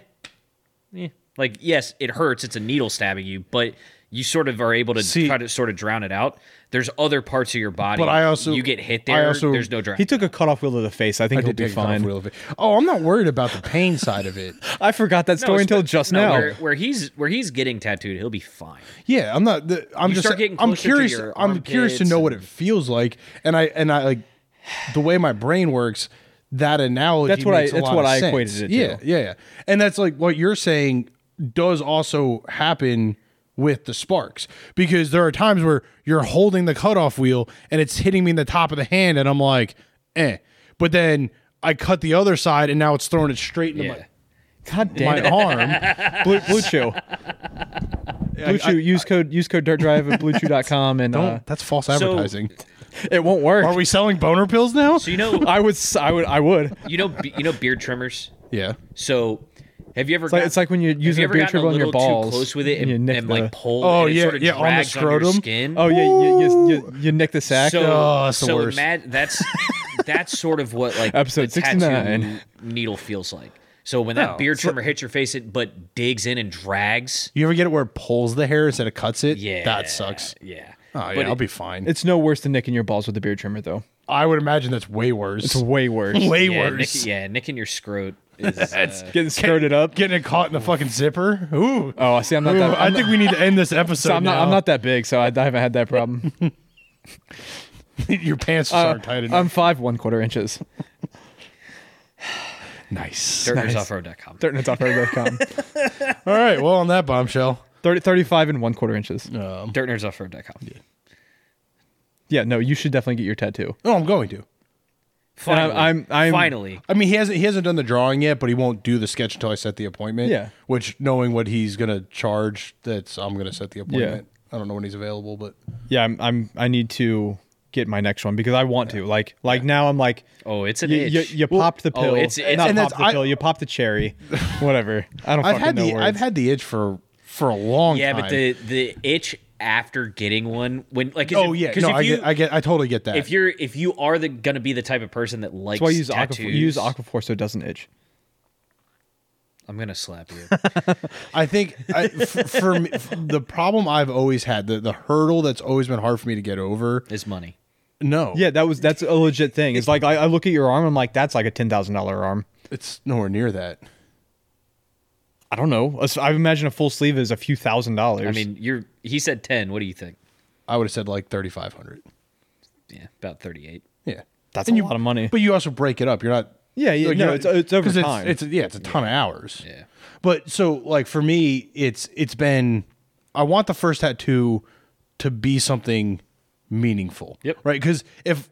Speaker 4: eh. Like yes, it hurts. It's a needle stabbing you, but you sort of are able to
Speaker 3: See-
Speaker 4: try to sort of drown it out. There's other parts of your body,
Speaker 3: But I also-
Speaker 4: you get hit
Speaker 3: I
Speaker 4: there.
Speaker 3: also-
Speaker 4: there's no drown.
Speaker 2: he took a cutoff wheel to the face. I think
Speaker 3: I
Speaker 2: he'll
Speaker 3: did
Speaker 2: be
Speaker 3: take fine.
Speaker 2: fine.
Speaker 3: Off oh, I'm not worried about the pain side of it.
Speaker 2: I forgot that
Speaker 4: No,
Speaker 2: story until
Speaker 4: it's-
Speaker 2: just
Speaker 4: no,
Speaker 2: now.
Speaker 4: Where, where he's where he's getting tattooed, he'll be fine.
Speaker 3: Yeah, I'm not. The, I'm
Speaker 4: You
Speaker 3: just.
Speaker 4: start getting
Speaker 3: I'm
Speaker 4: closer to
Speaker 3: curious.
Speaker 4: your
Speaker 3: I'm curious to
Speaker 4: armpits
Speaker 3: know what it
Speaker 4: and-
Speaker 3: feels like, and I and I like the way my brain works. That analogy.
Speaker 2: That's what I-
Speaker 3: makes a
Speaker 2: that's
Speaker 3: lot
Speaker 2: what
Speaker 3: of
Speaker 2: I
Speaker 3: sense.
Speaker 2: equated it to.
Speaker 3: Yeah, yeah, yeah. And that's like what you're saying does also happen with the sparks because there are times where you're holding the cutoff wheel and it's hitting me in the top of the hand, and I'm like, eh. But then I cut the other side, and now it's throwing it straight into
Speaker 4: Yeah.
Speaker 3: my
Speaker 2: God damn
Speaker 3: my
Speaker 2: it.
Speaker 3: arm.
Speaker 2: Blue, Blue Chew. Blue Chew. use code use code Dirt Drive at BlueChew.com and uh,
Speaker 3: Don't. Oh, That's false advertising.
Speaker 2: it won't work.
Speaker 3: Are we selling boner pills now?
Speaker 4: So you know,
Speaker 2: I would. s- I would. I would.
Speaker 4: you know, be- you know, beard trimmers.
Speaker 3: Yeah.
Speaker 4: So, have you ever? It's
Speaker 2: like- it's like when you're using a beard trimmer on your
Speaker 4: Too
Speaker 2: balls
Speaker 4: close with it
Speaker 2: and
Speaker 4: and,
Speaker 2: you nick
Speaker 4: and,
Speaker 2: the-
Speaker 4: like pull.
Speaker 3: Oh,
Speaker 4: and it
Speaker 3: yeah,
Speaker 4: sort of
Speaker 3: yeah, on the
Speaker 4: drags your
Speaker 3: scrotum.
Speaker 4: skin.
Speaker 2: Oh yeah, you, you, you, you nick the sack. Uh,
Speaker 4: so
Speaker 3: Oh, that's the
Speaker 4: so
Speaker 3: worst.
Speaker 4: ima- that's that's sort of what like
Speaker 2: Episode
Speaker 4: the
Speaker 2: 69.
Speaker 4: tattoo needle feels like. So when
Speaker 3: Oh,
Speaker 4: that beard trimmer hits your face, it but digs in and drags.
Speaker 3: You ever get it where it pulls the hair instead of cuts it?
Speaker 4: Yeah,
Speaker 3: That sucks.
Speaker 4: Yeah.
Speaker 3: Oh yeah,
Speaker 4: But
Speaker 3: I'll
Speaker 4: it-
Speaker 3: be fine.
Speaker 2: it's no worse than nicking your balls with a beard trimmer, though.
Speaker 3: I would imagine that's way worse.
Speaker 2: It's way worse.
Speaker 3: way
Speaker 4: yeah,
Speaker 3: worse.
Speaker 4: Nick, yeah, nicking your scrot is.
Speaker 3: That's
Speaker 4: uh,
Speaker 2: Getting skirted up.
Speaker 3: getting it caught in the fucking zipper. Ooh.
Speaker 2: Oh, I see. I'm not
Speaker 3: Ooh,
Speaker 2: that.
Speaker 3: I
Speaker 2: I'm
Speaker 3: think we need to end this episode.
Speaker 2: So I'm not.
Speaker 3: now.
Speaker 2: I'm not that big, so I, I haven't had that problem. Uh,
Speaker 3: Your pants just aren't tight enough.
Speaker 2: I'm five one quarter inches.
Speaker 3: nice.
Speaker 4: dirtnersoffroad.com.
Speaker 2: Dirt and Offroad.com.
Speaker 3: All right. Well, on that bombshell.
Speaker 2: 30, 35 and one quarter inches.
Speaker 4: Dirtnersoffroad.com.
Speaker 2: Yeah, no, you should definitely get your tattoo.
Speaker 3: Oh, I'm going to.
Speaker 2: And I'm-
Speaker 4: Finally,
Speaker 2: I'm- I'm-
Speaker 4: finally.
Speaker 3: I mean, he hasn't he hasn't done the drawing yet, but he won't do the sketch until I set the appointment.
Speaker 2: Yeah.
Speaker 3: Which, knowing what he's gonna charge, that's I'm gonna set the appointment. I don't know when he's available, but
Speaker 2: Yeah, I'm. I'm I need to get my next one because I want to. Like, like now I'm like.
Speaker 4: Oh, it's an
Speaker 2: You, you,
Speaker 4: itch.
Speaker 2: you popped the
Speaker 4: oh,
Speaker 2: pill.
Speaker 4: it's- it's-
Speaker 2: not
Speaker 3: and
Speaker 2: popped
Speaker 3: that's-
Speaker 2: the
Speaker 3: I-
Speaker 2: pill. You popped the cherry. Whatever. I don't
Speaker 3: I've
Speaker 2: fucking
Speaker 3: had
Speaker 2: know
Speaker 3: the
Speaker 2: words.
Speaker 3: I've had the itch for for a long
Speaker 4: yeah,
Speaker 3: time.
Speaker 4: but the the itch after getting one when like 'cause
Speaker 3: oh
Speaker 4: if,
Speaker 3: yeah,
Speaker 4: 'cause
Speaker 3: no,
Speaker 4: if
Speaker 3: I
Speaker 4: you
Speaker 3: get I get I totally get that.
Speaker 4: if you're if you are the gonna be the type of person that likes
Speaker 2: That's why I use
Speaker 4: tattoos,
Speaker 2: aquaforce. You use aquaforce so it doesn't itch.
Speaker 4: I'm gonna slap you.
Speaker 3: I think I, f- for me, f- the problem I've always had the the hurdle that's always been hard for me to get over.
Speaker 4: It's money.
Speaker 3: No,
Speaker 2: Yeah, that was that's a legit thing. It's like I, I look at your arm. I'm like, that's like a ten thousand dollar arm.
Speaker 3: it's nowhere near that.
Speaker 2: I don't know. A- I imagine a full sleeve is a few thousand dollars.
Speaker 4: I mean, you're. He said ten. What do you think?
Speaker 3: I would have said like thirty five hundred.
Speaker 4: Yeah, about thirty-eight.
Speaker 3: Yeah,
Speaker 2: that's
Speaker 3: And
Speaker 2: a
Speaker 3: you-
Speaker 2: lot of money.
Speaker 3: But you also break it up. You're not.
Speaker 2: Yeah, yeah,
Speaker 3: like,
Speaker 2: no,
Speaker 3: you're-
Speaker 2: it's- oh, it's over
Speaker 3: 'cause
Speaker 2: time.
Speaker 3: It's, yeah, it's a ton of hours.
Speaker 4: Yeah.
Speaker 3: But so like for me, it's it's been. I want the first tattoo to be something meaningful.
Speaker 4: Yep.
Speaker 3: Right. Because if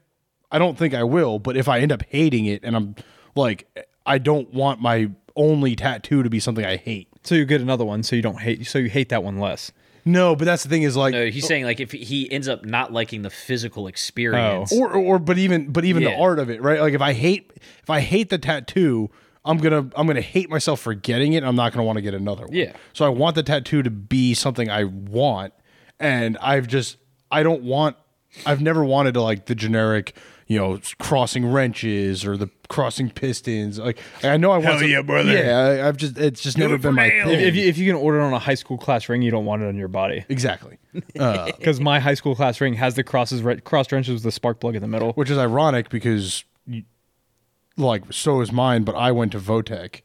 Speaker 3: I don't think I will, but if I end up hating it, and I'm like, I don't want my only tattoo to be something I hate.
Speaker 2: so you get another one, so you don't hate. So you hate that one less.
Speaker 3: No, but that's the thing is like.
Speaker 4: No, Uh,
Speaker 2: Oh.
Speaker 4: he's saying like if he ends up not liking the physical experience,
Speaker 2: Oh.
Speaker 3: or or but even but even the
Speaker 4: Yeah.
Speaker 3: art of it right like if i hate if i hate the tattoo i'm gonna i'm gonna hate myself for getting it and i'm not gonna want to get another one
Speaker 4: Yeah.
Speaker 3: so i want the tattoo to be something i want and i've just i don't want i've never wanted to like the generic you know crossing wrenches or the crossing pistons like i know i want
Speaker 2: Hell
Speaker 3: to,
Speaker 2: yeah, brother.
Speaker 3: yeah I, i've just it's just never been my
Speaker 2: If,
Speaker 3: thing
Speaker 2: if, you, if you can order it on a high school class ring, you don't want it on your body
Speaker 3: exactly
Speaker 2: because my high school class ring has the crosses re- cross wrenches with the spark plug in the middle.
Speaker 3: which is ironic because you- like so is mine but i went to votech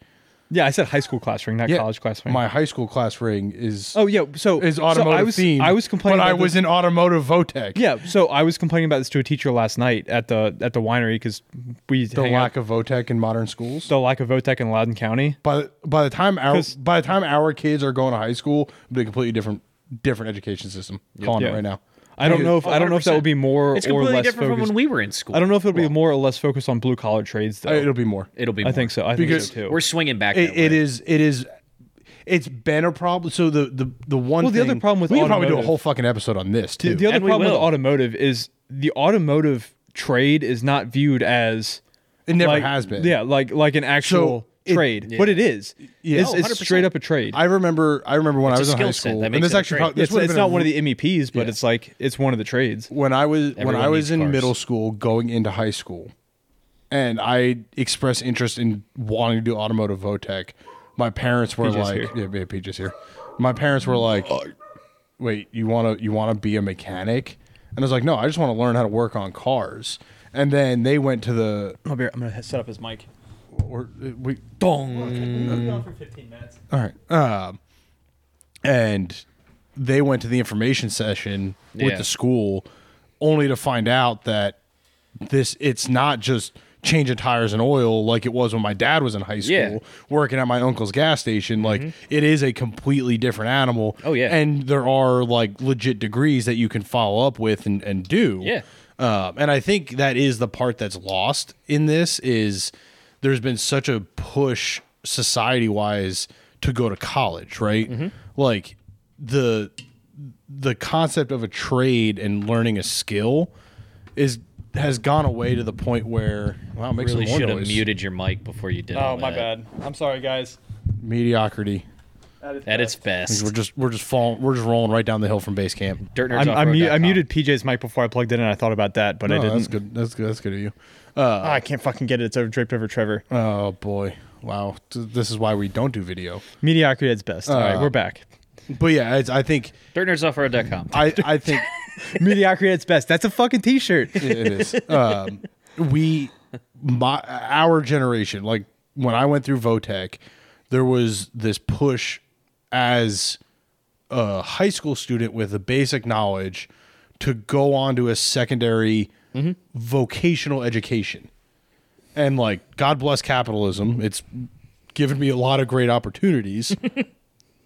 Speaker 2: Yeah, I said high school class ring, not
Speaker 3: Yeah,
Speaker 2: college class ring.
Speaker 3: My high school class ring is
Speaker 2: oh yeah, so
Speaker 3: is
Speaker 2: so
Speaker 3: automotive
Speaker 2: I was
Speaker 3: themed,
Speaker 2: I was complaining.
Speaker 3: but I
Speaker 2: about this-
Speaker 3: was in automotive Votech.
Speaker 2: Yeah, so I was complaining about this to a teacher last night at the at the winery because we
Speaker 3: the
Speaker 2: hang out-
Speaker 3: lack of Votech in modern schools.
Speaker 2: the lack of Votech in Loudon County.
Speaker 3: by the, by the time our
Speaker 2: 'Cause-
Speaker 3: by the time our kids are going to high school, it'll be a completely different different education system. Calling it
Speaker 2: Yeah.
Speaker 3: right now.
Speaker 2: I don't know if I don't know if that
Speaker 4: 100%.
Speaker 2: would be more
Speaker 4: it's
Speaker 2: or
Speaker 4: completely
Speaker 2: less
Speaker 4: different
Speaker 2: focused.
Speaker 4: from when we were in school.
Speaker 2: I don't know if it'll be more or less focused on blue collar trades though.
Speaker 3: I- It'll be more.
Speaker 4: It'll be.
Speaker 2: I
Speaker 4: more.
Speaker 2: think so. I think
Speaker 3: Because
Speaker 2: so too.
Speaker 4: We're swinging back.
Speaker 3: It,
Speaker 4: that
Speaker 3: it
Speaker 4: way.
Speaker 3: is. It is. It's been a problem. So the the the one.
Speaker 2: Well, the other
Speaker 3: thing-
Speaker 2: problem with
Speaker 3: we could probably do a
Speaker 2: automotive-
Speaker 3: whole fucking episode on this too.
Speaker 2: the, the other
Speaker 4: And we
Speaker 2: problem with
Speaker 4: will.
Speaker 2: automotive is the automotive trade is not viewed as
Speaker 3: it never
Speaker 2: like,
Speaker 3: has been.
Speaker 2: Yeah, like like an actual
Speaker 3: it-
Speaker 2: trade, but it is. It's,
Speaker 4: Oh,
Speaker 2: it's
Speaker 4: 100%.
Speaker 2: straight up a trade.
Speaker 3: I remember. I remember when I
Speaker 4: a
Speaker 3: was in high
Speaker 4: skill set.
Speaker 3: school,
Speaker 4: That
Speaker 3: and
Speaker 4: makes
Speaker 3: this
Speaker 4: it a
Speaker 3: actually
Speaker 4: trade.
Speaker 3: probably this
Speaker 2: it's
Speaker 3: would've
Speaker 2: it's
Speaker 3: been a
Speaker 2: not one of the MEPs, but
Speaker 3: Yeah.
Speaker 2: it's like it's one of the trades.
Speaker 3: when I was when
Speaker 4: Everyone
Speaker 3: I was
Speaker 4: needs
Speaker 3: in
Speaker 4: cars.
Speaker 3: middle school, going into high school, and I expressed interest in wanting to do automotive Votech. My parents were
Speaker 2: PJ's
Speaker 3: like,
Speaker 2: here.
Speaker 3: "Yeah, yeah, PJ's here." My parents were like, "Wait, you want to you want to be a mechanic?" And I was like, "No, I just want to learn how to work on cars." And then they went to the
Speaker 2: I'll be, Oh, I'm gonna set up his mic.
Speaker 3: or we
Speaker 4: Dong.
Speaker 3: all right, um, and they went to the information session with
Speaker 4: Yeah.
Speaker 3: the school, only to find out that this it's not just changing tires and oil like it was when my dad was in high school
Speaker 4: Yeah. Mm-hmm.
Speaker 3: working at my uncle's gas station like it is a completely different animal
Speaker 4: Oh, yeah.
Speaker 3: and there are like legit degrees that you can follow up with and, and do
Speaker 4: Yeah.
Speaker 3: um, and i think that is the part that's lost in this is there's been such a push society wise to go to college, right?
Speaker 4: Mm-hmm.
Speaker 3: Like the the concept of a trade and learning a skill is has gone away to the point where wow, it makes
Speaker 4: Really
Speaker 3: some more
Speaker 4: should have
Speaker 3: noise.
Speaker 4: muted your mic before you did.
Speaker 2: Oh
Speaker 4: all
Speaker 2: my
Speaker 4: that.
Speaker 2: bad. I'm sorry, guys.
Speaker 3: mediocrity.
Speaker 4: At its
Speaker 3: We're
Speaker 4: best.
Speaker 3: just we're just falling we're just rolling right down the hill from base camp.
Speaker 4: Dirt
Speaker 2: I'm, I'm mu- I muted PJ's mic before I plugged it in. I thought about that, but I
Speaker 3: No,
Speaker 2: didn't.
Speaker 3: Oh, that's good. That's good. That's good of you.
Speaker 2: Oh, I can't fucking get it. It's over draped over Trevor.
Speaker 3: Oh boy, wow. Th- This is why we don't do video.
Speaker 2: Mediocrity at its best. All
Speaker 3: Uh.
Speaker 2: right, we're back.
Speaker 3: But yeah, it's, I think
Speaker 2: Uh,
Speaker 4: DirtNerdsOffroad.com.
Speaker 3: I I think
Speaker 2: Mediocrity at its best. That's a fucking T-shirt.
Speaker 3: it is. Um, we my our generation, like when I went through Votech, there was this push as a high school student with the basic knowledge to go on to a secondary vocational education. And like God bless capitalism, it's given me a lot of great opportunities.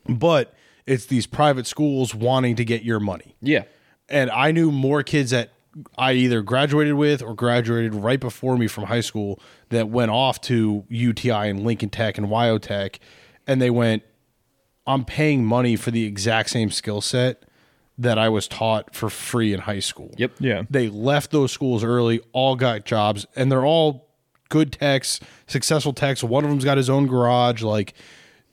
Speaker 3: but it's these private schools wanting to get your money
Speaker 4: Yeah.
Speaker 3: and I knew more kids that I either graduated with or graduated right before me from high school that went off to UTI and Lincoln Tech and YO Tech, and they went, "I'm paying money for the exact same skill set that I was taught for free in high school."
Speaker 4: Yep.
Speaker 2: Yeah.
Speaker 3: They left those schools early, all got jobs, and they're all good techs, successful techs. One of them's got his own garage. Like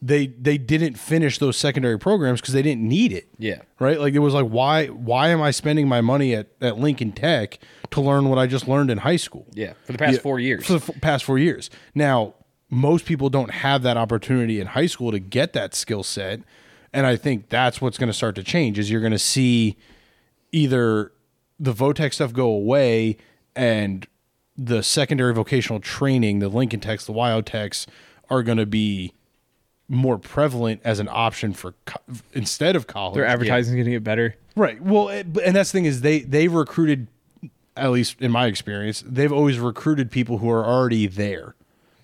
Speaker 3: they they didn't finish those secondary programs because they didn't need it
Speaker 4: Yeah.
Speaker 3: right like it was like why why am i spending my money at, at lincoln tech to learn what i just learned in high school
Speaker 4: Yeah. For the past
Speaker 3: Yeah,
Speaker 4: four years.
Speaker 3: for the f- past four years now most people don't have that opportunity in high school to get that skill set and i think that's what's going to start to change is you're going to see either the votech stuff go away and the secondary vocational training the lincoln techs the wild techs are going to be more prevalent as an option for co- instead of college
Speaker 2: Their advertising's gonna get better.
Speaker 3: Right. Well, it, but- and that's the thing is they they've recruited, at least in my experience, they've always recruited people who are already there.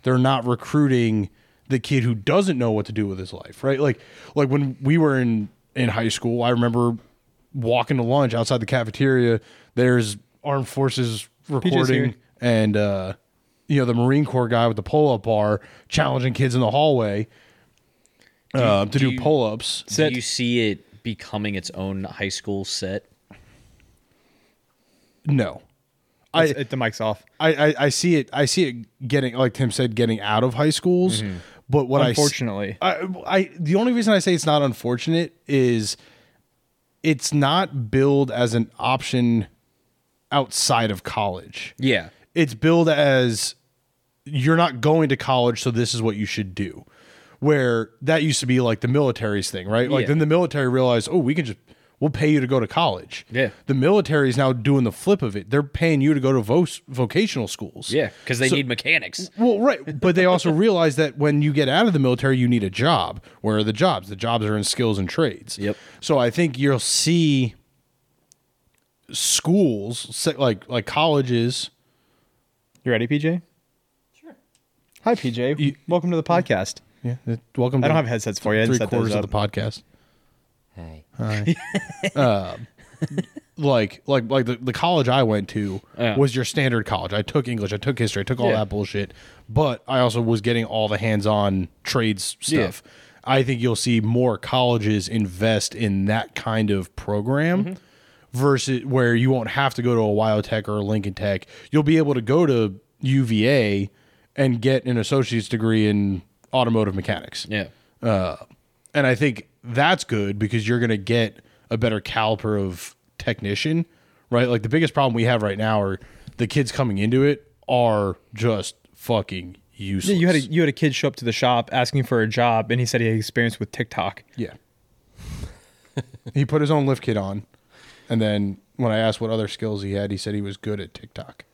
Speaker 3: They're not recruiting the kid who doesn't know what to do with his life. Right. Like like when we were in in high school, I remember walking to lunch outside the cafeteria. There's armed forces
Speaker 2: here.
Speaker 3: recording and uh, you know the Marine Corps guy with the pull up bar challenging kids in the hallway. uh, to
Speaker 4: do
Speaker 3: do,
Speaker 4: you-
Speaker 3: pull ups.
Speaker 4: Do you see it becoming its own high school set?
Speaker 3: No.
Speaker 2: I, the mic's off.
Speaker 3: I, I, I see it. I see it getting, like Tim said, getting out of high schools. But what I s-
Speaker 2: Unfortunately.
Speaker 3: I, I the only reason I say it's not unfortunate is it's not billed as an option outside of college.
Speaker 4: Yeah.
Speaker 3: It's billed as you're not going to college, so this is what you should do. Where that used to be like the military's thing, right? Like
Speaker 4: Yeah.
Speaker 3: then the military realized, oh, we can just we'll pay you to go to college.
Speaker 4: Yeah.
Speaker 3: the military is now doing the flip of it. They're paying you to go to vo- vocational schools.
Speaker 4: Yeah. Because they
Speaker 3: So-
Speaker 4: need mechanics.
Speaker 3: Well, right, but they also realize that when you get out of the military, you need a job. Where are the jobs? The jobs are in skills and trades.
Speaker 4: Yep.
Speaker 3: So I think you'll see schools se- like like colleges.
Speaker 2: You ready, PJ? Sure. Hi, PJ. Welcome to the podcast.
Speaker 3: Yeah. Welcome.
Speaker 2: I
Speaker 3: to
Speaker 2: don't have headsets for you. I didn't
Speaker 3: Three
Speaker 2: set
Speaker 3: quarters
Speaker 2: those
Speaker 3: of
Speaker 2: up.
Speaker 3: the podcast.
Speaker 6: Hi.
Speaker 3: Like like like the, the college I went to
Speaker 4: Yeah.
Speaker 3: was your standard college. I took English. I took history. I took all
Speaker 4: Yeah.
Speaker 3: that bullshit. But I also was getting all the hands on trades
Speaker 4: Yeah.
Speaker 3: stuff. I think you'll see more colleges invest in that kind of program
Speaker 2: Mm-hmm.
Speaker 3: versus where you won't have to go to a Ohio Tech or a Lincoln Tech. You'll be able to go to UVA and get an associate's degree in automotive mechanics.
Speaker 4: Yeah.
Speaker 3: And I think that's good because you're going to get a better caliper of technician, right? Like the biggest problem we have right now are the kids coming into it are just fucking useless.
Speaker 2: Yeah, you had a you had a kid show up to the shop asking for a job, and he said he had experience with TikTok.
Speaker 3: Yeah. he put his own lift kit on. And then when I asked what other skills he had, he said he was good at TikTok.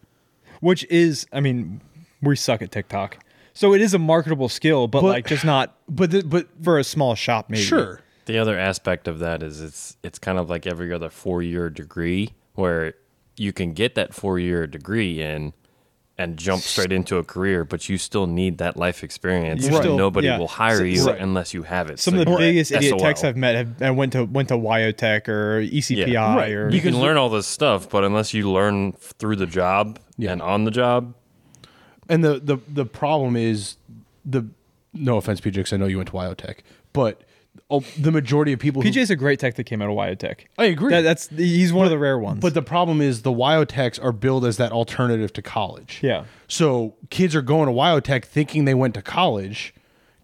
Speaker 2: which is i mean we suck at tiktok so it is a marketable skill but, like just not
Speaker 3: But the, but
Speaker 2: for a small shop maybe
Speaker 3: sure.
Speaker 6: The other aspect of that is it's it's kind of like every other four year degree where you can get that four year degree in and jump straight into a career, but you still need that life experience.
Speaker 2: You're
Speaker 6: and
Speaker 2: still-
Speaker 6: nobody
Speaker 2: yeah.
Speaker 6: will hire
Speaker 2: So-
Speaker 6: you
Speaker 2: right.
Speaker 6: unless you have it.
Speaker 2: some
Speaker 6: So
Speaker 2: of the
Speaker 6: you're
Speaker 2: biggest idiot
Speaker 6: SOL.
Speaker 2: techs i've met have and went to went to wyotech or E ecpi
Speaker 6: Yeah.
Speaker 3: Right.
Speaker 2: or
Speaker 6: You can
Speaker 3: Because-
Speaker 6: learn all this stuff, but unless you learn through the job and on the job,
Speaker 3: And the, the the problem is the no offense, PJ, 'cause I know you went to Wyotech, but oh, the majority of people who-
Speaker 2: PJ's a great tech that came out of Wyotech.
Speaker 3: I agree.
Speaker 2: That, that's he's one of the rare ones.
Speaker 3: But the problem is the WyoTechs are billed as that alternative to college.
Speaker 2: Yeah.
Speaker 3: So kids are going to WyoTech thinking they went to college,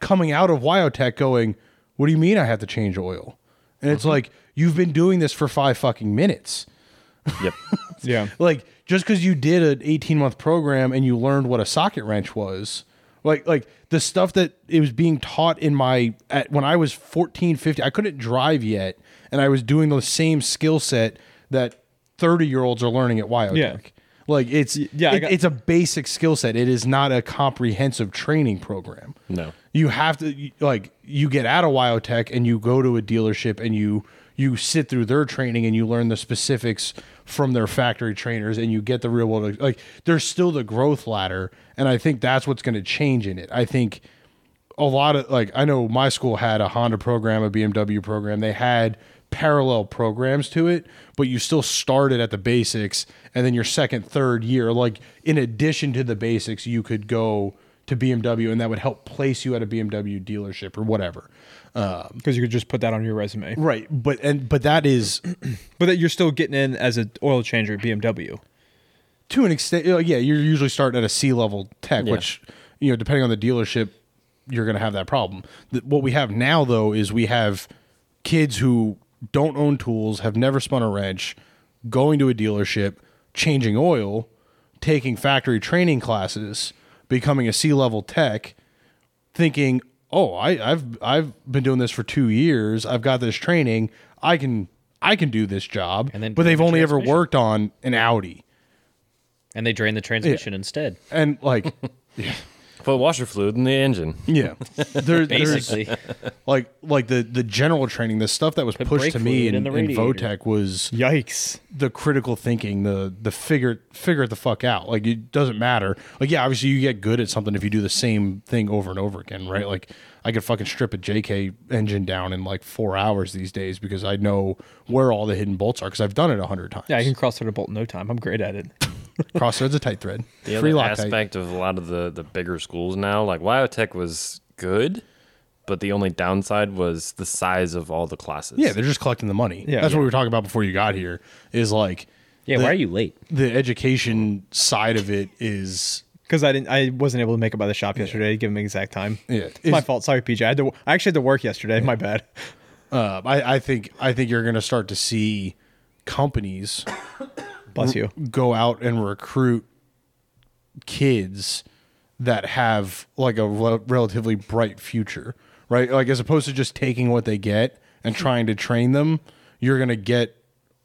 Speaker 3: coming out of WyoTech going, "What do you mean I have to change oil?" And it's like you've been doing this for five fucking minutes.
Speaker 6: Yep.
Speaker 2: yeah,
Speaker 3: Like just because you did an eighteen month program and you learned what a socket wrench was. Like, like the stuff that it was being taught in my at when I was 14, 15, I couldn't drive yet, and I was doing the same skill set that 30 year olds are learning at Wyotech.
Speaker 2: Yeah.
Speaker 3: Like it's
Speaker 2: yeah, I
Speaker 3: it-
Speaker 2: got-
Speaker 3: it's a basic skill set. It is not a comprehensive training program.
Speaker 6: No.
Speaker 3: You have to you- like you get out of Wyotech and you go to a dealership and you you sit through their training and you learn the specifics from their factory trainers and you get the real world like there's still the growth ladder and I think that's what's going to change in it. I think a lot of like I know my school had a Honda program, a BMW program. They had parallel programs to it, but you still started at the basics and then your second, third year, like in addition to the basics, you could go to BMW and that would help place you at a BMW dealership or whatever.
Speaker 2: because you could just put that on your resume.
Speaker 3: Right, but and but that is
Speaker 2: But that you're still getting in as an oil changer at BMW.
Speaker 3: to an extent uh, yeah, you're usually starting at a C level tech,
Speaker 6: Yeah.
Speaker 3: which you know, depending on the dealership, you're going to have that problem. Th- what we have now though is we have kids who don't own tools, have never spun a wrench, going to a dealership, changing oil, taking factory training classes, becoming a C level tech, thinking, "Oh, I, I've I've been doing this for two years. I've got this training. I can I can do this job."
Speaker 4: And then
Speaker 3: but
Speaker 4: drain
Speaker 3: they've
Speaker 4: the
Speaker 3: only ever
Speaker 4: transmission.
Speaker 3: worked on an Audi,
Speaker 4: and they drain the transmission instead.
Speaker 3: and like
Speaker 6: Put washer fluid in the engine.
Speaker 3: yeah, there, there's
Speaker 4: Basically,
Speaker 3: like like the the general training, the stuff that was pushed
Speaker 4: brake
Speaker 3: to me
Speaker 4: fluid
Speaker 3: in,
Speaker 4: in
Speaker 3: in,
Speaker 4: the radiator.
Speaker 3: Votech was
Speaker 2: Yikes!
Speaker 3: the critical thinking, the the figure figure it the fuck out. Like it doesn't matter. Like yeah, obviously you get good at something if you do the same thing over and over again, right? Like I could fucking strip a JK engine down in like four hours these days because I know where all the hidden bolts are because I've done it a hundred times.
Speaker 2: Yeah, I can cross thread a bolt in no time. I'm great at it.
Speaker 3: crossthreads a tight thread.
Speaker 6: The
Speaker 3: Free
Speaker 6: other
Speaker 3: Loctite.
Speaker 6: aspect of a lot of the, the bigger schools now, like Wyotech was good, but the only downside was the size of all the classes.
Speaker 3: Yeah, they're just collecting the money.
Speaker 2: Yeah.
Speaker 3: that's what we were talking about before you got here. Is like
Speaker 4: yeah.
Speaker 3: the-
Speaker 4: why are you late?
Speaker 3: the education side of it is
Speaker 2: Because I didn't, I wasn't able to make it by the shop yesterday. Give him the exact time.
Speaker 3: Yeah.
Speaker 2: it's my
Speaker 3: Is-
Speaker 2: fault. Sorry, PJ. I had to. I actually had to work yesterday. My bad.
Speaker 3: uh, I, I think I think you're going to start to see companies
Speaker 2: Bless you.
Speaker 3: go out and recruit kids that have like a rel- relatively bright future, right? Like as opposed to just taking what they get and trying to train them, you're going to get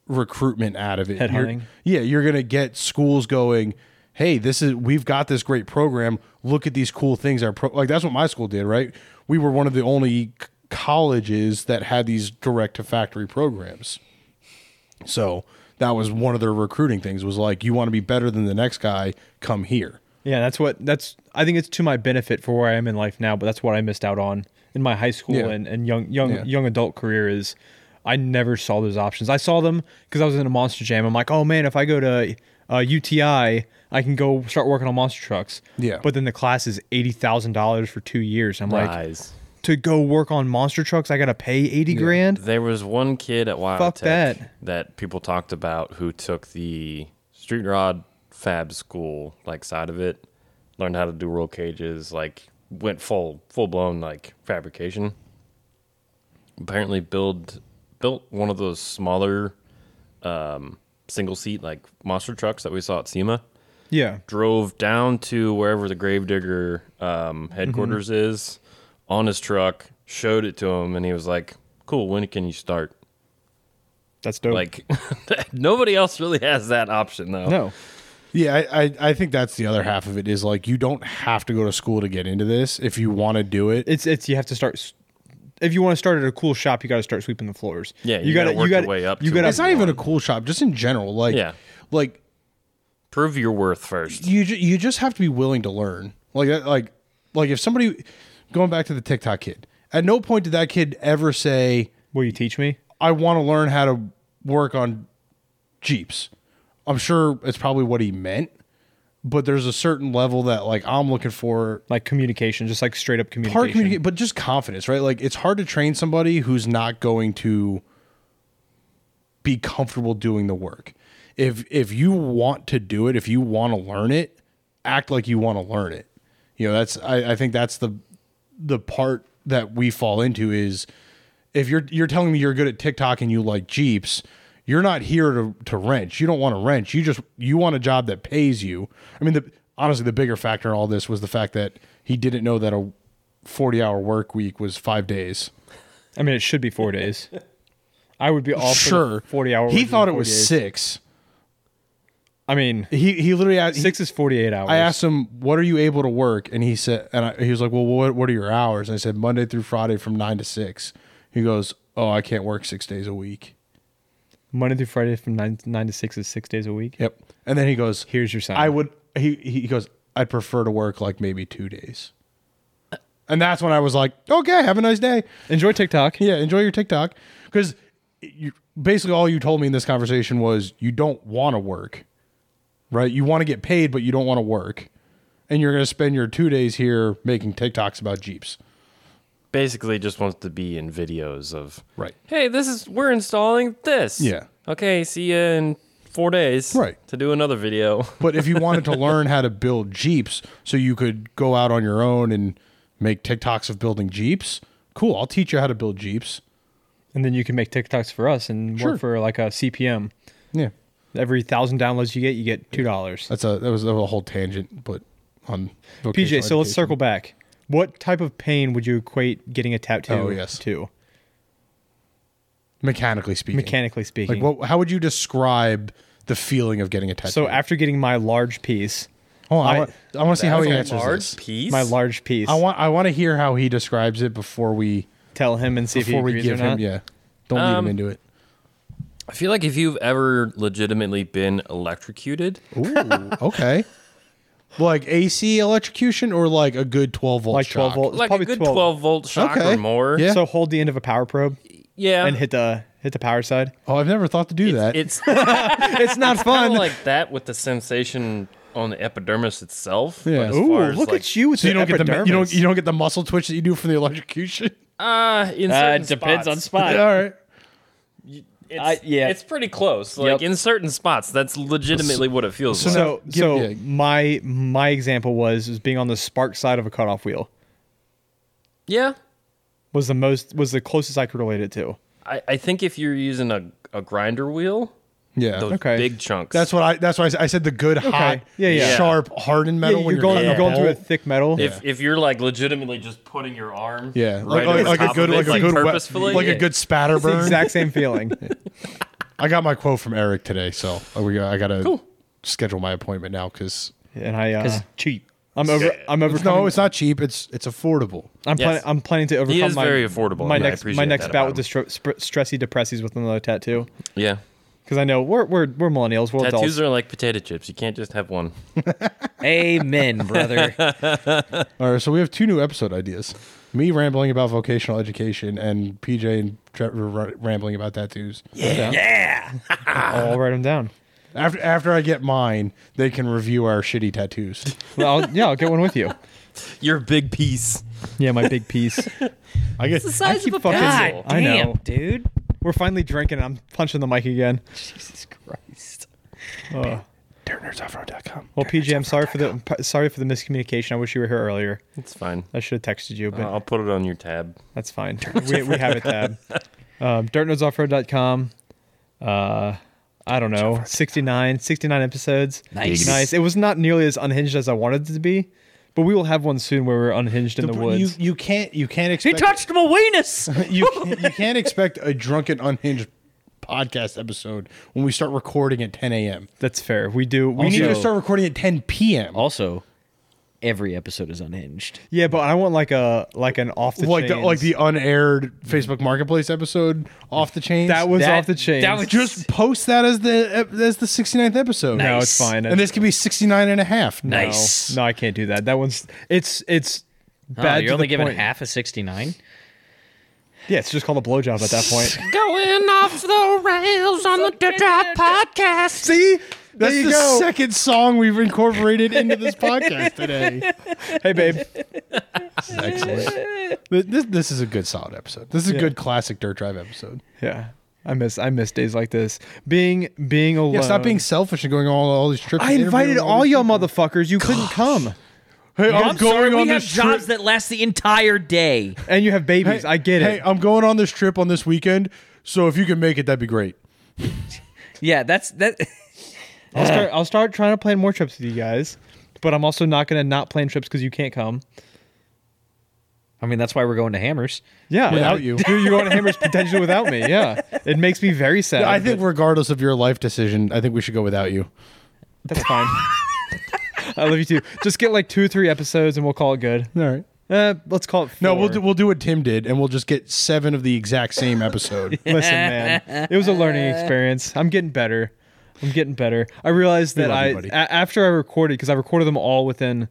Speaker 3: recruitment out of it.
Speaker 2: Head
Speaker 3: You're-
Speaker 2: hunting.
Speaker 3: yeah, you're going to get schools going, "Hey, this is we've got this great program. Look at these cool things our pro-. like that's what my school did, right? We were one of the only c- colleges that had these direct to factory programs. So that was one of their recruiting things was like, you want to be better than the next guy, come here.
Speaker 2: Yeah, that's what. That's. I think it's to my benefit for where I am in life now. But that's what I missed out on in my high school
Speaker 3: Yeah.
Speaker 2: and, and young young
Speaker 3: Yeah.
Speaker 2: young adult career is. I never saw those options. I saw them because I was in a monster jam. I'm like, oh man, if I go to uh, UTI, I can go start working on monster trucks.
Speaker 3: Yeah.
Speaker 2: But then the class is eighty thousand dollars for two years. I'm like,
Speaker 6: Rise.
Speaker 2: to go work on monster trucks, I gotta pay eighty grand.
Speaker 6: There was one kid at Wild
Speaker 2: Fuck
Speaker 6: Tech
Speaker 2: that.
Speaker 6: people talked about who took the street rod fab school like side of it, learned how to do roll cages, like went full full blown like fabrication. Apparently build built one of those smaller um, single seat like monster trucks that we saw at SEMA
Speaker 2: Yeah.
Speaker 6: drove down to wherever the gravedigger um,
Speaker 3: Mm-hmm.
Speaker 6: headquarters is on his truck, showed it to him, and he was like, "Cool, when can you start?"
Speaker 2: That's
Speaker 3: Oh.
Speaker 2: dope.
Speaker 6: Like, oh. nobody else really has that option though.
Speaker 2: no.
Speaker 3: Yeah, I, I, I think that's the other half of it is like, you don't have to go to school to get into this. If you want to do it,
Speaker 2: it's it's you have to start s- if you want to start at a cool shop you got to start sweeping the floors
Speaker 6: Yeah, you gotta work your way up
Speaker 2: you
Speaker 6: to
Speaker 2: gotta
Speaker 6: it.
Speaker 3: it's not even a cool shop, just in general. Like,
Speaker 6: Yeah.
Speaker 3: like
Speaker 6: Prove your worth first.
Speaker 3: you, ju- you just have to be willing to learn. Like, that- like, like if somebody going back to the TikTok kid, at no point did that kid ever say,
Speaker 2: will you teach me
Speaker 3: I want to learn how to work on Jeeps. I'm sure it's probably what he meant, but there's a certain level that like I'm looking for
Speaker 2: Like communication, just like straight up communication.
Speaker 3: part communicate, but just confidence, right? Like it's hard to train somebody who's not going to be comfortable doing the work. If if you want to do it, if you want to learn it, act like you want to learn it. You know, that's I, I think that's the the part that we fall into is if you're you're telling me you're good at TikTok and you like Jeeps, you're not here to to wrench. You don't want to wrench. You just you want a job that pays you. I mean, the honestly, the bigger factor in all this was the fact that he didn't know that a 40 hour work week was five days.
Speaker 2: I mean, it should be four days. I would be all
Speaker 3: sure,
Speaker 2: forty hours.
Speaker 3: He thought it was
Speaker 2: six.
Speaker 3: six.
Speaker 2: I mean,
Speaker 3: He he literally asked,
Speaker 2: six is forty-eight hours.
Speaker 3: I asked him, "What are you able to work?" And he said, and I, he was like, "Well, what what are your hours?" And I said, "Monday through Friday from nine to 6. He goes, "Oh, I can't work six days a week."
Speaker 2: Monday through Friday from nine nine to six is six days a week.
Speaker 3: Yep. And then he goes,
Speaker 2: Here's your sign.
Speaker 3: I would. He he goes. I'd prefer to work like maybe two days. And that's when I was like, okay, have a nice day.
Speaker 2: enjoy TikTok.
Speaker 3: Yeah, enjoy your TikTok because basically all you told me in this conversation was you don't want to work, right? You want to get paid, but you don't want to work, and you're going to spend your two days here making TikToks about Jeeps.
Speaker 6: Basically, just wants to be in videos of
Speaker 3: Right.
Speaker 6: Hey, this is we're installing this.
Speaker 3: Yeah.
Speaker 6: Okay, see you in four days.
Speaker 3: Right.
Speaker 6: To do another video.
Speaker 3: But if you wanted to learn how to build Jeeps so you could go out on your own and make TikToks of building Jeeps, cool. I'll teach you how to build Jeeps.
Speaker 2: And then you can make TikToks for us and
Speaker 3: Sure.
Speaker 2: work for like a CPM.
Speaker 3: Yeah.
Speaker 2: Every thousand downloads you get, you get two dollars.
Speaker 3: That's a that was a whole tangent, but on vocational
Speaker 2: PJ, so let's
Speaker 3: education.
Speaker 2: circle back. What type of pain would you equate getting a tattoo
Speaker 3: Oh, yes.
Speaker 2: to,
Speaker 3: mechanically speaking.
Speaker 2: mechanically speaking?
Speaker 3: Like what? How would you describe the feeling of getting a tattoo?
Speaker 2: so after getting my large piece,
Speaker 3: oh, I,
Speaker 2: I-
Speaker 3: want, I want to see how he
Speaker 6: That's
Speaker 3: answers
Speaker 6: large
Speaker 3: this.
Speaker 6: piece.
Speaker 2: my large piece,
Speaker 3: I want I want to hear how he describes it before we
Speaker 2: tell him and see if he
Speaker 3: before we
Speaker 2: agrees
Speaker 3: give
Speaker 2: or not.
Speaker 3: him.
Speaker 2: Um,
Speaker 3: Yeah, don't lead him into it.
Speaker 6: I feel like if you've ever legitimately been electrocuted,
Speaker 3: Ooh, okay. Like AC electrocution or like a good twelve volt.
Speaker 2: Like 12
Speaker 3: shock?
Speaker 2: volt. It's
Speaker 6: like a
Speaker 2: probably
Speaker 6: good
Speaker 2: 12.
Speaker 6: 12, volt shock
Speaker 3: Okay.
Speaker 6: or more.
Speaker 3: Yeah.
Speaker 2: So hold the end of a power probe
Speaker 6: Yeah.
Speaker 2: and hit the hit the power side.
Speaker 3: Oh, I've never thought to do that.
Speaker 6: It's kind
Speaker 2: It's not
Speaker 6: of
Speaker 2: fun.
Speaker 6: like that with the sensation on the epidermis itself. but
Speaker 3: Yeah.
Speaker 6: as
Speaker 2: Ooh,
Speaker 6: far as,
Speaker 2: look
Speaker 6: like,
Speaker 2: at you! With
Speaker 3: so you
Speaker 2: the
Speaker 3: don't get the ma- you don't
Speaker 2: epidermis.
Speaker 3: you don't get the muscle twitch that you do from the electrocution.
Speaker 6: Uh, in
Speaker 4: Uh,
Speaker 6: certain
Speaker 4: it depends on
Speaker 6: spots.
Speaker 4: spot.
Speaker 3: All right.
Speaker 6: It's,
Speaker 4: I- yeah.
Speaker 6: it's pretty close. Like in certain spots, that's legitimately what it feels like.
Speaker 2: So,
Speaker 3: give-
Speaker 2: so
Speaker 3: yeah.
Speaker 2: my my example was was being on the spark side of a cutoff wheel
Speaker 6: Yeah,
Speaker 2: was the most was the closest I could relate it to.
Speaker 6: I, I think if you're using a, a grinder wheel,
Speaker 3: Yeah.
Speaker 6: those
Speaker 2: Okay.
Speaker 6: big chunks.
Speaker 3: That's what I. That's why I, s- I said the good, hot,
Speaker 2: Yeah, yeah.
Speaker 3: sharp, hardened metal.
Speaker 2: Yeah,
Speaker 3: when
Speaker 2: you're going
Speaker 3: cutting
Speaker 2: you're going through a
Speaker 3: bolt.
Speaker 2: thick metal.
Speaker 6: if if you're like legitimately just putting your arm.
Speaker 3: Yeah,
Speaker 6: right
Speaker 3: like,
Speaker 6: over
Speaker 3: like, like a
Speaker 6: top
Speaker 3: good,
Speaker 6: of it,
Speaker 3: like a good, wet-
Speaker 6: purposefully.
Speaker 3: like
Speaker 6: yeah.
Speaker 3: a good spatter
Speaker 2: It's the
Speaker 3: burn.
Speaker 2: exact same feeling.
Speaker 3: I got my quote from Eric today, so uh, we, I gotta schedule my appointment now because
Speaker 2: and I uh,
Speaker 4: cheap.
Speaker 2: I'm over I'm overcoming.
Speaker 3: no, it's not cheap. It's it's affordable.
Speaker 2: I'm
Speaker 6: Yes.
Speaker 2: planning I'm planning to overcome
Speaker 6: is
Speaker 2: my
Speaker 6: very affordable,
Speaker 2: My
Speaker 6: and I
Speaker 2: next my
Speaker 6: appreciate
Speaker 2: next
Speaker 6: that
Speaker 2: bout with
Speaker 6: about
Speaker 2: the stro- sp- stressy depressies with another tattoo
Speaker 6: yeah.
Speaker 2: because I know we're we're we're millennials. We're
Speaker 6: Tattoos
Speaker 2: adults.
Speaker 6: are like potato chips. You can't just have one.
Speaker 4: Amen, brother.
Speaker 3: All right, so we have two new episode ideas: me rambling about vocational education and PJ and Trevor ra- rambling about tattoos.
Speaker 2: I'll write them down.
Speaker 3: After after I get mine, they can review our shitty tattoos.
Speaker 2: Well, I'll, yeah, I'll get one with you.
Speaker 6: Your big piece.
Speaker 2: Yeah, my big piece.
Speaker 3: I get
Speaker 2: I keep fucking.
Speaker 4: God
Speaker 2: I
Speaker 4: damn,
Speaker 2: know.
Speaker 4: dude.
Speaker 2: We're finally drinking. I'm punching the mic again.
Speaker 4: Jesus Christ.
Speaker 3: dirtnerdsoffroad.com.
Speaker 2: Well, PJ, I'm sorry for the p- sorry for the miscommunication. I wish you were here earlier.
Speaker 6: It's fine.
Speaker 2: I should have texted you, but
Speaker 6: I'll put it on your tab.
Speaker 2: that's fine. We, we have a tab. Um, dirtnodesoffroad.com. Uh, I don't know, 69, 69 episodes.
Speaker 4: Nice.
Speaker 2: nice. It was not nearly as unhinged as I wanted it to be, but we will have one soon where we're unhinged in the,
Speaker 3: You
Speaker 2: woods.
Speaker 3: you can't you can't
Speaker 4: He
Speaker 3: expect
Speaker 4: touched my weenus.
Speaker 3: you can't, you can't expect a drunken unhinged podcast episode when we start recording at 10 a.m.
Speaker 2: That's fair. We do.
Speaker 3: We
Speaker 2: We need
Speaker 3: need to
Speaker 4: Also-
Speaker 3: start recording at 10 p.m.
Speaker 4: Also, every episode is unhinged.
Speaker 2: Yeah, but I want like a like an off the
Speaker 3: like the,
Speaker 2: chains.
Speaker 3: like the unaired Facebook Marketplace episode off the chains.
Speaker 2: that was
Speaker 4: That-
Speaker 2: off the chain.
Speaker 4: that was-
Speaker 3: just post that as the as the 69th episode.
Speaker 2: no,
Speaker 4: Nice.
Speaker 2: it's fine.
Speaker 3: And this could be 69 and a half.
Speaker 2: No.
Speaker 4: Nice.
Speaker 2: No, I can't do that. That one's it's it's
Speaker 4: Oh,
Speaker 2: bad.
Speaker 4: you're
Speaker 2: to
Speaker 4: only
Speaker 2: the
Speaker 4: giving
Speaker 2: point.
Speaker 4: half a 69?
Speaker 2: Yeah, it's just called a blowjob at that point.
Speaker 1: Going off the rails on the Dead Drive podcast.
Speaker 2: See,
Speaker 3: That's
Speaker 2: you
Speaker 3: the
Speaker 2: go.
Speaker 3: second song we've incorporated into this podcast today.
Speaker 2: Hey, babe.
Speaker 3: Excellent. Th- This, this is a good solid episode. This is a good classic dirt drive episode.
Speaker 2: Yeah, I miss I miss days like this. Being being alone.
Speaker 3: Yeah, stop being selfish and going on all these trips.
Speaker 2: I
Speaker 3: and interviewing
Speaker 2: invited all
Speaker 3: these
Speaker 2: y'all
Speaker 3: people.
Speaker 2: motherfuckers. You couldn't come,
Speaker 3: Hey, Oh, I'm,
Speaker 4: I'm
Speaker 3: going
Speaker 4: sorry,
Speaker 3: on
Speaker 4: we have
Speaker 3: this trip.
Speaker 4: jobs that last the entire day.
Speaker 2: and you have babies. I get
Speaker 3: Hey,
Speaker 2: it.
Speaker 3: I'm going on this trip on this weekend. So if you can make it, that'd be great.
Speaker 4: Yeah, that's that.
Speaker 2: I'll start. I'll start trying to plan more trips with you guys, but I'm also not gonna not plan trips because you can't come.
Speaker 4: I mean, that's why we're going to Hammers.
Speaker 2: Yeah,
Speaker 3: Without you.
Speaker 2: you're, you're going to Hammers potentially without me. Yeah, it makes me very sad.
Speaker 3: I think
Speaker 2: but
Speaker 3: regardless of your life decision, I think we should go without you.
Speaker 2: that's fine. I love you too. Just get like two or three episodes, and we'll call it good.
Speaker 3: All right.
Speaker 2: Uh, let's call it. Four.
Speaker 3: No, we'll do, we'll do what Tim did, and we'll just get seven of the exact same episode.
Speaker 2: Listen, man, it was a learning experience. I'm getting better. I'm getting better. I realized that
Speaker 3: love
Speaker 2: I
Speaker 3: you, buddy.
Speaker 2: a- after I recorded because I recorded them all within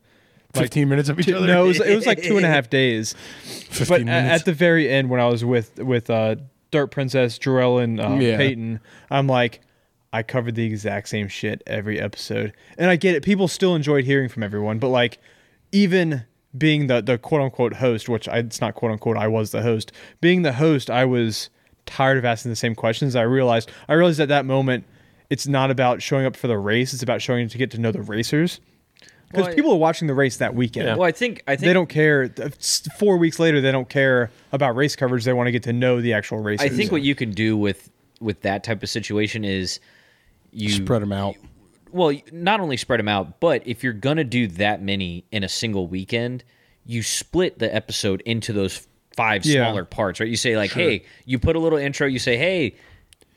Speaker 3: Fifteen minutes of each
Speaker 2: two,
Speaker 3: other.
Speaker 2: no, it was, it was like two and a half days. But
Speaker 3: fifteen
Speaker 2: a-
Speaker 3: minutes.
Speaker 2: at the very end, when I was with with uh, Dirt Princess, Jarell, and uh,
Speaker 3: Yeah.
Speaker 2: Peyton, I'm like, I covered the exact same shit every episode, and I get it. People still enjoyed hearing from everyone, but like, even being the the quote unquote host, which I, it's not quote unquote, I was the host. Being the host, I was tired of asking the same questions. I realized I realized at that moment, it's not about showing up for the race; it's about showing to get to know the racers. Because
Speaker 4: Well, I-
Speaker 2: people are watching the race that weekend
Speaker 4: Well, I think I think
Speaker 2: they don't care. It's Four weeks later, they don't care about race coverage. They want to get to know the actual racers.
Speaker 4: I think what you can do with with that type of situation is you
Speaker 3: spread them out.
Speaker 4: well, not only spread them out, but if you're gonna do that many in a single weekend, you split the episode into those five
Speaker 2: Yeah.
Speaker 4: smaller parts, right? You say like, hey, you put a little intro. You say, hey,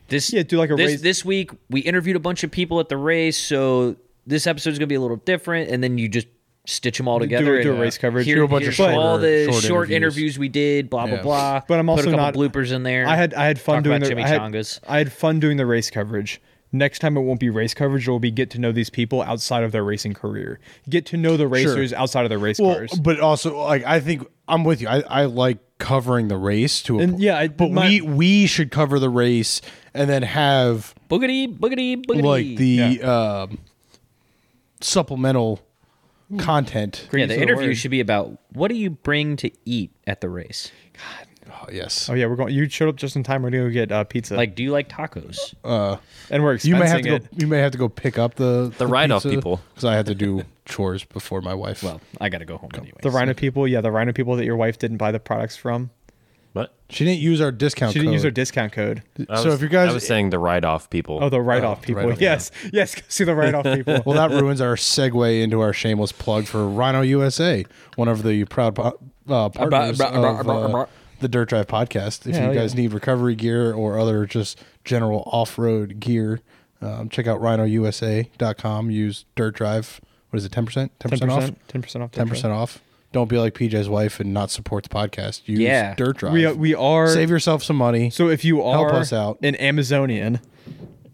Speaker 4: this
Speaker 2: Yeah, do like a
Speaker 4: this,
Speaker 2: race-
Speaker 4: this week we interviewed a bunch of people at the race, so this episode is gonna be a little different, and then you just stitch them all together
Speaker 2: do a
Speaker 4: and uh,
Speaker 2: race coverage.
Speaker 4: Here,
Speaker 2: Do
Speaker 3: a bunch of
Speaker 4: here's all
Speaker 3: shorter-
Speaker 4: the
Speaker 3: short
Speaker 4: short,
Speaker 3: interviews.
Speaker 4: interviews. we did, blah blah
Speaker 3: Yeah.
Speaker 4: blah.
Speaker 2: But I'm also
Speaker 4: put a couple
Speaker 2: not-
Speaker 4: bloopers in there.
Speaker 2: I had I had fun
Speaker 4: Talk
Speaker 2: doing
Speaker 4: about
Speaker 2: the I had,
Speaker 4: chimichangas.
Speaker 2: I had fun doing the race coverage. Next time it won't be race coverage. It will be get to know these people outside of their racing career. Get to know the racers outside of their race
Speaker 3: Well,
Speaker 2: cars.
Speaker 3: but also like I think I'm with you. I, I like covering the race to a
Speaker 2: And,
Speaker 3: po-
Speaker 2: yeah, I-
Speaker 3: but
Speaker 2: my-
Speaker 3: we we should cover the race and then have
Speaker 4: boogity boogity boogity.
Speaker 3: like the um, supplemental content.
Speaker 4: yeah,
Speaker 2: use
Speaker 4: the
Speaker 2: of the
Speaker 4: interview
Speaker 2: word.
Speaker 4: should be about what do you bring to eat at the race?
Speaker 3: Oh, yes,
Speaker 2: Oh yeah, we're going. You showed up just in time. We're gonna go get uh, pizza,
Speaker 4: Like, do you like tacos?
Speaker 2: Uh, and we're expensing
Speaker 3: you may have to
Speaker 2: it.
Speaker 3: go. You may have to go pick up the the,
Speaker 6: write-off people.
Speaker 3: because I had to do chores before my wife.
Speaker 4: well, I got to go home anyway.
Speaker 2: the Rhino people, yeah, the Rhino people that your wife didn't buy the products from.
Speaker 6: What?
Speaker 3: she didn't use our discount.
Speaker 2: She didn't use her
Speaker 3: code.
Speaker 2: discount code.
Speaker 6: I
Speaker 3: so
Speaker 6: was-
Speaker 3: if you guys,
Speaker 6: I was saying the write-off people.
Speaker 2: Oh, the write-off
Speaker 3: the
Speaker 2: people.
Speaker 3: write-off, yeah.
Speaker 2: yes, yes. go See the write-off people.
Speaker 3: well, that ruins our segue into our shameless plug for Rhino USA, one of the proud po- uh, partners
Speaker 4: bra- bra-
Speaker 3: of
Speaker 4: bra-
Speaker 3: uh,
Speaker 4: bra-
Speaker 3: the Dirt Drive podcast. If
Speaker 2: Yeah,
Speaker 3: you guys
Speaker 2: yeah.
Speaker 3: need recovery gear or other just general off-road gear, um, check out rhinousa.com. Use Dirt Drive. What is it? Ten percent. Ten percent off.
Speaker 2: 10% off.
Speaker 3: Ten percent off. Don't be like PJ's wife and not support the podcast. Use
Speaker 4: Yeah.
Speaker 3: Dirt Drive.
Speaker 2: We we are
Speaker 3: Save yourself some money.
Speaker 2: So if you are
Speaker 3: Help us out.
Speaker 2: an Amazonian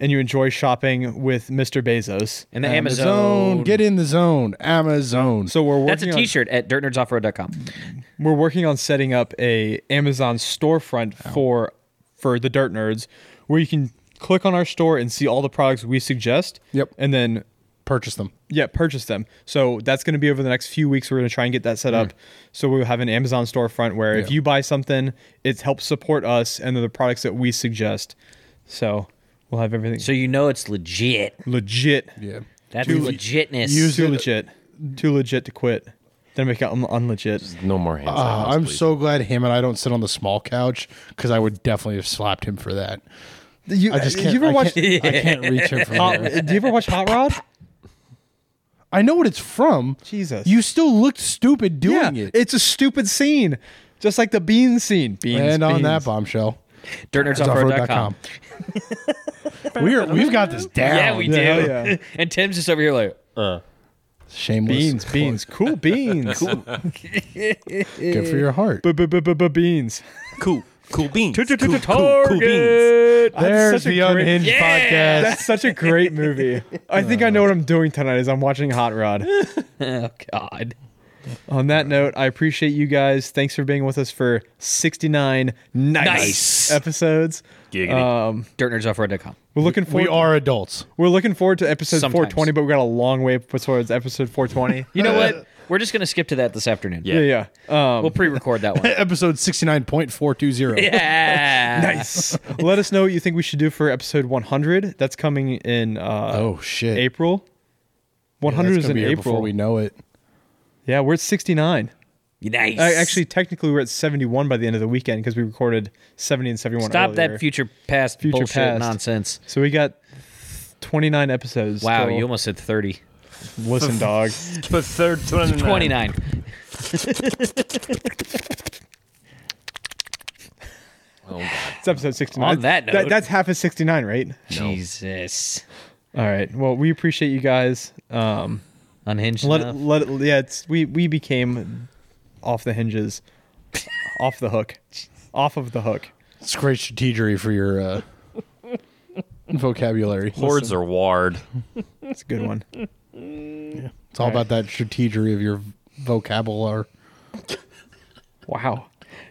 Speaker 2: and you enjoy shopping with Mr. Bezos,
Speaker 4: And the
Speaker 3: Amazon,
Speaker 4: Amazon.
Speaker 3: Get in the zone. Amazon.
Speaker 2: so we're working
Speaker 4: That's a
Speaker 2: on-
Speaker 4: T-shirt at dirtnerdsoffroad.com.
Speaker 2: we're working on setting up a Amazon storefront for for the Dirt Nerds, where you can click on our store and see all the products we suggest.
Speaker 3: Yep.
Speaker 2: And then
Speaker 3: purchase them.
Speaker 2: yeah, purchase them. So that's going to be over the next few weeks. We're going to try and get that set up. So we'll have an Amazon storefront where if
Speaker 3: Mm. Yeah.
Speaker 2: you buy something, it helps support us and the products that we suggest. So we'll have everything
Speaker 4: So you know it's legit.
Speaker 2: legit.
Speaker 3: Yeah.
Speaker 4: That's
Speaker 3: Dude,
Speaker 4: legitness.
Speaker 3: use-
Speaker 2: too legit. Too legit to quit. Then make it un- unlegit.
Speaker 6: no more hands.
Speaker 3: Uh, I'm so glad him and I don't sit on the small couch because I would definitely have slapped him for that.
Speaker 2: You,
Speaker 3: I just can't.
Speaker 2: You ever Uh,
Speaker 3: I
Speaker 2: watch?
Speaker 3: Can't, I can't reach him from
Speaker 2: Hot,
Speaker 3: there.
Speaker 2: do you ever watch Hot Rod?
Speaker 3: I know what it's from.
Speaker 2: Jesus.
Speaker 3: you still looked stupid doing it.
Speaker 2: it's a stupid scene, just like the bean scene. Beans,
Speaker 3: and on that
Speaker 2: beans.
Speaker 3: bombshell,
Speaker 4: dirtnerdsoffroad.com.
Speaker 3: we are. We've got this down.
Speaker 4: Yeah, we do.
Speaker 2: Yeah, hell yeah.
Speaker 4: and Tim's just over here like,
Speaker 3: Shameless
Speaker 2: beans, beans, cool beans, cool.
Speaker 3: Good for your heart.
Speaker 2: beans.
Speaker 6: cool. Cool beans.
Speaker 4: cool,
Speaker 3: There's
Speaker 2: such a
Speaker 3: the
Speaker 2: great-
Speaker 3: unhinged podcast.
Speaker 2: That's such a great movie. I think I know what I'm doing tonight. Is I'm watching Hot Rod.
Speaker 4: Oh God.
Speaker 2: On that note, I appreciate you guys. Thanks for being with us for 69 nice,
Speaker 4: Nice.
Speaker 2: episodes.
Speaker 6: Giggity.
Speaker 4: DirtNerdSoftware.com.
Speaker 2: We're looking forward
Speaker 3: We are adults.
Speaker 2: we're looking forward to episode
Speaker 4: Sometimes.
Speaker 2: 420, but we got a long way towards episode 420.
Speaker 4: You know what? We're just gonna skip to that this afternoon.
Speaker 6: Yeah.
Speaker 2: yeah, yeah. Um,
Speaker 4: We'll pre-record that one.
Speaker 3: Episode 69.420.
Speaker 4: yeah.
Speaker 2: nice. Let us know what you think we should do for episode 100. That's coming in uh,
Speaker 3: Oh, shit. Yeah,
Speaker 2: April.
Speaker 3: that's
Speaker 2: 100 is
Speaker 3: gonna
Speaker 2: in
Speaker 3: be here
Speaker 2: April.
Speaker 3: Before we know it.
Speaker 2: yeah, we're at 69.
Speaker 4: Nice.
Speaker 2: I, Uh, actually, technically, we're at 71 by the end of the weekend because we recorded 70 and 71
Speaker 4: stop
Speaker 2: earlier.
Speaker 4: that future past
Speaker 2: Future
Speaker 4: bullshit
Speaker 2: past.
Speaker 4: nonsense.
Speaker 2: So we got 29 episodes.
Speaker 4: Wow,
Speaker 2: till-
Speaker 4: you almost said thirty.
Speaker 2: listen, dog.
Speaker 6: But third 29.
Speaker 4: Twenty-nine.
Speaker 2: It's episode 69.
Speaker 4: On that note-
Speaker 2: that's half of 69, right?
Speaker 4: Jesus.
Speaker 2: All right. Well, we appreciate you guys. Um,
Speaker 4: Unhinged.
Speaker 2: let
Speaker 4: enough.
Speaker 2: let yeah. It's we we became off the hinges, off the hook, off of the hook.
Speaker 3: It's great strategery for your uh, vocabulary.
Speaker 6: Hordes or Ward.
Speaker 2: It's a good one.
Speaker 3: It's all about that strategery of your vocabulary.
Speaker 2: Wow.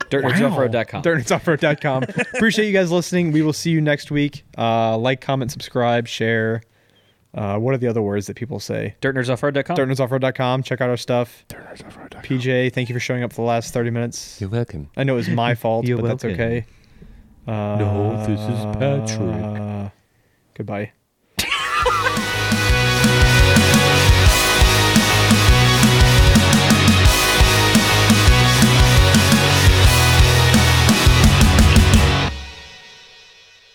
Speaker 4: DirtNerdSoftware.com.
Speaker 2: DirtNerdSoftware.com. appreciate you guys listening. We will see you next week. Uh, like, comment, subscribe, share. Uh, what are the other words that people say?
Speaker 4: DirtNerdSoftware.com.
Speaker 2: DirtNerdSoftware.com. Check out our stuff. PJ, thank you for showing up for the last 30 minutes.
Speaker 6: You're welcome.
Speaker 2: I know it was my fault,
Speaker 4: You're
Speaker 2: but that's
Speaker 4: welcome.
Speaker 2: okay.
Speaker 6: No, this is Patrick.
Speaker 2: Uh, Goodbye.